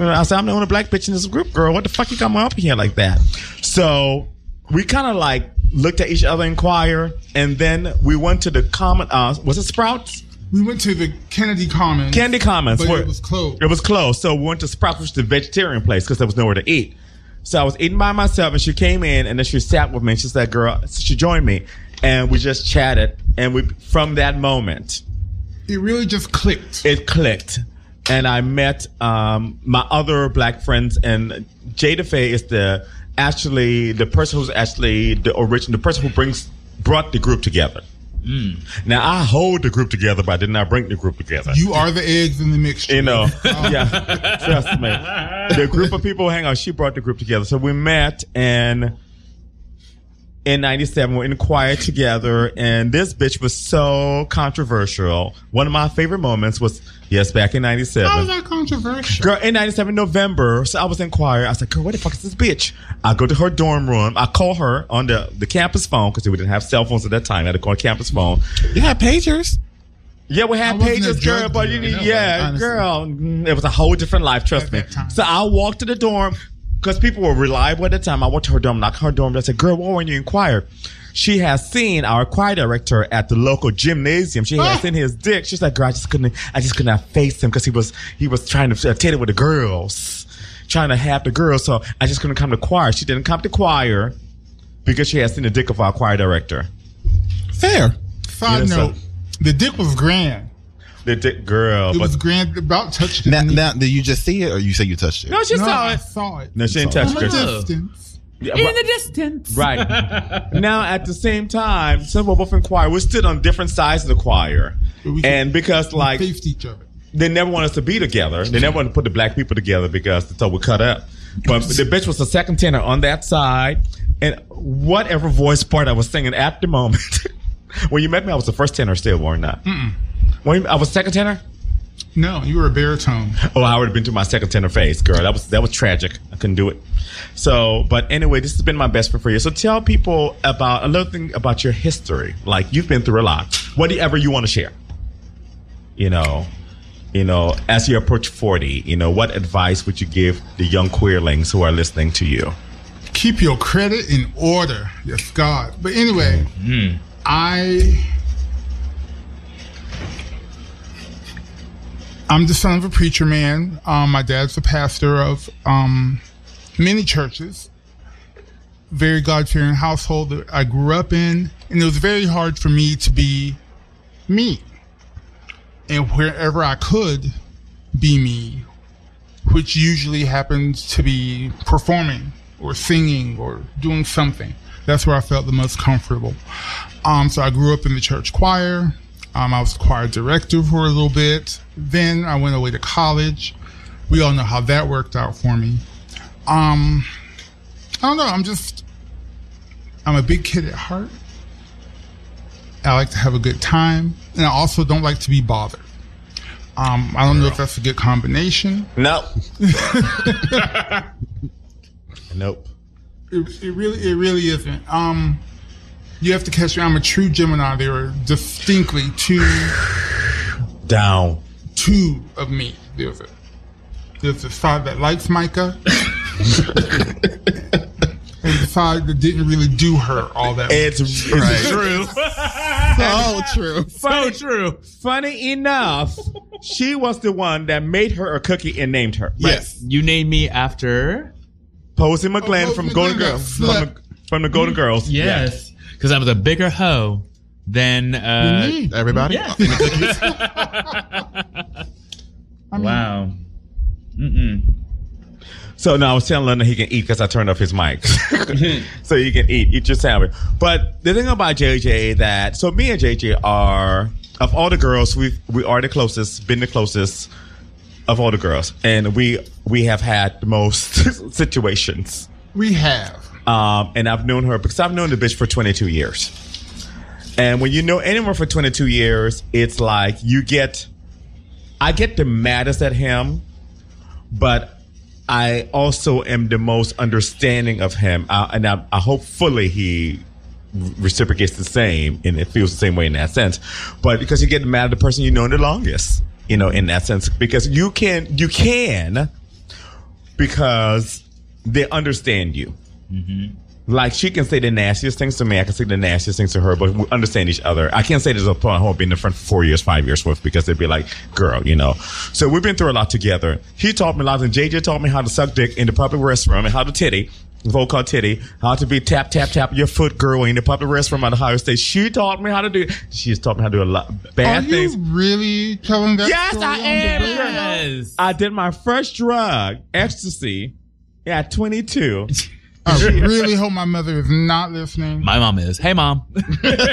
Speaker 3: And I said, I'm the only black bitch in this group, girl. What the fuck you come up here like that? So we kind of like looked at each other, inquire, and then we went to the common. Uh, was it Sprouts?
Speaker 6: We went to the Kennedy Commons.
Speaker 3: Kennedy Commons.
Speaker 6: But
Speaker 3: where-
Speaker 6: it was closed.
Speaker 3: It was closed. So we went to Sprouts, which is the vegetarian place, because there was nowhere to eat. So I was eating by myself, and she came in, and then she sat with me. And she said, "Girl," so she joined me, and we just chatted. And we, from that moment,
Speaker 6: it really just clicked.
Speaker 3: It clicked. And I met um, my other black friends, and Jada Faye is the actually the person who's actually the origin, the person who brings brought the group together. Now I hold the group together, but I did not bring the group together.
Speaker 6: You are the eggs in the mixture. Oh.
Speaker 3: You know, yeah, trust me. The group of people, hang on, she brought the group together. So we met and in 97, we're in choir together, and this bitch was so controversial. One of my favorite moments was, yes, back in
Speaker 6: How is
Speaker 3: 97.
Speaker 6: that controversial?
Speaker 3: Girl, in 97 November, so I was in choir. I was like, girl, what the fuck is this bitch? I go to her dorm room. I call her on the, the campus phone because we didn't have cell phones at that time. I had to call a campus phone. You had pagers? Yeah, we had
Speaker 6: wasn't a
Speaker 3: pagers, girl,
Speaker 6: drug
Speaker 3: but you
Speaker 6: dealer,
Speaker 3: need,
Speaker 6: no,
Speaker 3: yeah,
Speaker 6: honestly.
Speaker 3: girl. mm, It was a whole different life, trust me. So I walked to the dorm because people were reliable at the time. I walked to her dorm, knocked on her dorm. door. I said, girl, why weren't you in choir? She has seen our choir director at the local gymnasium. She
Speaker 6: Ah!
Speaker 3: has seen his dick. She's like, girl, I just couldn't, I just could not face him because he was, he was trying to attend it with the girls, trying to have the girls. So I just couldn't come to choir. She didn't come to choir because she had seen the dick of our choir director.
Speaker 6: Fair. Side
Speaker 3: Yeah,
Speaker 6: note: the dick was grand.
Speaker 3: The dick girl.
Speaker 6: It was grand. About touched it.
Speaker 8: Now, now, did you just see it, or you say you touched it?
Speaker 6: No, she saw
Speaker 8: I
Speaker 6: it. saw it. Oh
Speaker 8: No, she didn't
Speaker 6: From
Speaker 8: touch
Speaker 6: a
Speaker 8: it.
Speaker 6: distance.
Speaker 3: Yeah, but-
Speaker 16: distance.
Speaker 3: Right. now, at the same time, since we're both in choir, we stood on different sides of the choir. And because, like,
Speaker 6: each other.
Speaker 3: they never want us to be together. They never want to put the black people together because so we cut up. But the bitch was the second tenor on that side. And whatever voice part I was singing at the moment, when you met me, I was the first tenor still, weren't I?
Speaker 6: Mm-mm.
Speaker 3: When you- I was second tenor?
Speaker 6: No, you were a baritone.
Speaker 3: Oh, I would have been through my second tenor phase, girl. That was that was tragic. I couldn't do it. So, but anyway, this has been my best friend for you. So, tell people about a little thing about your history. Like you've been through a lot. Whatever you want to share. You know, you know, as you approach forty, you know, what advice would you give the young queerlings who are listening to you?
Speaker 6: Keep your credit in order. Yes, God. But anyway, I. I'm the son of a preacher man. Um, my dad's a pastor of um, many churches. Very God fearing household that I grew up in. And it was very hard for me to be me. And wherever I could be me, which usually happens to be performing or singing or doing something. That's where I felt the most comfortable. Um, so I grew up in the church choir. Um, I was choir director for a little bit. Then I went away to college. We all know how that worked out for me. Um, I don't know. I'm just, I'm a big kid at heart. I like to have a good time. And I also don't like to be bothered. Um, I don't know if that's a good combination.
Speaker 3: No. nope.
Speaker 6: It, it really, it really isn't. Um, you have to catch me. I'm a true Gemini. There are distinctly two,
Speaker 3: Down.
Speaker 6: two of me. There's a, there's the side that likes Micah, and the side that didn't really do her all that.
Speaker 3: It's,
Speaker 6: much.
Speaker 3: so
Speaker 8: true.
Speaker 3: So true. Funny enough, she was the one that made her a cookie and named her.
Speaker 16: Yes. You named me after
Speaker 3: Oh, Posey McGlenn from Golden Girls. From the, from the Golden Girls.
Speaker 16: Yes. Because I was a bigger hoe than uh,
Speaker 3: Than me. Everybody?
Speaker 16: Yeah.
Speaker 6: mean-
Speaker 16: wow. Mm-mm.
Speaker 3: So now I was telling London he can eat because I turned off his mic. so you can eat, eat your sandwich. But the thing about JJ that so me and JJ are of all the girls we we are the closest, been the closest of all the girls, and we we have had the most situations.
Speaker 6: We have.
Speaker 3: Um, and I've known her because I've known the bitch for 22 years. And when you know anyone for 22 years, it's like you get, I get the maddest at him, but I also am the most understanding of him. Uh, and I, I hope fully he reciprocates the same and it feels the same way in that sense. But because you get mad at the person you know the longest, you know, in that sense, because you can, you can, because they understand you.
Speaker 6: Mm-hmm.
Speaker 3: Like she can say the nastiest things to me, I can say the nastiest things to her, but we understand each other. I can't say this upon I won't be in the front for four years, five years with because they'd be like, girl, you know. So we've been through a lot together. He taught me a lot, and JJ taught me how to suck dick in the public restroom and how to titty, vocal titty, how to be tap, tap, tap your foot girl in the public restroom at Ohio State. She taught me how to do she's taught me how to do a lot bad
Speaker 6: Are
Speaker 3: things.
Speaker 6: you really telling that
Speaker 3: Yes,
Speaker 6: story
Speaker 3: I
Speaker 6: on the
Speaker 3: am.
Speaker 6: radio?
Speaker 3: I did my first drug, ecstasy, at Oh, twenty two.
Speaker 6: I really hope my mother is not listening.
Speaker 16: My mom is. Hey, mom.
Speaker 3: hey,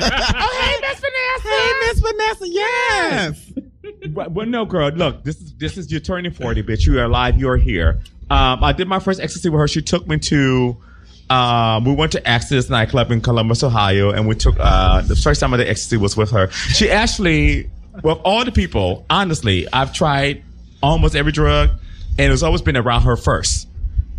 Speaker 3: Miss Vanessa. Hey, Miss Vanessa. Yes. but, but no, girl. Look, this is this is you're turning forty, bitch. You are alive. You are here. Um, I did my first ecstasy with her. She took me to. Um, we went to Axis nightclub in Columbus, Ohio, and we took uh, the first time I did ecstasy was with her. She actually, well, all the people, honestly, I've tried almost every drug, and it's always been around her first.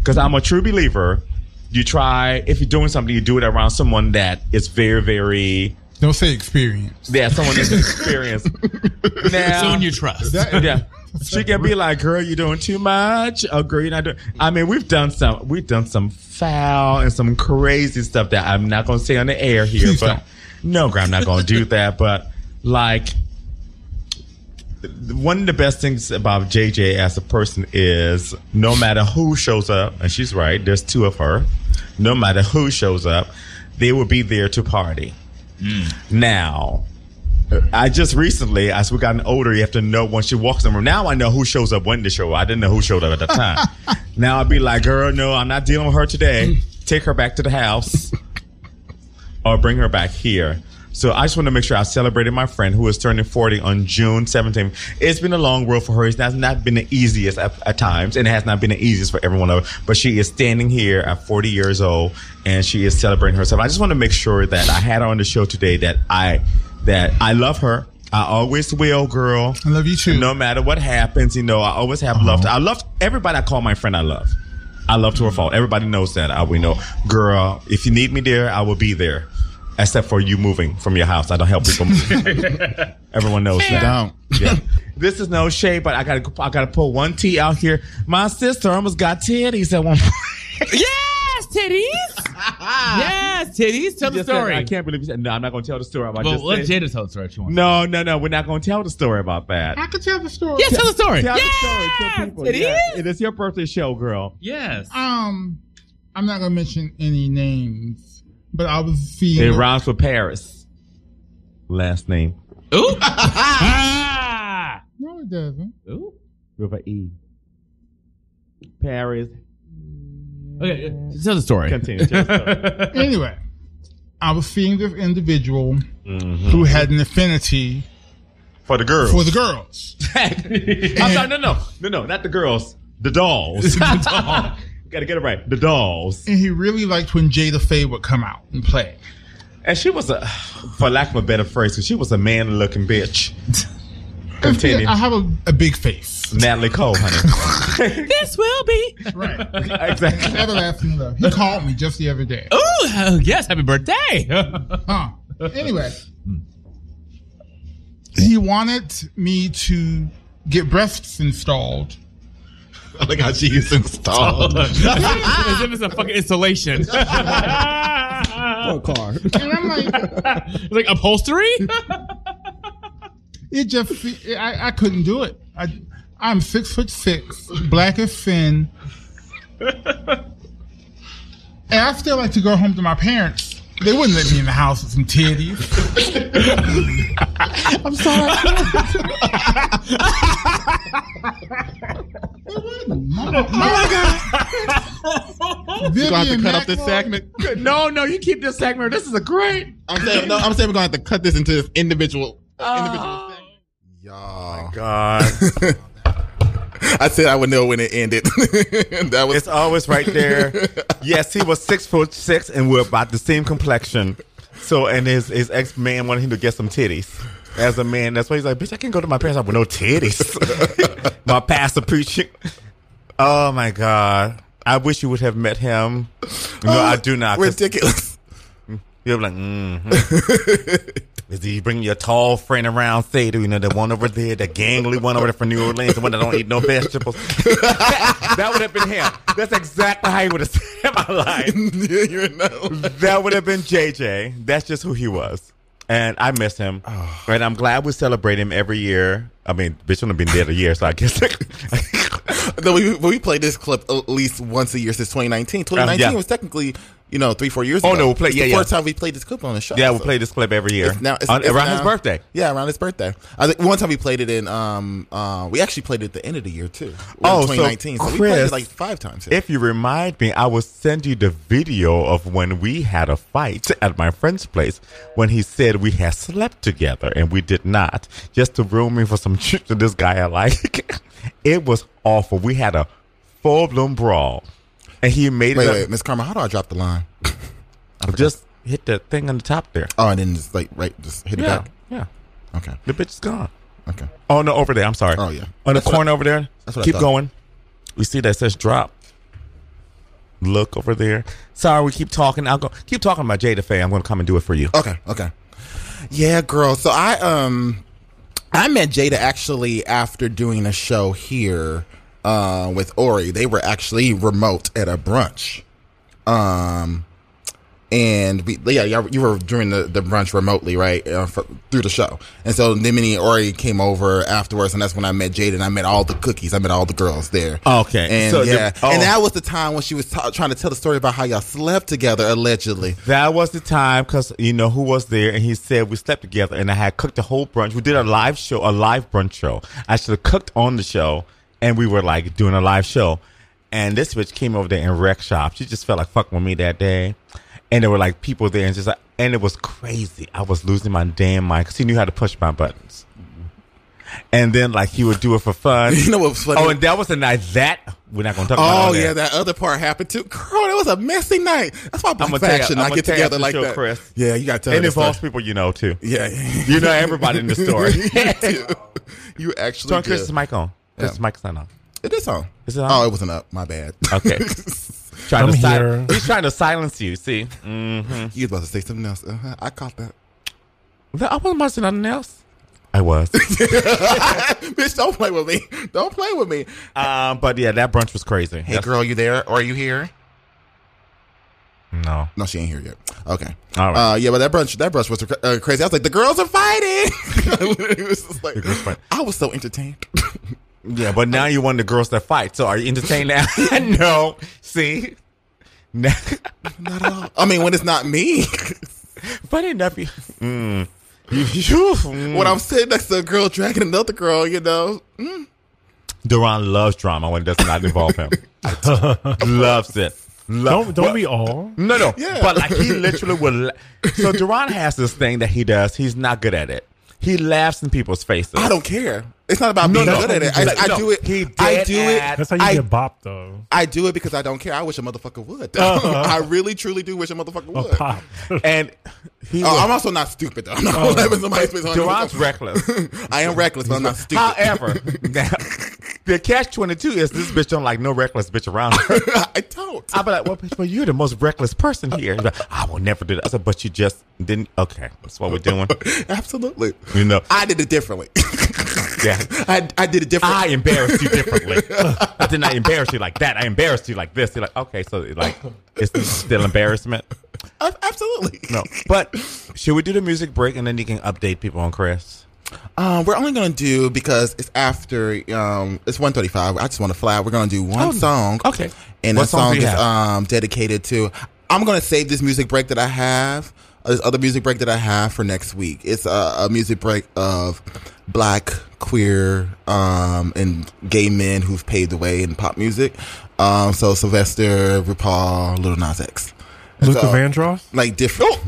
Speaker 3: Because I'm a true believer. You try if you're doing something, you do it around someone that is very, very
Speaker 6: Don't say experience.
Speaker 3: yeah, someone that's experienced. now,
Speaker 16: Someone you trust.
Speaker 3: yeah. She can be like, "Girl, you're doing too much." Oh, girl, you're not doing. I mean, we've done some, we've done some foul and some crazy stuff that I'm not going to say on the air here.
Speaker 6: Please
Speaker 3: but
Speaker 6: don't.
Speaker 3: no, girl, I'm not going to do that. But like, one of the best things about JJ as a person is no matter who shows up, and she's right, there's two of her, no matter who shows up, they will be there to party. Now, I just recently, as we gotten older, you have to know when she walks in the room. Now I know who shows up when to show up. I didn't know who showed up at the time. now I'd be like, girl, no, I'm not dealing with her today. Take her back to the house or bring her back here. So I just want to make sure I celebrated my friend who is turning 40 on June 17th. It's been a long road for her. It's not, not been the easiest at, at times, and it has not been the easiest for everyone else. But she is standing here at 40 years old, and she is celebrating herself. I just want to make sure that I had her on the show today. That I that I love her. I always will, girl. I
Speaker 6: love you too. Uh-huh.
Speaker 3: No matter what happens, you know, I always have love. I love everybody I call my friend. I love. I love to a fault. Everybody knows that. I we know, girl. If you need me there, I will be there. Except for you moving from your house, I don't help people. move. Everyone knows
Speaker 8: Fair.
Speaker 3: that. Yeah. This is no shade, but I gotta I gotta pull one T out here. My sister almost got titties at one point.
Speaker 16: yes, titties. yes, titties. Tell the
Speaker 3: You just said-
Speaker 16: story.
Speaker 3: I can't believe you said no. I'm not gonna tell the story. about
Speaker 16: Well,
Speaker 3: just
Speaker 16: let
Speaker 3: said-
Speaker 16: Jada tell the story if she wants.
Speaker 3: No, no, no. We're not gonna tell the story about that.
Speaker 6: I could tell the story.
Speaker 16: Yeah, tell the story.
Speaker 3: Tell
Speaker 16: Yeah,
Speaker 3: the story to people.
Speaker 16: it
Speaker 3: yeah. It is your birthday show, girl.
Speaker 16: Yes.
Speaker 6: Um, I'm not gonna mention any names, but I was seeing.
Speaker 3: It rhymes with Paris. Last name
Speaker 16: Ooh.
Speaker 6: Ah! No, it doesn't.
Speaker 16: Ah! Ooh.
Speaker 3: with an E. Paris.
Speaker 16: Okay, uh, tell the story.
Speaker 3: Continue. Tell the story.
Speaker 6: Anyway, I was seeing this individual
Speaker 3: Mhm.
Speaker 6: who had an affinity
Speaker 3: for the girls.
Speaker 6: for the girls.
Speaker 3: I'm sorry, no, no, no, no, not the girls. The dolls. the doll. Gotta get it right. The dolls.
Speaker 6: And he really liked when Jada Faye would come out and play.
Speaker 3: And she was a, for lack of a better phrase, 'cause she was a man looking bitch. Continue.
Speaker 6: I have a, a big face.
Speaker 3: Natalie Cole, honey.
Speaker 16: this will be.
Speaker 6: Right.
Speaker 3: exactly.
Speaker 6: Everlasting love. He called me just the other day.
Speaker 16: Ooh. uh, yes. Happy birthday.
Speaker 6: Huh. Anyway,
Speaker 3: Hmm.
Speaker 6: he wanted me to get breasts installed.
Speaker 8: I like how she is installed.
Speaker 16: As if it's a fucking installation.
Speaker 8: Poor car.
Speaker 6: And I'm like,
Speaker 16: like upholstery?
Speaker 6: it just, I, I couldn't do it. I, I'm six foot six, black as sin. And I still like to go home to my parents. They wouldn't let me in the house with some titties.
Speaker 8: I'm sorry. You're gonna have to cut up this segment.
Speaker 3: No, no, you keep this segment. This is a great.
Speaker 8: I'm saying no. I'm saying we're gonna have to cut this into this
Speaker 3: Oh
Speaker 8: individual.
Speaker 3: God.
Speaker 8: I said I would know when it ended. that was
Speaker 3: it's always right there. yes, he was six foot six, and we're about the same complexion. So, and his his ex man wanted him to get some titties. As a man, that's why he's like, bitch, I can't go to my parents' house with no titties. my pastor preaching. Oh my god, I wish you would have met him. No,
Speaker 8: Oh,
Speaker 3: I do not. 'cause
Speaker 8: ridiculous.
Speaker 3: You're like, mm Is he bringing your tall friend around? Say, do you know the one over there, the gangly one over there from New Orleans, the one that don't eat no vegetables? that would have been him. That's exactly how he would have said my life. that would have been JJ. That's just who he was. And I miss him. And I'm glad we celebrate him every year. I mean, bitch, I've been dead a year, so I guess.
Speaker 8: No, we, we played this clip at least once a year since 2019. 2019 was technically, you know, three, four years
Speaker 3: Uh, Oh,
Speaker 8: ago.
Speaker 3: no, we play-
Speaker 8: It's
Speaker 3: yeah,
Speaker 8: the
Speaker 3: yeah.
Speaker 8: first time we played this clip on the show.
Speaker 3: Yeah, we
Speaker 8: so-
Speaker 3: play this clip every year.
Speaker 8: It's now, it's,
Speaker 3: On-
Speaker 8: it's
Speaker 3: around his
Speaker 8: now-
Speaker 3: birthday.
Speaker 8: Yeah, around his birthday. I think one time we played it in. Um, uh, we actually played it at the end of the year too.
Speaker 3: Oh,
Speaker 8: in 2019. So, we played
Speaker 3: Chris,
Speaker 8: it like five times.
Speaker 3: If you remind me, I will send you the video of when we had a fight at my friend's place when he said we had slept together and we did not, just to ruin me for some shit to this guy I like. it was awful. We had a full blown brawl, and he made
Speaker 8: Wait,
Speaker 3: it. up-
Speaker 8: wait, Miss Karma, how do I drop the line?
Speaker 3: just hit the thing on the top there.
Speaker 8: Oh, and then just like right, just hit
Speaker 3: Yeah,
Speaker 8: it back.
Speaker 3: yeah.
Speaker 8: Okay.
Speaker 3: The bitch is gone.
Speaker 8: Okay.
Speaker 3: Oh no, over there. I'm sorry.
Speaker 8: Oh, yeah.
Speaker 3: On the
Speaker 8: That's what
Speaker 3: corner
Speaker 8: I-
Speaker 3: over there.
Speaker 8: that's what I
Speaker 3: Keep
Speaker 8: thought.
Speaker 3: going. We see that says drop. Look over there. Sorry, we keep talking. I'll go. Keep talking about Jada Faye. I'm gonna come and do it for you.
Speaker 8: Okay. Okay. Yeah, girl. So I um I met Jada actually after doing a show here uh with Ori. They were actually remote at a brunch. Um and we, yeah, y'all- you were doing the, the brunch remotely, right, uh, fr through the show. And so Nimini and Ori came over afterwards, and that's when I met Jada, and I met all the cookies. I met all the girls there.
Speaker 3: Okay.
Speaker 8: And
Speaker 3: So the-
Speaker 8: yeah,
Speaker 3: oh.
Speaker 8: and that was the time when she was ta- trying to tell the story about how y'all slept together, allegedly.
Speaker 3: That was the time because you know who was there, and he said we slept together, and I had cooked the whole brunch. We did a live show, a live brunch show. I should have cooked on the show, and we were like doing a live show. And this bitch came over there in wreck shop. She just felt like fucking with me that day, and there were like people there, and just like, and it was crazy. I was losing my damn mind because he knew how to push my buttons. And then like he would do it for fun.
Speaker 8: You know what's funny?
Speaker 3: Oh, and that was the night that we're not gonna talk about. it
Speaker 8: Oh
Speaker 3: on
Speaker 8: yeah,
Speaker 3: there.
Speaker 8: that other part happened too. Girl, that was a messy night. That's why Black
Speaker 3: I'ma tell you-
Speaker 8: Faction not
Speaker 3: I'ma
Speaker 8: get
Speaker 3: tell you
Speaker 8: together
Speaker 3: after
Speaker 8: like
Speaker 3: the show,
Speaker 8: that.
Speaker 3: Chris.
Speaker 8: Yeah, you got to.
Speaker 3: It involves people you know too.
Speaker 8: Yeah,
Speaker 3: you know everybody in the story.
Speaker 8: you actually.
Speaker 3: Turn
Speaker 8: do.
Speaker 3: Chris's mic on. Chris's
Speaker 8: Yeah.
Speaker 3: mic's not on.
Speaker 8: It is on.
Speaker 3: Is it on?
Speaker 8: Oh, it wasn't up. My bad.
Speaker 3: Okay.
Speaker 8: I'm
Speaker 3: trying to
Speaker 8: here.
Speaker 3: sil- he's trying to silence you. See, mm-hmm.
Speaker 8: you was about to say something else. Uh-huh. I caught that.
Speaker 3: I wasn't watching nothing else. I was.
Speaker 8: Bitch, don't play with me. Don't play with me.
Speaker 3: um, but yeah, that brunch was crazy.
Speaker 8: Hey,
Speaker 3: That's-
Speaker 8: girl, you there? Or are you here?
Speaker 3: No.
Speaker 8: No, she ain't here yet. Okay.
Speaker 3: All right.
Speaker 8: Uh, yeah, but that brunch, that brunch was uh, crazy. I was like, the girls are fighting. I literally was just like, I was so entertained.
Speaker 3: yeah, but now you're one of the girls that fight. So are you entertained now? no. See,
Speaker 8: not at all. I mean, when it's not me.
Speaker 3: Funny enough, you, Mm. you-
Speaker 8: when I'm sitting next to a girl dragging another girl, you know, mm,
Speaker 3: Duran loves drama when it does not involve him. loves it. Lo-
Speaker 5: Don't- don't
Speaker 3: Well,
Speaker 5: we all?
Speaker 3: No, no.
Speaker 5: Yeah.
Speaker 3: But like he literally will. la- So Duran has this thing that he does. He's not good at it. He laughs in people's faces.
Speaker 8: I don't care. It's not about
Speaker 3: No,
Speaker 8: being
Speaker 3: no.
Speaker 8: good at it. I,
Speaker 3: Like,
Speaker 8: I
Speaker 3: no,
Speaker 8: do it.
Speaker 3: he
Speaker 8: I
Speaker 3: dead
Speaker 8: do
Speaker 3: ass.
Speaker 8: it.
Speaker 5: That's how you
Speaker 8: I,
Speaker 5: get bopped though.
Speaker 8: I do it because I don't care. I wish a motherfucker would.
Speaker 5: Uh-huh.
Speaker 8: I really, truly do wish a motherfucker would.
Speaker 5: pop.
Speaker 3: and he
Speaker 8: Oh,
Speaker 3: will-
Speaker 8: I'm also not stupid though. I'm not
Speaker 3: Oh.
Speaker 8: laughing somebody's face.
Speaker 3: Duran's reckless.
Speaker 8: I am reckless, but I'm not stupid.
Speaker 3: However, now, the catch twenty two is this bitch don't like no reckless bitch around her.
Speaker 8: I don't.
Speaker 3: I be like, well, bitch, well, you're the most reckless person here. He's like, I will never do that. I said, but you just didn't. Okay, that's what we're doing.
Speaker 8: Absolutely.
Speaker 3: You know,
Speaker 8: I did it differently.
Speaker 3: yeah.
Speaker 8: I, I did it differently.
Speaker 3: I embarrassed you differently. I did not embarrass you like that. I embarrassed you like this. You're like, okay, so like, it's still embarrassment.
Speaker 8: Ab- Absolutely.
Speaker 3: No, but should we do the music break and then you can update people on Chris?
Speaker 8: Um, we're only gonna do because it's after um it's one thirty five. I just want to fly. We're gonna do one
Speaker 3: Oh,
Speaker 8: song.
Speaker 3: okay.
Speaker 8: And
Speaker 3: What
Speaker 8: that
Speaker 3: song
Speaker 8: song
Speaker 3: do you
Speaker 8: is
Speaker 3: have?
Speaker 8: um dedicated to. I'm gonna save this music break that I have. uh, This other music break that I have for next week. It's a, a music break of black, queer, um, and gay men who've paved the way in pop music. Um, so Sylvester, RuPaul, Little Nas X,
Speaker 5: Luther
Speaker 8: So,
Speaker 5: Vandross,
Speaker 3: Oh.
Speaker 8: like different.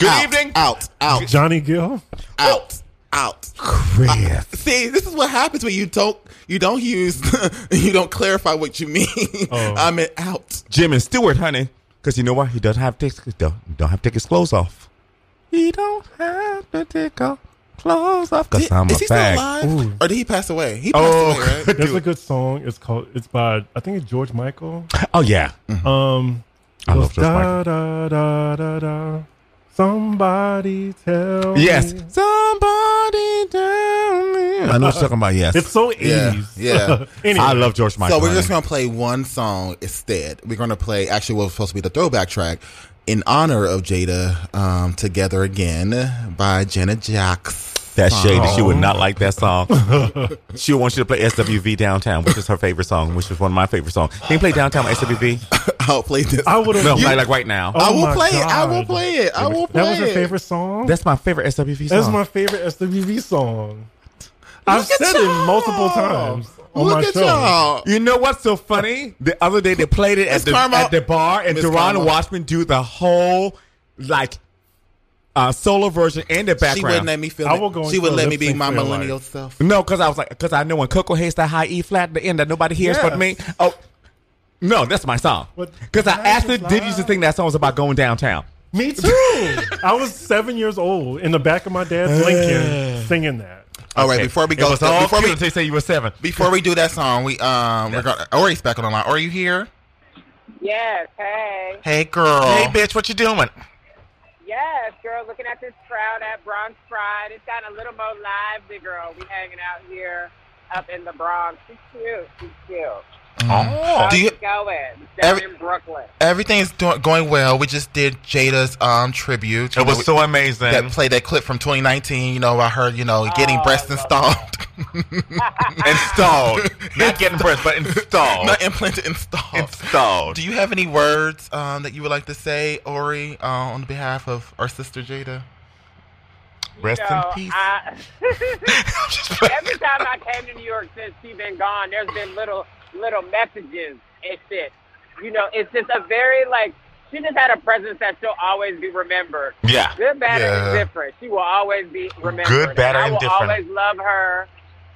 Speaker 8: Good evening. Out. Out.
Speaker 5: Johnny Gill.
Speaker 8: Out. Out. out. I- see, this is what happens when you don't you don't use you don't clarify what you mean. I meant out.
Speaker 3: Jim and Stewart, honey. Because you know what? He doesn't have to take, don't, don't have to take his clothes off.
Speaker 8: You don't have to take off clothes off.
Speaker 3: Because I'm
Speaker 8: Is
Speaker 3: a
Speaker 8: he Oh.
Speaker 3: fag.
Speaker 8: still alive? Or Oh, did he pass away? He passed away, right?
Speaker 5: Oh, There's a good song. It's called. It's by I think it's George Michael.
Speaker 3: Oh, yeah.
Speaker 8: Mm-hmm.
Speaker 5: Um,
Speaker 3: I
Speaker 5: goes,
Speaker 3: love George Michael.
Speaker 5: da, da, da, da, da. Somebody tell
Speaker 3: Yes.
Speaker 5: me.
Speaker 3: Somebody tell me.
Speaker 8: I know what you're talking about, yes.
Speaker 5: It's so 80s.
Speaker 8: Yeah. yeah.
Speaker 5: Anyway.
Speaker 3: I love George Michael,
Speaker 8: So we're just
Speaker 3: honey.
Speaker 8: going to play one song instead. We're going to play, actually, what was supposed to be the throwback track in honor of Jada um, Together Again by Janet Jackson.
Speaker 3: That shady. She
Speaker 5: Oh.
Speaker 3: would not like that song. she wants you to play SWV Downtown, which is her favorite song, which is one of my favorite songs. Can you play Downtown by SWV?
Speaker 8: I'll Oh, play this.
Speaker 5: I would
Speaker 3: No, like, like right now.
Speaker 8: I will play it. I will play it. I will play
Speaker 5: That was her
Speaker 8: it.
Speaker 5: favorite song.
Speaker 3: That's my favorite SWV
Speaker 5: That's
Speaker 3: song.
Speaker 5: my favorite SWV song. I've said it multiple times on
Speaker 3: Look
Speaker 5: my
Speaker 3: at
Speaker 5: show.
Speaker 3: y'all. You know what's so funny? The other day they played it at,
Speaker 5: Miss
Speaker 3: the,
Speaker 5: Karma.
Speaker 3: at the bar, and
Speaker 5: Miss
Speaker 3: Deron
Speaker 5: Karma.
Speaker 3: Watchman do the whole like uh, solo version and the background.
Speaker 8: She wouldn't let me feel I it. will go She into wouldn't a let me lip be sync my for your millennial life. self.
Speaker 3: No, because I was like, because I know when Coco hates that high E flat at the end that nobody hears
Speaker 8: Yes.
Speaker 3: but me. Oh, no, that's my song. Because I asked her, did you just think that song was about going downtown?
Speaker 5: Me too. I was seven years old in the back of my dad's Lincoln singing that.
Speaker 8: All right, before we go,
Speaker 3: was all
Speaker 8: before
Speaker 3: cute until you say you were seven.
Speaker 8: Before we do that song, we um, we're gonna. Ori's back on the line. Ori, you here?
Speaker 1: Yes, hey.
Speaker 8: Hey, girl.
Speaker 3: Hey, bitch, what you doing?
Speaker 1: Yes, girl, looking at this crowd at Bronx Pride. It's gotten a little more lively, girl. We hanging out here up in the Bronx. She's cute. She's cute.
Speaker 3: Oh.
Speaker 1: How's
Speaker 8: Mm. Oh. Do you,
Speaker 1: it going? Down
Speaker 8: Every-
Speaker 1: in Brooklyn.
Speaker 8: Everything is doing, going well. We just did Jada's um tribute.
Speaker 3: It was so amazing.
Speaker 8: That played that clip from 2019. You know, I heard you know getting
Speaker 1: Oh,
Speaker 8: breast installed,
Speaker 3: installed, not getting breast, but installed,
Speaker 8: not implanted, installed,
Speaker 3: installed.
Speaker 8: Do you have any words um, that you would like to say, Ori, uh, on behalf of our sister Jada?
Speaker 3: Rest
Speaker 1: So, I, every time I came to New York since she's been gone, there's been little little messages and shit. You know, it's just a very like she just had a presence that she'll always be remembered.
Speaker 3: Yeah.
Speaker 1: good, bad,
Speaker 3: Yeah.
Speaker 1: and different. She will always be remembered.
Speaker 3: Good, bad,
Speaker 1: I
Speaker 3: and
Speaker 1: will
Speaker 3: different.
Speaker 1: always love her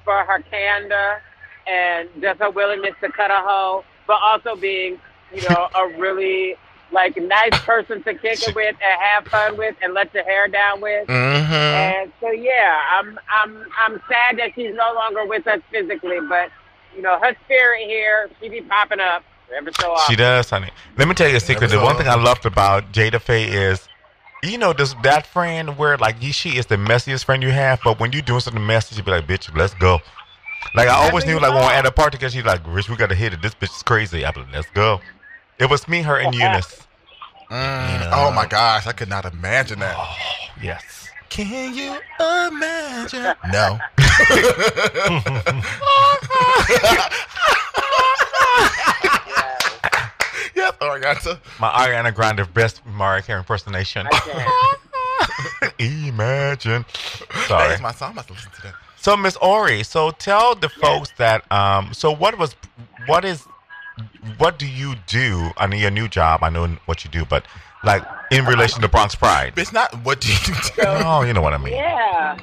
Speaker 1: for her candor and just her willingness to cut a hoe, but also being, you know, a really like nice person to kick it with and have fun with and let your hair down with.
Speaker 3: Mm-hmm.
Speaker 8: Mhm.
Speaker 1: And so yeah, I'm I'm I'm sad that she's no longer with us physically, but you know, her spirit here, she be popping up every so often.
Speaker 3: She does, honey. Let me tell you a secret. The one thing I loved about Jada Faye is, you know, this that friend where like you, she is the messiest friend you have, but when you doing something messy, she be like, "Bitch, let's go." Like I always knew, like when we're at a party, because she's like, "Rich, we gotta hit it. This bitch is crazy." I'm like, "Let's go." It was me, her, and Eunice.
Speaker 8: Mm, Oh my gosh, I could not imagine that.
Speaker 3: Oh, yes.
Speaker 8: Can you imagine? No. yes, Ariana.
Speaker 3: My Ariana Grande best Mariah Carey impersonation. Imagine. Sorry.
Speaker 8: That is my song. I must listen to that.
Speaker 3: So Miss Ori, so tell the folks that um so what was what is what do you do I know your new job? I know what you do, but like in relation to Bronx Pride.
Speaker 8: It's not what do you do?
Speaker 3: Oh, you know what I mean.
Speaker 1: Yeah.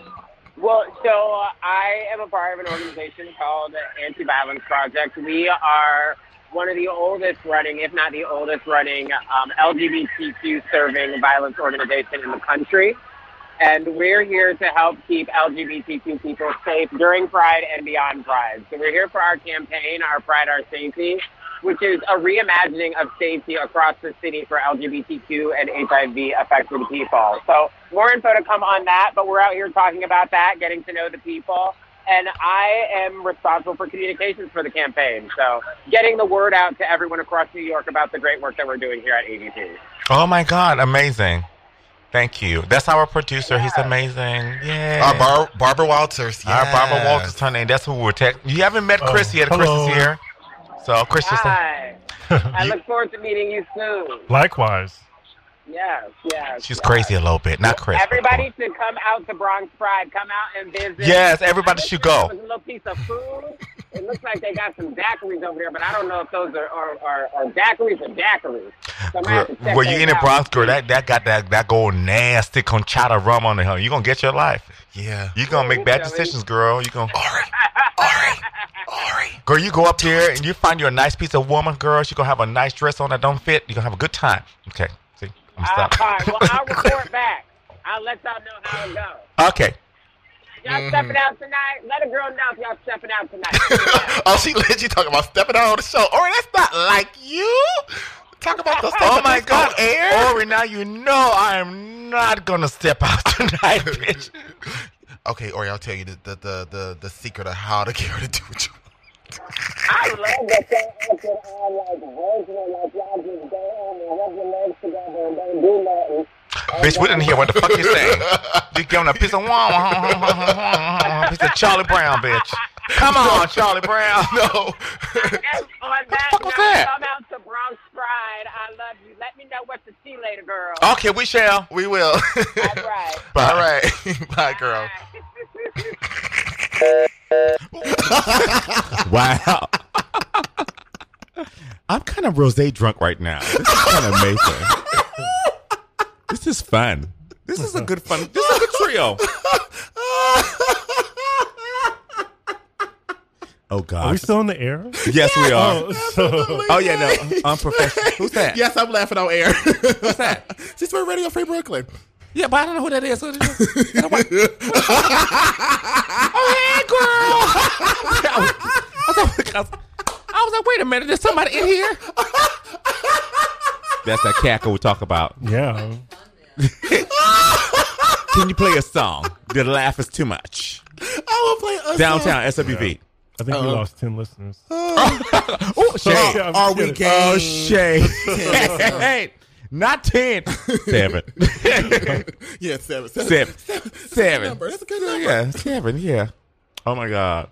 Speaker 1: Well, so uh, I am a part of an organization called the Anti Violence Project. We are one of the oldest running, if not the oldest running, um, LGBTQ serving violence organization in the country. And we're here to help keep LGBTQ people safe during Pride and beyond Pride. So we're here for our campaign, Our Pride, Our Safety, which is a reimagining of safety across the city for LGBTQ and HIV affected people. So more info to come on that, but we're out here talking about that, getting to know the people. And I am responsible for communications for the campaign. So getting the word out to everyone across New York about the great work that we're doing here at ABP.
Speaker 3: Oh my god, amazing. Thank you. That's our producer. He's amazing. Yeah.
Speaker 8: Our Bar- Barbara Walters.
Speaker 3: Our Barbara
Speaker 8: yes.
Speaker 3: Walters, honey. That's who we're tech. You haven't met Chris yet. Chris is here. So Chris just
Speaker 1: Hi. I look forward to meeting you soon.
Speaker 5: Likewise.
Speaker 1: Yes, yes.
Speaker 3: she's
Speaker 1: yes.
Speaker 3: crazy a little bit. Not Chris. but
Speaker 1: Everybody should come out to Bronx Pride. Come out and visit.
Speaker 3: Yes, everybody should go.
Speaker 1: It was a little piece of food. It looks like they got some daiquiris over there, but I don't know if those are are, are, are daiquiris or daiquiris. So I'm gonna have to check
Speaker 3: Well, you
Speaker 1: those
Speaker 3: in it,
Speaker 1: out.
Speaker 3: Bronx, girl. That that got that that gold nasty conchata rum on the hell. You gonna get your life.
Speaker 8: Yeah.
Speaker 3: You gonna make bad decisions, girl. You gonna. Ori, Ori, Ori. Girl, you go up there and you find you a nice piece of woman, girl. She gonna have a nice dress on that don't fit. You gonna have a good time. Okay. See, I'm
Speaker 1: Uh,
Speaker 3: stopped.
Speaker 1: all right, well, I'll report back. I'll let y'all know how it goes.
Speaker 3: okay.
Speaker 1: Y'all
Speaker 3: Mm-hmm.
Speaker 8: Mhm.
Speaker 1: stepping out tonight? Let a girl know if y'all stepping out tonight.
Speaker 8: Oh, she let you talking about stepping out on the show. Ori, that's not like you. Talk about those
Speaker 3: Oh my God,
Speaker 8: air.
Speaker 3: Ori! Now you know I am not gonna step out tonight, bitch.
Speaker 8: Okay, Ori, I'll tell you the the the the, the secret of how to get her to do what you want.
Speaker 1: I love that y'all acting on like virginal, like y'all just go home and rub your legs together and don't do nothing.
Speaker 3: Bitch, we didn't hear what the fuck you saying. You giving a piece of wah, piece of Charlie Brown, bitch. Come on, Charlie Brown.
Speaker 8: No.
Speaker 1: And on that
Speaker 3: was
Speaker 1: note,
Speaker 3: that?
Speaker 1: come out to Bronx Pride. I love you. Let me know what to see later, girl.
Speaker 3: Okay, we shall.
Speaker 8: We will.
Speaker 1: All right.
Speaker 8: All right. Bye, girl.
Speaker 3: Wow. I'm kind of rosé drunk right now. This is kind of amazing. This is fun. This is a good fun. This is a good trio. Oh God.
Speaker 5: Are we still in the air?
Speaker 3: Yes, we are.
Speaker 5: Oh, so-
Speaker 3: Oh yeah, no. Unprofessional. Who's that?
Speaker 8: Yes, I'm laughing on air.
Speaker 3: Who's that?
Speaker 8: She's from Radio Free Brooklyn.
Speaker 3: Yeah, but I don't know who that is. Who that is. oh, hey, girl. I was, I, was, I, was, I was like, wait a minute. There's somebody in here. That's that cackle we talk about.
Speaker 5: Yeah.
Speaker 3: Can you play a song? The laugh is too much.
Speaker 8: I will play us
Speaker 3: Downtown SWV.
Speaker 5: I think we
Speaker 3: Uh-oh.
Speaker 5: lost 10 listeners.
Speaker 3: Oh, Shay.
Speaker 5: Yeah, I'm
Speaker 8: Uh-huh. Are we
Speaker 5: kidding.
Speaker 8: gay?
Speaker 3: Oh, Shay. Hey, Not ten. Seven.
Speaker 8: Yeah, seven.
Speaker 3: Seven. Seven.
Speaker 8: Number. That's a good number.
Speaker 3: Yeah, seven. Yeah. Oh my God.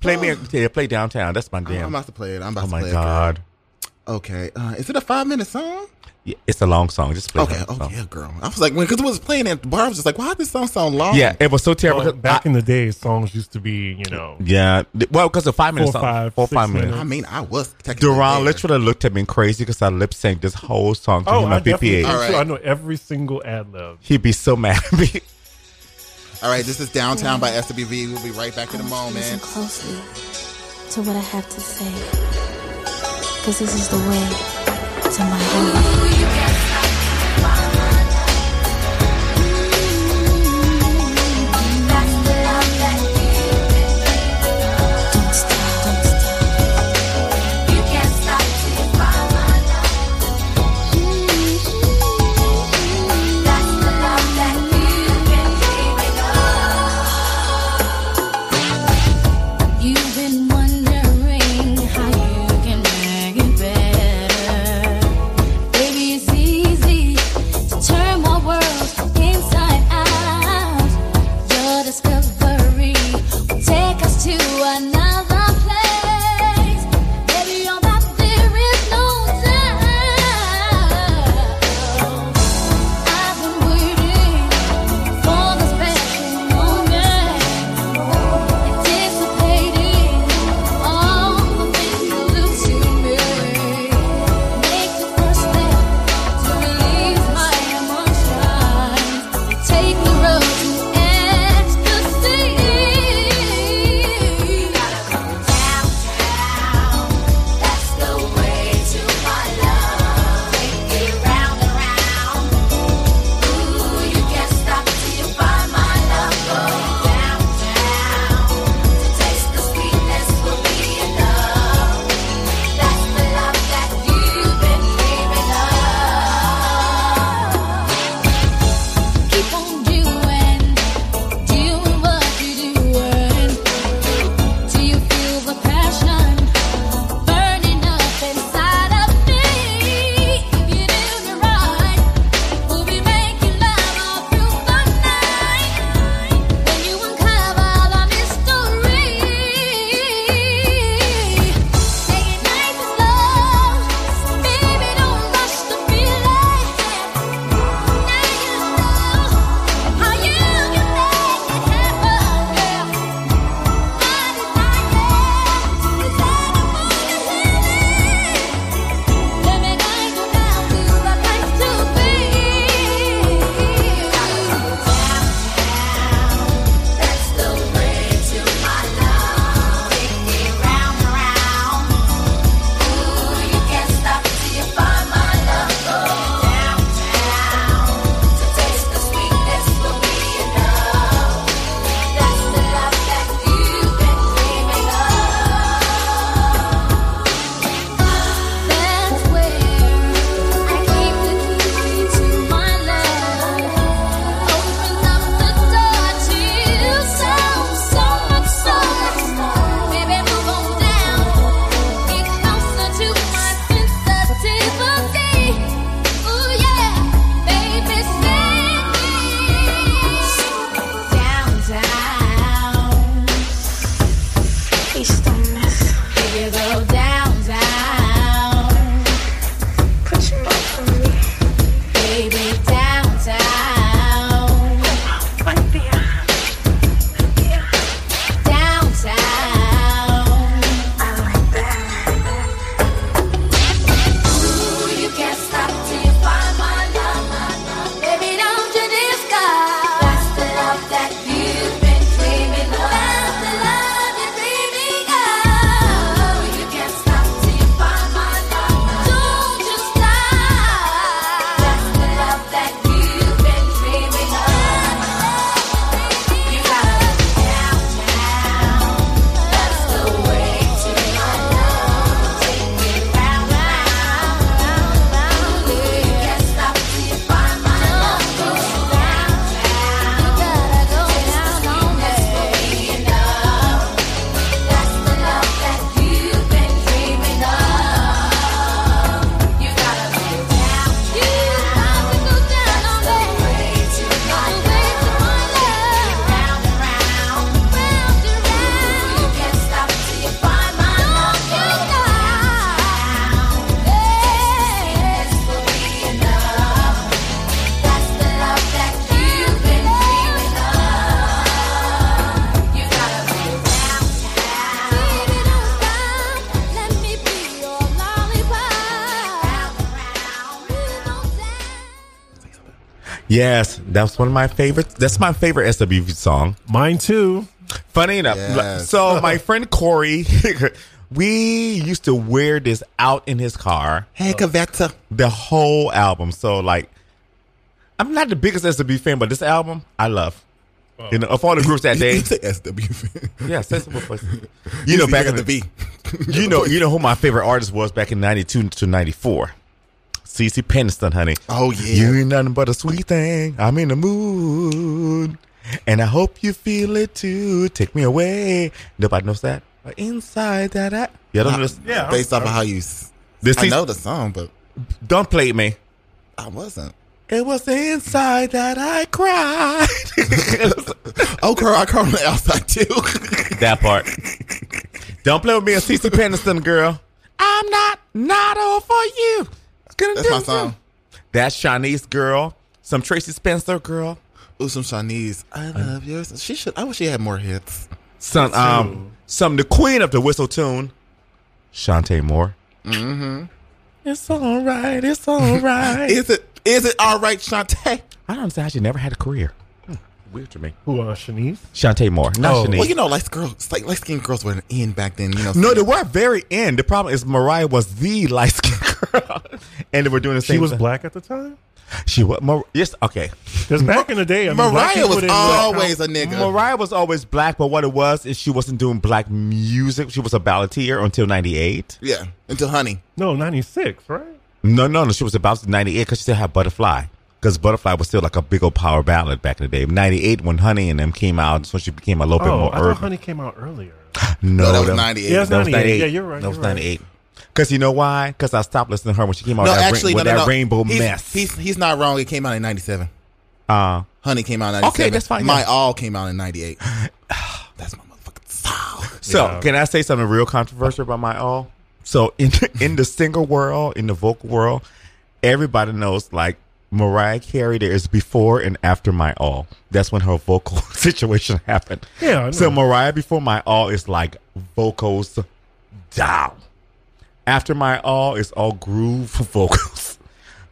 Speaker 3: Play
Speaker 8: Oh.
Speaker 3: me. Yeah, play downtown. That's my
Speaker 8: I'm
Speaker 3: damn.
Speaker 8: about to play it. I'm about
Speaker 3: Oh
Speaker 8: to
Speaker 3: my
Speaker 8: play
Speaker 3: God.
Speaker 8: it. Okay. Uh, is it a five minute song?
Speaker 3: Yeah, it's a long song. Just play
Speaker 8: Okay.
Speaker 3: that
Speaker 8: Oh
Speaker 3: song.
Speaker 8: yeah, girl. I was like, when because it was playing at the bar, I was just like, why does this song sound long?
Speaker 3: Yeah, it was so terrible.
Speaker 5: Well,
Speaker 3: 'cause
Speaker 5: back in the day, songs used to be, you know,
Speaker 3: I- yeah, th- well, because the five minutes,
Speaker 5: Four,
Speaker 3: song,
Speaker 5: five,
Speaker 3: four, five
Speaker 5: six
Speaker 3: minutes.
Speaker 8: I mean, I was. technically
Speaker 3: Duran
Speaker 8: there.
Speaker 3: literally looked at me crazy because I lip synced this whole song to
Speaker 5: Oh,
Speaker 3: him
Speaker 5: I
Speaker 3: at
Speaker 5: definitely,
Speaker 3: BPA.
Speaker 5: I'm sure
Speaker 8: Alright.
Speaker 5: I know every single ad lib.
Speaker 3: He'd be so mad at me.
Speaker 8: All right, this is Downtown by SWV. We'll be right back in a
Speaker 17: Listen
Speaker 8: moment.
Speaker 17: closely to what I have to say. Cause this is the way to my home. Don't stop, don't stop. You've been wondering how you can make it better.
Speaker 3: Yes, that's one of my favorites. That's my favorite SWV song.
Speaker 5: Mine too.
Speaker 3: Funny enough,
Speaker 18: Yes.
Speaker 3: so my friend Corey, we used to wear this out in his car.
Speaker 8: Hey, Cavetta.
Speaker 3: The whole album. So like, I'm not the biggest SWV fan, but this album I love.
Speaker 5: Oh.
Speaker 3: You know, of all the groups that day,
Speaker 8: SW
Speaker 3: Yeah, sensible voice. You know, back in the
Speaker 8: B.
Speaker 3: you know, you know who my favorite artist was back in '92 to '94. CC Peniston, honey.
Speaker 8: Oh yeah,
Speaker 3: you ain't nothing but a sweet thing. I'm in the mood, and I hope you feel it too. Take me away. Nobody knows that. Inside that, I, yeah, don't just,
Speaker 8: based off of how you. s- I know the song, but
Speaker 3: don't play me.
Speaker 8: I wasn't.
Speaker 3: It was inside that I cried.
Speaker 8: oh, girl, I cried on the outside too.
Speaker 3: that part. Don't play with me and CC Peniston, girl. I'm not not all for you. That's
Speaker 8: my song.
Speaker 3: That's Shawnee's girl. Some Tracy Spencer girl.
Speaker 8: Ooh, some Shawnee's. I love yours. She should. I wish she had more hits.
Speaker 3: Some um some the queen of the whistle tune. Shantae Moore.
Speaker 8: Mm-hmm.
Speaker 3: It's all right. It's all right.
Speaker 8: is it? Is it all right, Shantae?
Speaker 3: I don't understand how she never had a career. Hmm, Weird to me.
Speaker 5: Who uh, Shanice?
Speaker 3: Shantae Moore. Not Shanice.
Speaker 8: Oh, Well, you know, light girls, like light skinned girls were an in back then. You know,
Speaker 3: No, they were very end. The problem is Mariah was the light skinned girl. and they were doing the same
Speaker 5: She was
Speaker 3: thing.
Speaker 5: black at the time.
Speaker 3: She was. Mar- yes, okay.
Speaker 5: Because back in the day, I mean, black people didn't know how-
Speaker 3: Mariah was always black, but what it was is she wasn't doing black music. She was a balladeer until '98.
Speaker 8: Yeah, until Honey.
Speaker 5: No, ninety six, right?
Speaker 3: No, no, no. She was about '98 because she still had Butterfly. Because Butterfly was still like a big old power ballad back in the day. '98 when Honey and them came out, so she became a little bit
Speaker 5: Oh,
Speaker 3: more
Speaker 5: I thought
Speaker 3: urban.
Speaker 5: Honey came out earlier.
Speaker 3: No,
Speaker 8: No, that was 98.
Speaker 5: Yeah, it was
Speaker 3: That
Speaker 5: 98. Yeah, you're right,
Speaker 3: That was
Speaker 5: you're right.
Speaker 3: 98. Because you know why? Because I stopped listening to her when she came out
Speaker 8: no,
Speaker 3: with that, ra-
Speaker 8: actually,
Speaker 3: with
Speaker 8: no, no,
Speaker 3: that
Speaker 8: no.
Speaker 3: rainbow
Speaker 8: he's,
Speaker 3: mess.
Speaker 8: He's he's not wrong. It came out in '97.
Speaker 3: Uh,
Speaker 8: Honey came out in '97.
Speaker 3: Okay, that's fine,
Speaker 8: My
Speaker 3: yeah.
Speaker 8: All came out in '98.
Speaker 3: So
Speaker 8: Yeah.
Speaker 3: can I say something real controversial about my all? So in in the singer world, in the vocal world, everybody knows like Mariah Carey. There is before and after my all. That's when her vocal situation happened.
Speaker 5: Yeah, I
Speaker 3: So
Speaker 5: know.
Speaker 3: Mariah before my all is like vocals down. After my all is all groove vocals.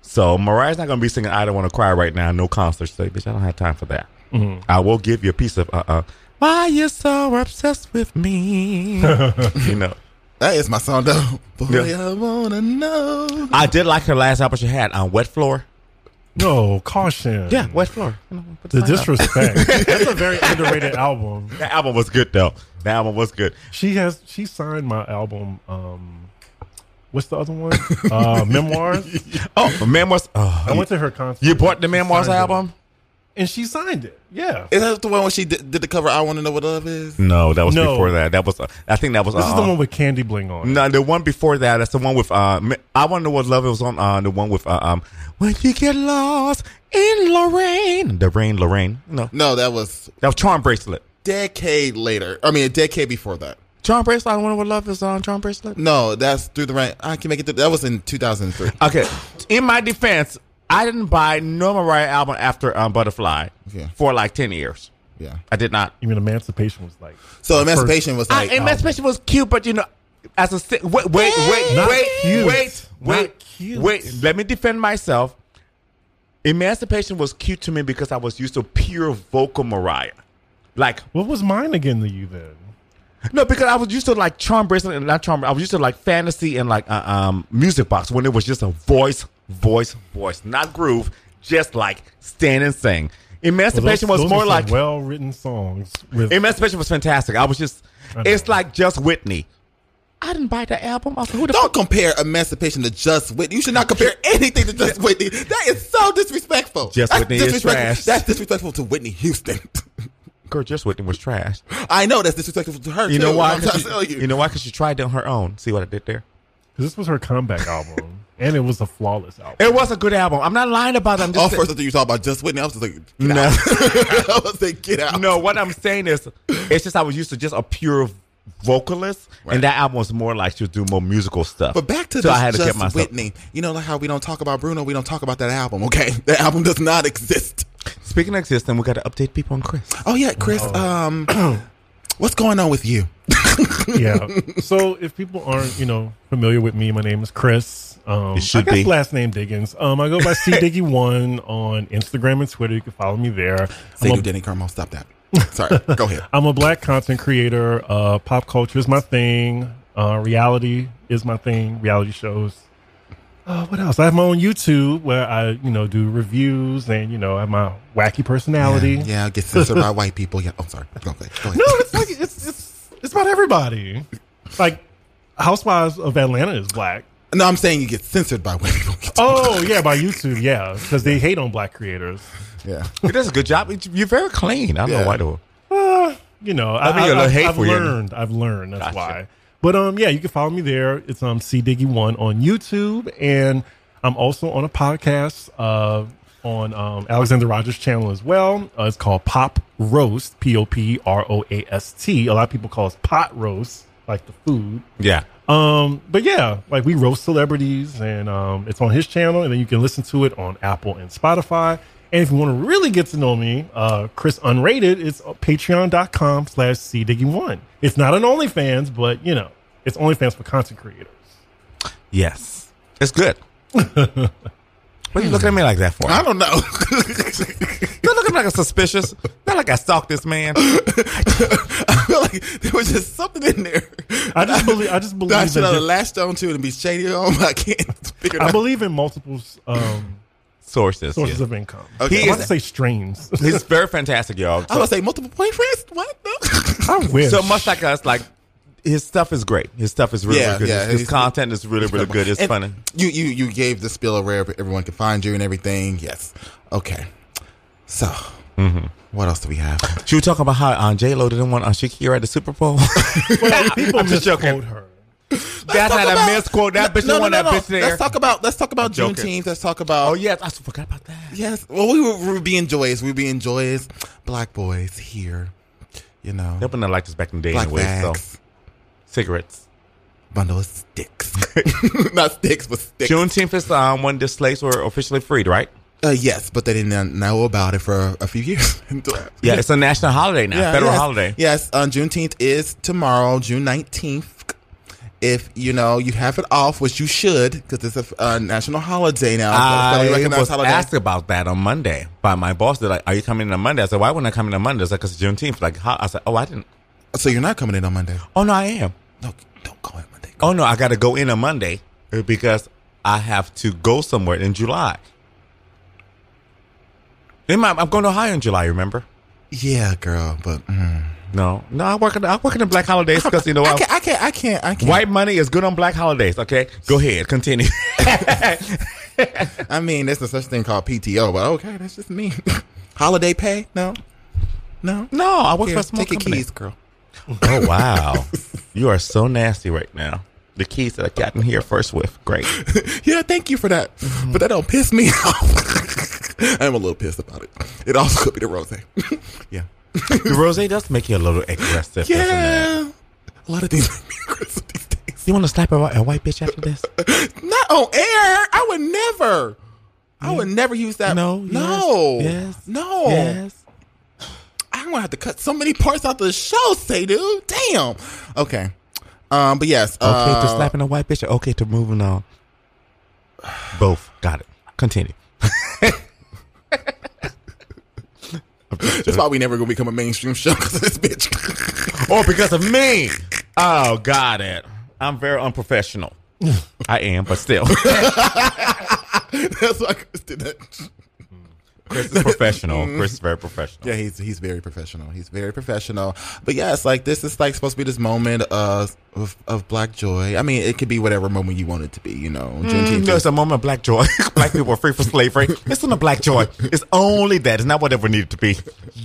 Speaker 3: So Mariah's not gonna be singing "I Don't Want to Cry" right now. No concert, say, bitch. I don't have time for that.
Speaker 5: Mhm.
Speaker 3: I will give you a piece of uh uh Why you so obsessed with me? you know.
Speaker 8: That is my song though. Boy,
Speaker 3: Yeah.
Speaker 8: I wanna know.
Speaker 3: I did like her last album she had on Wet Floor.
Speaker 5: No, caution.
Speaker 3: Yeah, Wet Floor.
Speaker 5: The disrespect. That's a very underrated album.
Speaker 3: That album was good though. That album was good.
Speaker 5: She has she signed my album. Um, what's the other one? Uh, memoirs.
Speaker 3: Oh, memoirs. Oh,
Speaker 5: I went to her concert.
Speaker 3: You bought the
Speaker 5: She
Speaker 3: memoirs
Speaker 5: signed it.
Speaker 3: album?
Speaker 5: and she signed it. Yeah.
Speaker 8: Is that the one when she did, did the cover? I wanna know what love is.
Speaker 3: No, that was
Speaker 5: No.
Speaker 3: before that. That was uh, I think that was.
Speaker 5: This is the
Speaker 3: uh,
Speaker 5: one with Candy Bling on. it.
Speaker 3: No, the one before that. That's the one with. Uh, Mi- I want to know what love it was on. Uh, the one with. Uh, um, when you get lost in Lorraine, the rain, Lorraine. No,
Speaker 8: No, that was
Speaker 3: that was Charm Bracelet.
Speaker 8: decade later. I mean, a decade before that.
Speaker 3: Charm Bracelet. I want to know what love is on. Charm Bracelet.
Speaker 8: No, that's through the rain. I can make it. Through. That was in 2003.
Speaker 3: Okay. In my defense, I didn't buy no Mariah album after um, Butterfly
Speaker 8: Yeah.
Speaker 3: for like ten years.
Speaker 8: Yeah.
Speaker 3: I did not.
Speaker 5: You mean Emancipation was like.
Speaker 8: So
Speaker 5: the
Speaker 8: Emancipation
Speaker 5: first-
Speaker 8: was like-
Speaker 3: I, Emancipation was cute, but you know, as a si- wait, wait, wait,
Speaker 5: Not
Speaker 3: wait,
Speaker 5: cute.
Speaker 3: wait,
Speaker 5: Not
Speaker 3: wait,
Speaker 5: cute.
Speaker 3: wait. Let me defend myself. Emancipation was cute to me because I was used to pure vocal Mariah. Like
Speaker 5: What was mine again to you then?
Speaker 3: no, because I was used to like charm bracelet and not charm. I was used to like fantasy and like uh, um music box when it was just a voice, voice, voice, not groove, just like stand and sing. Emancipation was more like
Speaker 5: well written songs. With,
Speaker 3: Emancipation was fantastic. I was just,
Speaker 5: I know.
Speaker 3: it's like just Whitney. I didn't buy the album. I was like, who the
Speaker 8: Don't compare Emancipation to Just Whitney. You should not compare anything to Just Whitney. That is so disrespectful.
Speaker 3: Just
Speaker 8: That's
Speaker 3: Whitney is
Speaker 8: disrespectful.
Speaker 3: trash.
Speaker 8: That's disrespectful to Whitney Houston.
Speaker 3: girl just Whitney was trash.
Speaker 8: I know that's disrespectful to her.
Speaker 3: You
Speaker 8: too.
Speaker 3: know why?
Speaker 8: I'm trying
Speaker 3: 'Cause
Speaker 8: to tell
Speaker 3: She,
Speaker 8: you.
Speaker 3: you know why? Because she tried it on her own. See what I did there?
Speaker 5: This was her comeback album, and it was a flawless album.
Speaker 3: It was a good album. I'm not lying about it. I'm just
Speaker 8: All
Speaker 3: saying-
Speaker 8: Oh, first after you talk about Just Whitney, I was just like,
Speaker 3: no.
Speaker 8: I was like, get out.
Speaker 3: No, what I'm saying is, it's just I was used to just a pure vocalist, and that album was more like she was doing more musical stuff.
Speaker 8: But back to
Speaker 3: so
Speaker 8: this
Speaker 3: I had to
Speaker 8: Just
Speaker 3: get myself.
Speaker 8: Whitney. You know, like how we don't talk about Bruno, we don't talk about that album. Okay, that album does not exist.
Speaker 3: Speaking
Speaker 5: Oh.
Speaker 3: of existing, we got to update people on Chris.
Speaker 8: Oh yeah, Chris. Um, what's going on with you?
Speaker 5: yeah. So if people aren't, you know, familiar with me, my name is Chris. Um,
Speaker 3: It should
Speaker 5: I guess
Speaker 3: be.
Speaker 5: last name Diggins. Um, I go by C Diggy One on Instagram and Twitter. You can follow me there.
Speaker 8: Say
Speaker 5: I'm
Speaker 8: do Danny Carmo. Stop that. Sorry. Go ahead.
Speaker 5: I'm a black content creator. Uh, pop culture is my thing. Uh, reality is my thing. Reality shows. Uh, what else? I have my own YouTube where I, you know, do reviews and you know, I have my wacky personality.
Speaker 8: Yeah, yeah, get censored by white people. Yeah. Oh, sorry. Go ahead. Go ahead.
Speaker 5: No, it's like it's it's it's about everybody. Like Housewives of Atlanta is black.
Speaker 8: No, I'm saying you get censored by white people.
Speaker 5: Oh yeah, by YouTube, yeah, because they hate on black creators.
Speaker 8: Yeah,
Speaker 3: It does a good job. It's- You're very clean. I don't know why though.
Speaker 5: Uh, you know, I,
Speaker 3: I think
Speaker 5: I,
Speaker 3: you're a little
Speaker 5: have
Speaker 3: hateful, yeah.
Speaker 5: learned. I've learned. That's
Speaker 3: Gotcha.
Speaker 5: why. But um, yeah, you can follow me there. It's um C Diggy One on YouTube, and I'm also on a podcast uh on um Alexander Rogers' channel as well. Uh, it's called Pop Roast. P O P R O A S T. A lot of people call it pot roast, like the food.
Speaker 3: Yeah.
Speaker 5: Um, but yeah, like we roast celebrities, and um, it's on his channel, and then you can listen to it on Apple and Spotify. And if you want to really get to know me, uh, Chris Unrated, it's patreon.com slash cdiggy1. It's not an OnlyFans, but you know, it's OnlyFans for content creators.
Speaker 3: Yes. It's good. what are you looking at me like that for?
Speaker 8: I don't know.
Speaker 3: You're looking like a suspicious. Not like I stalked this man. I
Speaker 8: feel like there was just something in there.
Speaker 5: I just believe, I just believe
Speaker 8: That I should have
Speaker 5: that just-
Speaker 8: lashed on to it and be shady on. but I can't figure it
Speaker 5: I
Speaker 8: out.
Speaker 5: believe in multiple um,
Speaker 3: Sources.
Speaker 5: sources
Speaker 3: yeah.
Speaker 5: of income.
Speaker 3: Okay.
Speaker 5: I want to say strains.
Speaker 3: He's very fantastic, y'all.
Speaker 8: I was gonna say multiple boyfriends. What?
Speaker 5: I
Speaker 8: wish.
Speaker 3: So much like us, like his stuff is great. His stuff is really,
Speaker 8: Yeah,
Speaker 3: really good.
Speaker 8: yeah,
Speaker 3: his
Speaker 8: he's-
Speaker 3: content is really, really good. It's
Speaker 8: And
Speaker 3: funny.
Speaker 8: You you you gave the spiel of where everyone can find you and everything. Yes. Okay. So what else do we have?
Speaker 3: Mm-hmm. She was talking about how uh, J Lo didn't want uh, Shakira at the Super Bowl.
Speaker 5: Well, people
Speaker 3: I'm just
Speaker 5: misquote
Speaker 3: joking.
Speaker 5: her.
Speaker 3: That's not a misquote. That bitch
Speaker 8: no,
Speaker 3: didn't want
Speaker 8: no,
Speaker 3: that
Speaker 8: no.
Speaker 3: bitch there.
Speaker 8: Let's talk about let's talk about
Speaker 3: Joking.
Speaker 8: Juneteenth. Let's talk about. Oh
Speaker 3: yes, I forgot about that.
Speaker 8: Yes. Well, we were, we were being joyous. We were being joyous. Black boys here. You know.
Speaker 3: They wouldn't have liked us back in the day
Speaker 8: Black
Speaker 3: anyway.
Speaker 8: bags.
Speaker 3: So cigarettes.
Speaker 8: Bundle of sticks. Not sticks, but sticks.
Speaker 3: Juneteenth is um, when the slaves were officially freed, right?
Speaker 8: Uh, yes, but they didn't know about it for a few years.
Speaker 3: Yeah, it's a national holiday now, federal holiday.
Speaker 8: Yes, on Juneteenth is tomorrow, June nineteenth. If you know you have it off, which you should, because it's a f- uh, national holiday now. so it's
Speaker 3: I
Speaker 8: federally recognized
Speaker 3: was
Speaker 8: holiday.
Speaker 3: asked about that on Monday by my boss. They're like, "Are you coming in on Monday?" I said, "Why wouldn't I come in on Monday?" It's like, "Cause it's Juneteenth." Like, how? I said, "Oh, I didn't."
Speaker 8: So you're not coming in on Monday?
Speaker 3: Oh no, I am.
Speaker 8: No,
Speaker 3: don't go in Monday. Oh no, I got to go in on Monday uh, because I have to go somewhere in July. In my, I'm going to Ohio in July. Remember?
Speaker 8: Yeah, girl, but mm.
Speaker 3: no, no. I work. In, I work in the black holidays because you know
Speaker 8: I
Speaker 3: I,
Speaker 8: can't, I can't, I can't, I can't.
Speaker 3: white money is good on black holidays. Okay, go ahead, continue.
Speaker 8: I mean, there's no such thing called PTO, but okay, that's just me. holiday pay? No, no,
Speaker 3: no. I work for a small
Speaker 8: Take your
Speaker 3: company.
Speaker 8: keys, girl.
Speaker 3: Oh wow, you are so nasty right now. The keys that I got in here first with, great.
Speaker 8: yeah, thank you for that.
Speaker 3: Mm-hmm.
Speaker 8: But that don't piss me off. I'm a little pissed about it. It also could be the rose. yeah.
Speaker 3: The rose does make you a little aggressive. doesn't it?
Speaker 8: Yeah. A lot of things make me aggressive these days.
Speaker 3: You want to slap a, whi- a white bitch after this?
Speaker 8: Not on air. I would never. I would never use that. No. No.
Speaker 3: yes,
Speaker 8: No.
Speaker 3: yes.
Speaker 8: I'm gonna have to cut so many parts out the show, say dude. Damn. Okay. Um, but yes.
Speaker 3: Okay
Speaker 8: uh,
Speaker 3: to slapping a white bitch. or Okay to moving on. Both. Got it. Continue.
Speaker 8: That's why we never gonna become a mainstream show because of this bitch.
Speaker 3: or because of me. Oh, got it. I'm very unprofessional. I am, but still.
Speaker 8: That's why Chris did that.
Speaker 3: Chris is professional. Chris is very professional.
Speaker 8: Mm-hmm. Yeah, he's he's very professional. He's very professional. But yes, like this is like supposed to be this moment of of, of black joy. I mean, it could be whatever moment you want it to be. You know,
Speaker 3: Mm,
Speaker 8: Juneteenth.
Speaker 3: there's a moment of black joy. black people are free from slavery. It's not a black joy. It's only that. It's not whatever needed to be.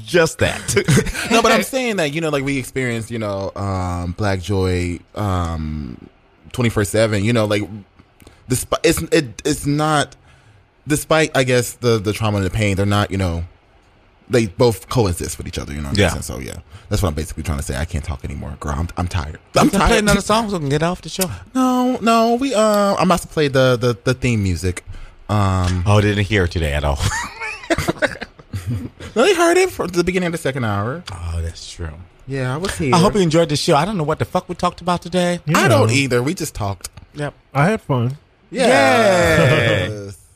Speaker 3: Just that.
Speaker 8: is- no, but I'm saying that you know, like we experience you know, um, black joy, um, twenty four seven. You know, like despite it's it, it's not despite I guess the the trauma and the pain. They're not you know. They both coexist with each other, you know. What
Speaker 3: Yeah.
Speaker 8: I'm saying? so yeah, that's what I'm basically trying to say. I can't talk anymore, girl. I'm, I'm tired.
Speaker 3: I'm
Speaker 8: I'm
Speaker 3: trying to play
Speaker 8: tired.
Speaker 3: another song so we can get off the show.
Speaker 8: No, no, we uh, I'm about to play the the, the theme music. Um,
Speaker 3: oh, didn't hear it today at all.
Speaker 8: no, they heard it from the beginning of the second hour.
Speaker 3: Oh, that's true.
Speaker 8: Yeah, I was here.
Speaker 3: I hope you enjoyed the show. I don't know what the fuck we talked about today.
Speaker 8: I don't either. We just talked.
Speaker 3: Yep.
Speaker 5: I had fun.
Speaker 3: Yeah. Oh,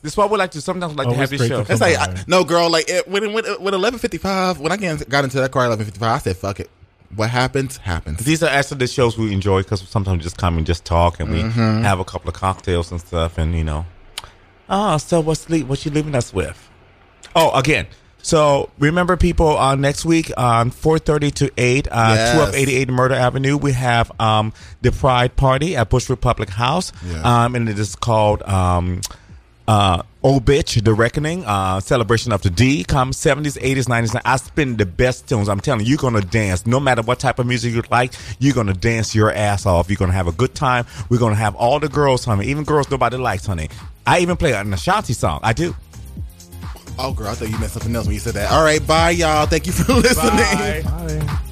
Speaker 3: This is why we like to sometimes like to have this show.
Speaker 8: Oh, It's like I, no, girl. Like it, when when when eleven fifty five. When I get- got into that car at eleven fifty five, I said, "Fuck it." What happens, happens.
Speaker 3: These are actually the shows we enjoy because sometimes we just come and just talk and we
Speaker 8: Mhm.
Speaker 3: have a couple of cocktails and stuff and you know. Ah, so what's le- what you leaving us with? Oh, again. So remember, people, uh, next week on four thirty to eight, uh,
Speaker 19: Yes.
Speaker 3: twelve eighty eight Murder Avenue, we have um, the Pride Party at Bush Republic House,
Speaker 19: Yes.
Speaker 3: um, and it is called. Um, uh, Old Bitch, The Reckoning, uh, Celebration of the D, come 70s, 80s, 90s. I spin the best tunes. I'm telling you, you're going to dance. No matter what type of music you like, you're going to dance your ass off. You're going to have a good time. We're going to have all the girls, honey, even girls nobody likes, honey. I even play an Ashanti song. I do.
Speaker 8: Oh, girl, I thought you meant something else when you said that. All right, bye, y'all. Thank you for listening.
Speaker 3: Bye.